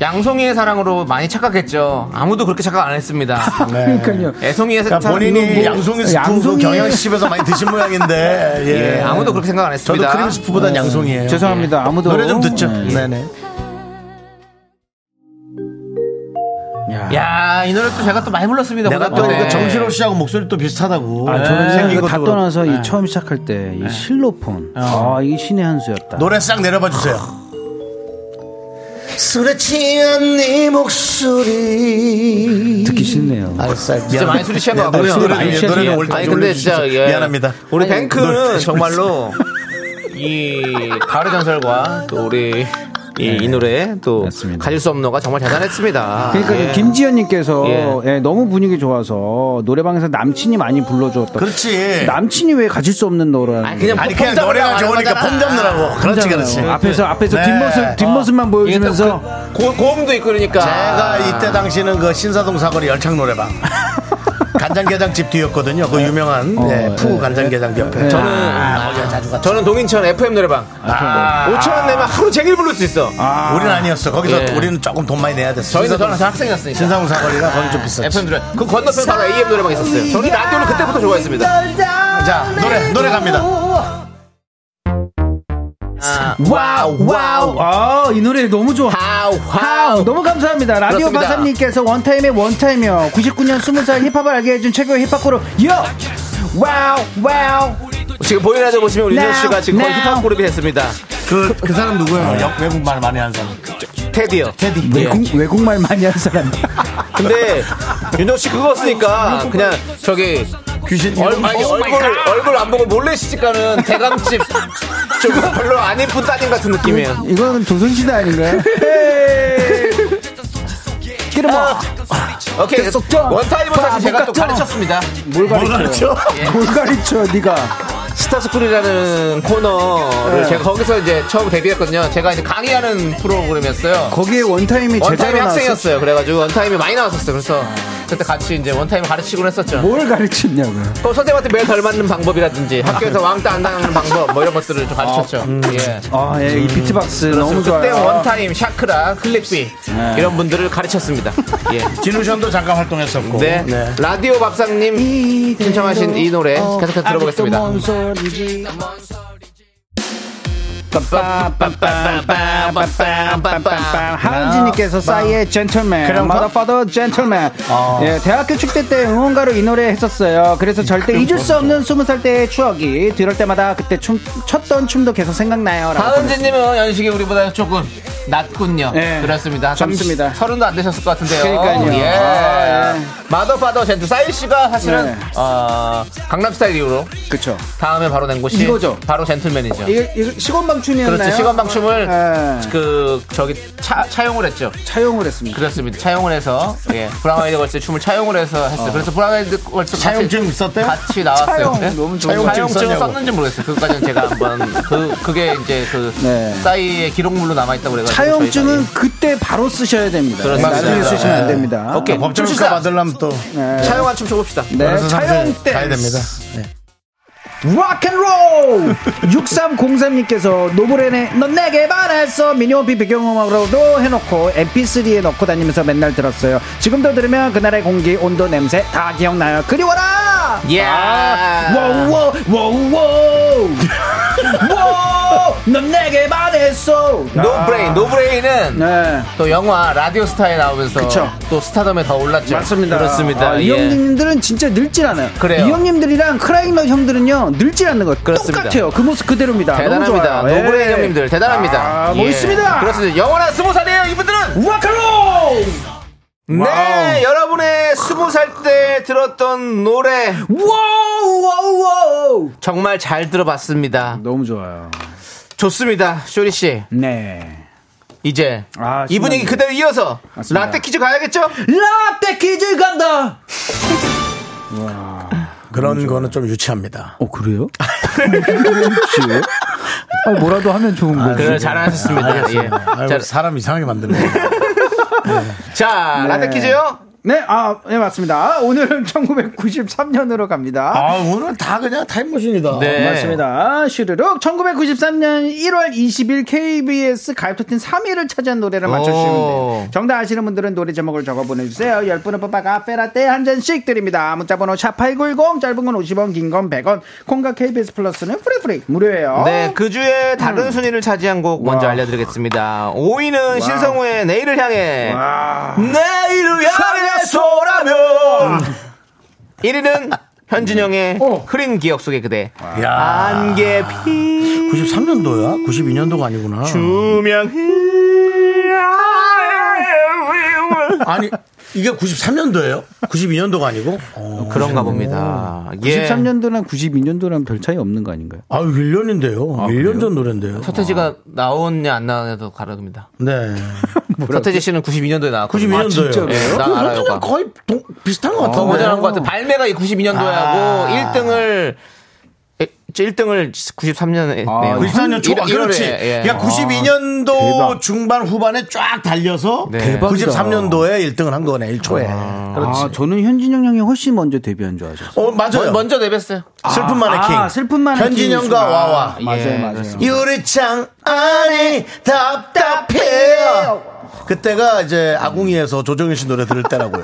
[SPEAKER 2] 양송이의 사랑으로 많이 착각했죠. 아무도 그렇게 착각 안 했습니다.
[SPEAKER 1] 네.
[SPEAKER 9] 그러니까요.
[SPEAKER 2] 애송이의
[SPEAKER 1] 그러니까
[SPEAKER 2] 사랑.
[SPEAKER 1] 본인이
[SPEAKER 9] 뭐
[SPEAKER 1] 양송이 스프
[SPEAKER 9] 양송이-
[SPEAKER 1] 경양식집에서 많이 드신 모양인데 예.
[SPEAKER 2] 예, 아무도 그렇게 생각 안 했습니다.
[SPEAKER 1] 저도 크림 스프보단 양송이에요.
[SPEAKER 9] 예. 죄송합니다. 아무도
[SPEAKER 1] 노래 좀 듣죠.
[SPEAKER 9] 네.
[SPEAKER 1] 네네.
[SPEAKER 9] 음, 야.
[SPEAKER 2] 야, 이 노래 또 제가 아, 또 많이 불렀습니다.
[SPEAKER 1] 내가 또
[SPEAKER 2] 고등학교 때.
[SPEAKER 1] 그 정신호 씨하고 목소리 또 비슷하다고.
[SPEAKER 9] 아,
[SPEAKER 1] 네.
[SPEAKER 9] 저는
[SPEAKER 1] 생긴
[SPEAKER 9] 이거
[SPEAKER 1] 것도
[SPEAKER 9] 다
[SPEAKER 1] 그렇고.
[SPEAKER 9] 떠나서 이 처음 시작할 때 이 실로폰. 아, 이게 신의 한 수였다.
[SPEAKER 1] 노래 싹 내려봐 주세요. 술에 취한 네 목소리.
[SPEAKER 9] 듣기 싫네요.
[SPEAKER 1] 알았어요.
[SPEAKER 2] 진짜 많이 술이 취한 것
[SPEAKER 1] 네, 노래,
[SPEAKER 2] 같고요.
[SPEAKER 1] 노래,
[SPEAKER 9] 많이
[SPEAKER 1] 노래,
[SPEAKER 9] 취한
[SPEAKER 1] 노래는
[SPEAKER 9] 것
[SPEAKER 1] 올때
[SPEAKER 9] 같아요.
[SPEAKER 2] 아니 근데 진짜 예.
[SPEAKER 1] 미안합니다.
[SPEAKER 2] 우리
[SPEAKER 1] 아니,
[SPEAKER 2] 뱅크는
[SPEAKER 1] 노래
[SPEAKER 2] 정말로 이 가을의 전설과 또 우리 이, 이 노래 또
[SPEAKER 9] 맞습니다.
[SPEAKER 2] 가질 수 없는가 정말 대단했습니다.
[SPEAKER 9] 그러니까
[SPEAKER 2] 예.
[SPEAKER 9] 김지연님께서
[SPEAKER 2] 예.
[SPEAKER 9] 예, 너무 분위기 좋아서 노래방에서 남친이 많이 불러주었다.
[SPEAKER 1] 그렇지.
[SPEAKER 9] 남친이 왜 가질 수 없는 노래라는?
[SPEAKER 2] 아니, 그냥
[SPEAKER 1] 아니
[SPEAKER 2] 폼
[SPEAKER 1] 그냥
[SPEAKER 2] 잡으려고
[SPEAKER 1] 노래가
[SPEAKER 2] 하는
[SPEAKER 1] 좋으니까
[SPEAKER 2] 거잖아.
[SPEAKER 1] 폼 잡느라고. 그렇지 그렇지.
[SPEAKER 9] 앞에서 앞에서
[SPEAKER 1] 네.
[SPEAKER 9] 뒷모습 뒷모습만
[SPEAKER 2] 이게 또
[SPEAKER 9] 보여주면서
[SPEAKER 1] 아.
[SPEAKER 2] 그 고, 고음도 있고 그러니까
[SPEAKER 1] 제가 이때 당시는 그 신사동 사거리 열창 노래방. 간장게장집 뒤였거든요. 그 유명한 네, 푸 간장게장 옆에. 저는 아, 아, 자주 갔죠.
[SPEAKER 2] 저는 동인천 FM 노래방.
[SPEAKER 1] 아,
[SPEAKER 2] 5천 원 내면 하루 종일 부를 수 있어.
[SPEAKER 1] 아, 우리는 아니었어. 거기서
[SPEAKER 2] 예.
[SPEAKER 1] 우리는 조금 돈 많이 내야 됐어.
[SPEAKER 2] 저희는 저는 학생이었으니까.
[SPEAKER 1] 신상훈 사거리가 거기 좀 비쌌지.
[SPEAKER 2] FM 노래. 그 건너편 바로 AM 노래방 있었어요. 저는 라디오를 그때부터 좋아했습니다.
[SPEAKER 1] 자 노래 노래 갑니다.
[SPEAKER 2] 와우 와우
[SPEAKER 9] 아, 이 노래 너무 좋아.
[SPEAKER 2] 하우
[SPEAKER 9] 아,
[SPEAKER 2] 하우.
[SPEAKER 9] 너무 감사합니다. 라디오
[SPEAKER 2] 그렇습니다.
[SPEAKER 9] 박사님께서 원타임의 원타임이요. 99년 20살 힙합을 알게 해준 최고의 힙합 그룹. 요! 와우, 와우.
[SPEAKER 2] 지금 보이는 라디오 보시면 우리
[SPEAKER 9] Now,
[SPEAKER 2] 이현 씨가 지금 거의
[SPEAKER 9] now.
[SPEAKER 2] 힙합 그룹이 됐습니다.
[SPEAKER 1] 그 그 사람 누구예요? 역 외국 말 많이 하는 사람.
[SPEAKER 2] 테디요.
[SPEAKER 1] 테디.
[SPEAKER 9] 외국, 외국말 많이 하는 사람.
[SPEAKER 2] 근데 윤정 씨 그거 쓰니까 그냥 저기
[SPEAKER 1] 귀신 이름?
[SPEAKER 2] 얼굴 아니, 얼굴 얼굴 안 보고 몰래 시집가는 대감집 좀 별로 안 예쁜 따님 같은 느낌이에요.
[SPEAKER 9] 이거는 조선시대 아닌가요? 기름 어.
[SPEAKER 2] 아, 오케이
[SPEAKER 9] 계속 좀
[SPEAKER 2] 원타임은 사실 제가 또
[SPEAKER 9] 바보같죠?
[SPEAKER 2] 가르쳤습니다.
[SPEAKER 9] 뭘 가르쳐? 뭘 가르쳐, 니가.
[SPEAKER 2] 스타스쿨이라는 코너를
[SPEAKER 9] 네.
[SPEAKER 2] 제가 거기서 이제 처음 데뷔했거든요. 제가 이제 강의하는 프로그램이었어요.
[SPEAKER 9] 거기에 원타임이 제자로
[SPEAKER 2] 원타임이
[SPEAKER 9] 나왔어.
[SPEAKER 2] 학생이었어요. 그래가지고 원타임이 많이 나왔었어요. 그래서 그때 같이 이제 원타임 가르치곤 했었죠.
[SPEAKER 9] 뭘 가르치냐고요.
[SPEAKER 2] 또 선생님한테 매일 덜 맞는 방법이라든지 학교에서 왕따 안 당하는 방법 뭐 이런 것들을 좀 가르쳤죠. 예.
[SPEAKER 9] 아, 예, 이 비트박스 너무 좋아요.
[SPEAKER 2] 그때 원타임, 샤크라, 클립비 이런 분들을 가르쳤습니다. 예.
[SPEAKER 1] 진우션도 잠깐 활동했었고.
[SPEAKER 2] 네. 라디오 밥상님 신청하신 이 노래 계속해서 들어보겠습니다.
[SPEAKER 9] 하은지님께서 싸이의 젠틀맨, 마더파더 젠틀맨. 예, 대학교 축제 때 응원가로 이 노래 했었어요. 그래서 절대 잊을 수 없는 스무 살 때의 추억이 들을 때마다 그때 춤 췄던 춤도 계속 생각나요. 라고
[SPEAKER 2] 하은지님은 연식이 우리보다 조금 낮군요.
[SPEAKER 9] 예.
[SPEAKER 2] 그렇습니다.
[SPEAKER 9] 젊습니다.
[SPEAKER 2] 서른도 안 되셨을 것 같은데요.
[SPEAKER 9] 그러니까요.
[SPEAKER 2] 예.
[SPEAKER 9] 아, 예.
[SPEAKER 2] 마더파더 젠트 사일 씨가 사실은
[SPEAKER 9] 네.
[SPEAKER 2] 어, 강남스타일 이후로
[SPEAKER 9] 그쵸.
[SPEAKER 2] 다음에 바로 낸 곳이
[SPEAKER 9] 이거죠.
[SPEAKER 2] 바로 젠틀맨이죠.
[SPEAKER 9] 이거, 이거 시건방춤이었나요?
[SPEAKER 2] 그렇죠. 시건방 춤을
[SPEAKER 9] 예.
[SPEAKER 2] 그 저기 차, 차용을 했죠.
[SPEAKER 9] 차용을 했습니다.
[SPEAKER 2] 그렇습니다. 차용을 해서 예. 브라운 아이드 걸스의 춤을 차용을 해서 했어요. 그래서 브라운 아이드 걸스
[SPEAKER 1] 차용증
[SPEAKER 2] 같이-
[SPEAKER 1] 있었대요?
[SPEAKER 2] 같이 나왔어요. 네?
[SPEAKER 9] 차용, 너무 좋은
[SPEAKER 1] 거. 차용증
[SPEAKER 2] 차용증
[SPEAKER 1] 썼냐고.
[SPEAKER 2] 썼는지 모르겠어요. 그것까지는 제가 한번 그 그게 이제 그
[SPEAKER 9] 네.
[SPEAKER 2] 싸이의 기록물로 남아 있다고 그래 가지고 예.
[SPEAKER 9] 차용증은 그때 바로 쓰셔야 됩니다. 네.
[SPEAKER 2] 그렇습니다.
[SPEAKER 9] 나중에 쓰시면 안
[SPEAKER 1] 예.
[SPEAKER 9] 됩니다.
[SPEAKER 2] 오케이.
[SPEAKER 1] 법정가
[SPEAKER 2] 춤추자.
[SPEAKER 1] 받으려면 또
[SPEAKER 2] 네, 차용한 춤 춰봅시다.
[SPEAKER 9] 네,
[SPEAKER 1] 알아서
[SPEAKER 9] 차용
[SPEAKER 1] 상세
[SPEAKER 9] 때
[SPEAKER 1] 가야 됩니다. 네.
[SPEAKER 9] 락앤롤 6303님께서 노브랜의 넌 내게 반했어 미니홈피 배경음악으로도 해놓고 mp3에 넣고 다니면서 맨날 들었어요 지금도 들으면 그날의 공기 온도 냄새 다 기억나요 그리워라 아,
[SPEAKER 2] 예.
[SPEAKER 9] 워워워워 넌 내게 반했어
[SPEAKER 2] 노브레인. 노브레인은
[SPEAKER 9] 아. 네
[SPEAKER 2] 또 영화 라디오 스타에 나오면서
[SPEAKER 9] 그쵸.
[SPEAKER 2] 또 스타덤에 더 올랐죠.
[SPEAKER 9] 맞습니다
[SPEAKER 2] 그렇습니다.
[SPEAKER 9] 아, 이
[SPEAKER 2] 예.
[SPEAKER 9] 형님들은 진짜 늙질 않아요
[SPEAKER 2] 그래요.
[SPEAKER 9] 이 형님들이랑 크라잉넛 형들은 늙질 않는 것
[SPEAKER 2] 그렇습니다.
[SPEAKER 9] 똑같아요 그 모습 그대로입니다 너무
[SPEAKER 2] 대단합니다.
[SPEAKER 9] 좋아요
[SPEAKER 2] 노브레인
[SPEAKER 9] 예.
[SPEAKER 2] 형님들 대단합니다. 예.
[SPEAKER 9] 아, 멋있습니다.
[SPEAKER 2] 그렇습니다. 영원한 스무 살이에요. 이분들은.
[SPEAKER 9] 와카로
[SPEAKER 2] 네, 여러분의 스무 살 때 들었던 노래
[SPEAKER 9] 와우 와우 와우
[SPEAKER 2] 정말 잘 들어봤습니다.
[SPEAKER 9] 너무 좋아요
[SPEAKER 2] 좋습니다, 쇼리 씨.
[SPEAKER 9] 네
[SPEAKER 2] 이제
[SPEAKER 9] 아,
[SPEAKER 2] 이 분위기
[SPEAKER 9] 신나네요.
[SPEAKER 2] 그대로 이어서
[SPEAKER 9] 맞습니다.
[SPEAKER 2] 라떼 퀴즈 가야겠죠?
[SPEAKER 9] 라떼 퀴즈 간다
[SPEAKER 1] 그런 거는 좀 유치합니다.
[SPEAKER 9] 어 그래요? 혹시 아, 뭐라도 하면 좋은 거지
[SPEAKER 2] 그래 잘하셨습니다. 예.
[SPEAKER 1] 아이고,
[SPEAKER 2] 자,
[SPEAKER 1] 사람 이상하게 만드네.
[SPEAKER 2] 자, 라떼 퀴즈요.
[SPEAKER 9] 네, 아, 네, 맞습니다. 오늘은 1993년으로 갑니다.
[SPEAKER 1] 아 오늘 다 그냥 타임머신이다.
[SPEAKER 2] 네.
[SPEAKER 9] 맞습니다. 슈르륵 1993년 1월 20일 KBS 가입토텐 3위를 차지한 노래를
[SPEAKER 2] 오.
[SPEAKER 9] 맞춰주시면 돼요. 정답 아시는 분들은 노래 제목을 적어 보내주세요. 10분을 뽑아 카페라떼 한 잔씩 드립니다. 문자번호 샵8910 짧은 건 50원 긴 건 100원 콩과 KBS 플러스는 프리프리 무료예요.
[SPEAKER 2] 네, 그 주에 다른 순위를 차지한 곡 먼저 알려드리겠습니다. 5위는 신성우의 내일을 향해. 내일을 향해 소라면. 1위는 현진영의 흐린 기억 속의 그대. 아.
[SPEAKER 1] 야
[SPEAKER 2] 안개 피.
[SPEAKER 1] 93년도야? 92년도가 아니구나. 아니 이게 93년도예요? 92년도가 아니고? 어,
[SPEAKER 2] 그런가 봅니다. 예.
[SPEAKER 9] 93년도랑 92년도랑 별 차이 없는 거 아닌가요?
[SPEAKER 1] 아유 1년인데요. 일 1년 전 노래인데요.
[SPEAKER 2] 서태지가 나오냐 안 나오냐도 가릅니다.
[SPEAKER 1] 네.
[SPEAKER 2] 서태지 씨는 92년도에 나왔고.
[SPEAKER 1] 92년도예요. 네.
[SPEAKER 2] 예, 난 알아요.
[SPEAKER 1] 는 거의
[SPEAKER 2] 어,
[SPEAKER 1] 동- 비슷한 것 같은데. 아.
[SPEAKER 2] 더 모자란 것 같아. 발매가 92년도에 하고 1등을 1등을 93년에
[SPEAKER 1] 그 94년 초반 그렇지.
[SPEAKER 2] 예,
[SPEAKER 1] 야 92년도
[SPEAKER 10] 대박.
[SPEAKER 1] 중반 후반에 쫙 달려서
[SPEAKER 2] 네. 대박이다.
[SPEAKER 1] 93년도에 1등을 한 거네 1초에. 그렇지.
[SPEAKER 10] 아, 저는 현진영 형이 훨씬 먼저 데뷔한 줄 아셨어요.
[SPEAKER 1] 어 맞아요.
[SPEAKER 2] 먼저 내뱉어요.
[SPEAKER 1] 슬픈 마네킹.
[SPEAKER 9] 아, 슬픈 마네킹
[SPEAKER 1] 현진영과
[SPEAKER 9] 이슈가.
[SPEAKER 1] 와와.
[SPEAKER 10] 맞아요,
[SPEAKER 2] 예,
[SPEAKER 10] 맞아요.
[SPEAKER 1] 유리창 안이 답답해요. 그때가 이제 아궁이에서 조정현 씨 노래 들을 때라고요.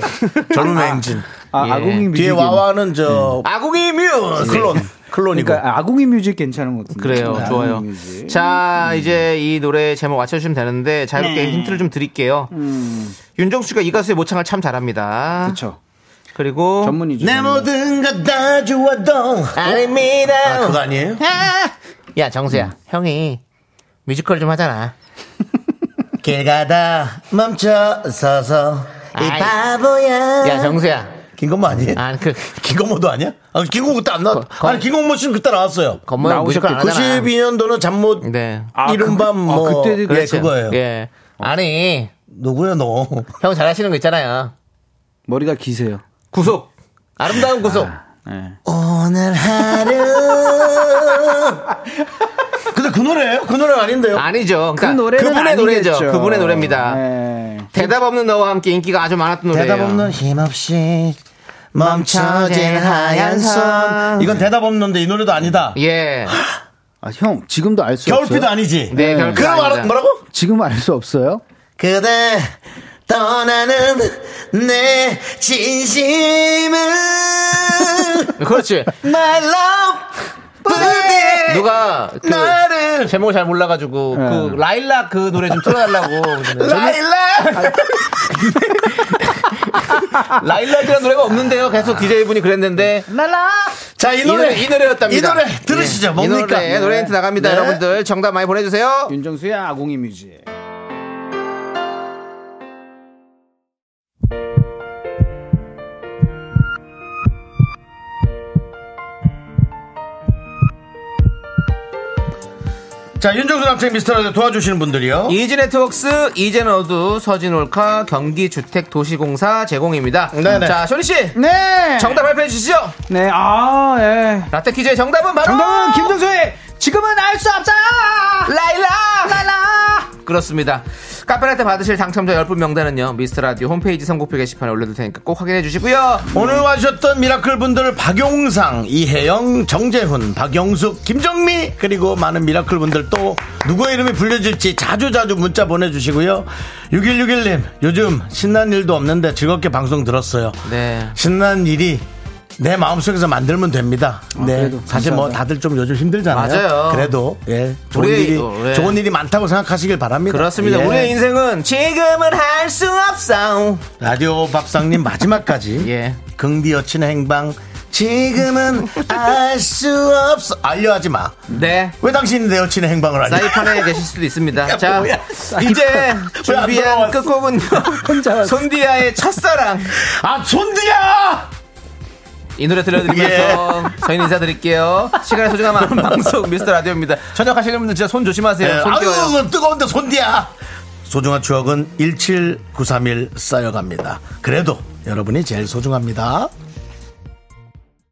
[SPEAKER 1] 젊은 행진.
[SPEAKER 10] 아,
[SPEAKER 2] 예.
[SPEAKER 10] 아궁이 뮤직.
[SPEAKER 1] 뒤에 와와는 저
[SPEAKER 2] 네. 아궁이 뮤
[SPEAKER 1] 클론 클론이고.
[SPEAKER 10] 그러니까 아궁이 뮤직 괜찮은 것 같은데.
[SPEAKER 2] 그래요,
[SPEAKER 1] 음,
[SPEAKER 9] 네,
[SPEAKER 10] 아궁이
[SPEAKER 2] 좋아요.
[SPEAKER 10] 뮤직.
[SPEAKER 2] 자, 이제 이 노래 제목 맞춰주시면 되는데
[SPEAKER 1] 네.
[SPEAKER 2] 자유롭게 힌트를 좀 드릴게요.
[SPEAKER 1] 음.
[SPEAKER 2] 윤정 씨가 이 가수의 모창을 참 잘합니다.
[SPEAKER 10] 그렇죠.
[SPEAKER 2] 그리고
[SPEAKER 10] 전문이죠.
[SPEAKER 1] 내
[SPEAKER 10] 전문.
[SPEAKER 1] 모든 것 다 주워도
[SPEAKER 2] 아닙니다.
[SPEAKER 1] 아그 음. 그거 아니에요?
[SPEAKER 2] 야 정수야, 형이 뮤지컬 좀 하잖아.
[SPEAKER 1] 길 가다 멈춰 서서 이
[SPEAKER 2] 아이.
[SPEAKER 1] 바보야.
[SPEAKER 2] 야 정수야,
[SPEAKER 1] 김건모 아니에요?
[SPEAKER 2] 아 그
[SPEAKER 1] 김건모도 아니야? 아, 김건모 그때 안 나왔.
[SPEAKER 2] 거-
[SPEAKER 1] 아니 김건모 씨는 그때 나왔어요.
[SPEAKER 2] 건물 뮤지컬 안 하잖아.
[SPEAKER 1] 92년도는 잠못 아,
[SPEAKER 2] 네.
[SPEAKER 1] 이른 밤뭐
[SPEAKER 10] 그때
[SPEAKER 1] 예,
[SPEAKER 2] 그렇죠.
[SPEAKER 1] 그거예요.
[SPEAKER 2] 예. 아니,
[SPEAKER 1] 누구야 너?
[SPEAKER 2] 형 잘하시는 거 있잖아요.
[SPEAKER 10] 머리가 기세요.
[SPEAKER 2] 구속. 아름다운 구속.
[SPEAKER 10] 네.
[SPEAKER 1] 오늘 하루. 근데 그 노래예요? 그 노래 아닌데요?
[SPEAKER 2] 아니죠. 그러니까
[SPEAKER 10] 노래는
[SPEAKER 2] 분의 노래죠.
[SPEAKER 10] 아니겠죠.
[SPEAKER 2] 그분의 노래입니다.
[SPEAKER 10] 네.
[SPEAKER 2] 대답 없는 너와 함께 인기가 아주 많았던 그 노래예요.
[SPEAKER 1] 대답 없는 힘 없이 멈춰진
[SPEAKER 2] 멈춰진
[SPEAKER 1] 하얀
[SPEAKER 2] 하얀
[SPEAKER 1] 손.
[SPEAKER 2] 손.
[SPEAKER 1] 이건 대답 없는데 이 노래도 아니다.
[SPEAKER 2] 예.
[SPEAKER 10] 아, 형, 지금도 알 수 없어요.
[SPEAKER 1] 겨울비도 아니지.
[SPEAKER 2] 네, 겨울비도
[SPEAKER 1] 그럼 알아-
[SPEAKER 2] 아니다.
[SPEAKER 1] 뭐라고?
[SPEAKER 10] 지금 알 수 없어요?
[SPEAKER 1] 그대 떠나는 내 진심은
[SPEAKER 2] 그렇지.
[SPEAKER 1] My love 부대
[SPEAKER 2] 누가 그
[SPEAKER 1] 나를 네.
[SPEAKER 2] 제목을 잘 몰라가지고 그 라일락 그 노래 좀 틀어달라고. 아,
[SPEAKER 1] 라일락
[SPEAKER 2] 라일락이라는 노래가 없는데요. 계속 DJ 분이 그랬는데
[SPEAKER 1] 자 이
[SPEAKER 2] 이 노래
[SPEAKER 1] 노래
[SPEAKER 2] 이 노래였답니다.
[SPEAKER 1] 이 노래 들으시죠
[SPEAKER 2] 예.
[SPEAKER 1] 뭡니까
[SPEAKER 2] 이 노래 노래 힌트 나갑니다.
[SPEAKER 1] 네.
[SPEAKER 2] 여러분들 정답 많이 보내주세요.
[SPEAKER 10] 윤정수의 아궁이 뮤직.
[SPEAKER 1] 자 윤정수 남창 미스터라디오 도와주시는 분들이요
[SPEAKER 2] 이지네트웍스 이젠어두 서진올카 경기주택도시공사 제공입니다.
[SPEAKER 1] 네네.
[SPEAKER 2] 자 쇼리 씨
[SPEAKER 9] 네.
[SPEAKER 2] 정답 발표해 주시죠.
[SPEAKER 9] 네. 아, 예.
[SPEAKER 2] 라떼 퀴즈의 정답은 바로
[SPEAKER 9] 정답은 김정수의 지금은 알 수 없어요.
[SPEAKER 2] 라일락.
[SPEAKER 10] 아!
[SPEAKER 9] 라라.
[SPEAKER 2] 그렇습니다. 카페라떼 받으실 당첨자 10분 명단은요. 미스터라디오 홈페이지 선곡표 게시판에 올려둘 테니까 꼭 확인해 주시고요.
[SPEAKER 1] 오늘 와주셨던 미라클 분들 박용상 이혜영 정재훈 박영숙 김정미 그리고 많은 미라클 분들 또 누구의 이름이 불려질지 자주자주 문자 보내주시고요 6161님 요즘 신난 일도 없는데 즐겁게 방송 들었어요
[SPEAKER 2] 네.
[SPEAKER 1] 신난 일이 내 마음속에서 만들면 됩니다. 네.
[SPEAKER 10] 아, 그래도
[SPEAKER 1] 사실 뭐 다들 좀 요즘 힘들잖아요.
[SPEAKER 2] 맞아요.
[SPEAKER 1] 그래도 예. 좋은
[SPEAKER 2] 우리,
[SPEAKER 1] 일이
[SPEAKER 2] 어, 예.
[SPEAKER 1] 좋은 일이 많다고 생각하시길 바랍니다.
[SPEAKER 2] 그렇습니다.
[SPEAKER 1] 예.
[SPEAKER 2] 우리의 인생은 지금은 할 수 없어.
[SPEAKER 1] 라디오 밥상님 마지막까지
[SPEAKER 2] 예.
[SPEAKER 1] 긍디 여친의 행방 지금은 알 수 없어 알려하지 마.
[SPEAKER 2] 네.
[SPEAKER 1] 왜 당신이 내 여친의 행방을 알려?
[SPEAKER 2] 사이판에 계실 수도 있습니다.
[SPEAKER 1] 야,
[SPEAKER 2] 자,
[SPEAKER 1] 뭐야.
[SPEAKER 2] 이제
[SPEAKER 1] 돌아왔어?
[SPEAKER 2] 준비한 끝곡은요. 손디아의 첫사랑.
[SPEAKER 1] 아 손디야!
[SPEAKER 2] 이 노래 들려드리면서
[SPEAKER 1] 예.
[SPEAKER 2] 저희는 인사드릴게요. 시간의 소중함 아는 방송 미스터 라디오입니다. 저녁 하시는 분들 진짜 손 조심하세요.
[SPEAKER 1] 예.
[SPEAKER 2] 손 띄워요.
[SPEAKER 1] 아유 뜨거운데 손디야. 소중한 추억은 17931 쌓여갑니다. 그래도 여러분이 제일 소중합니다.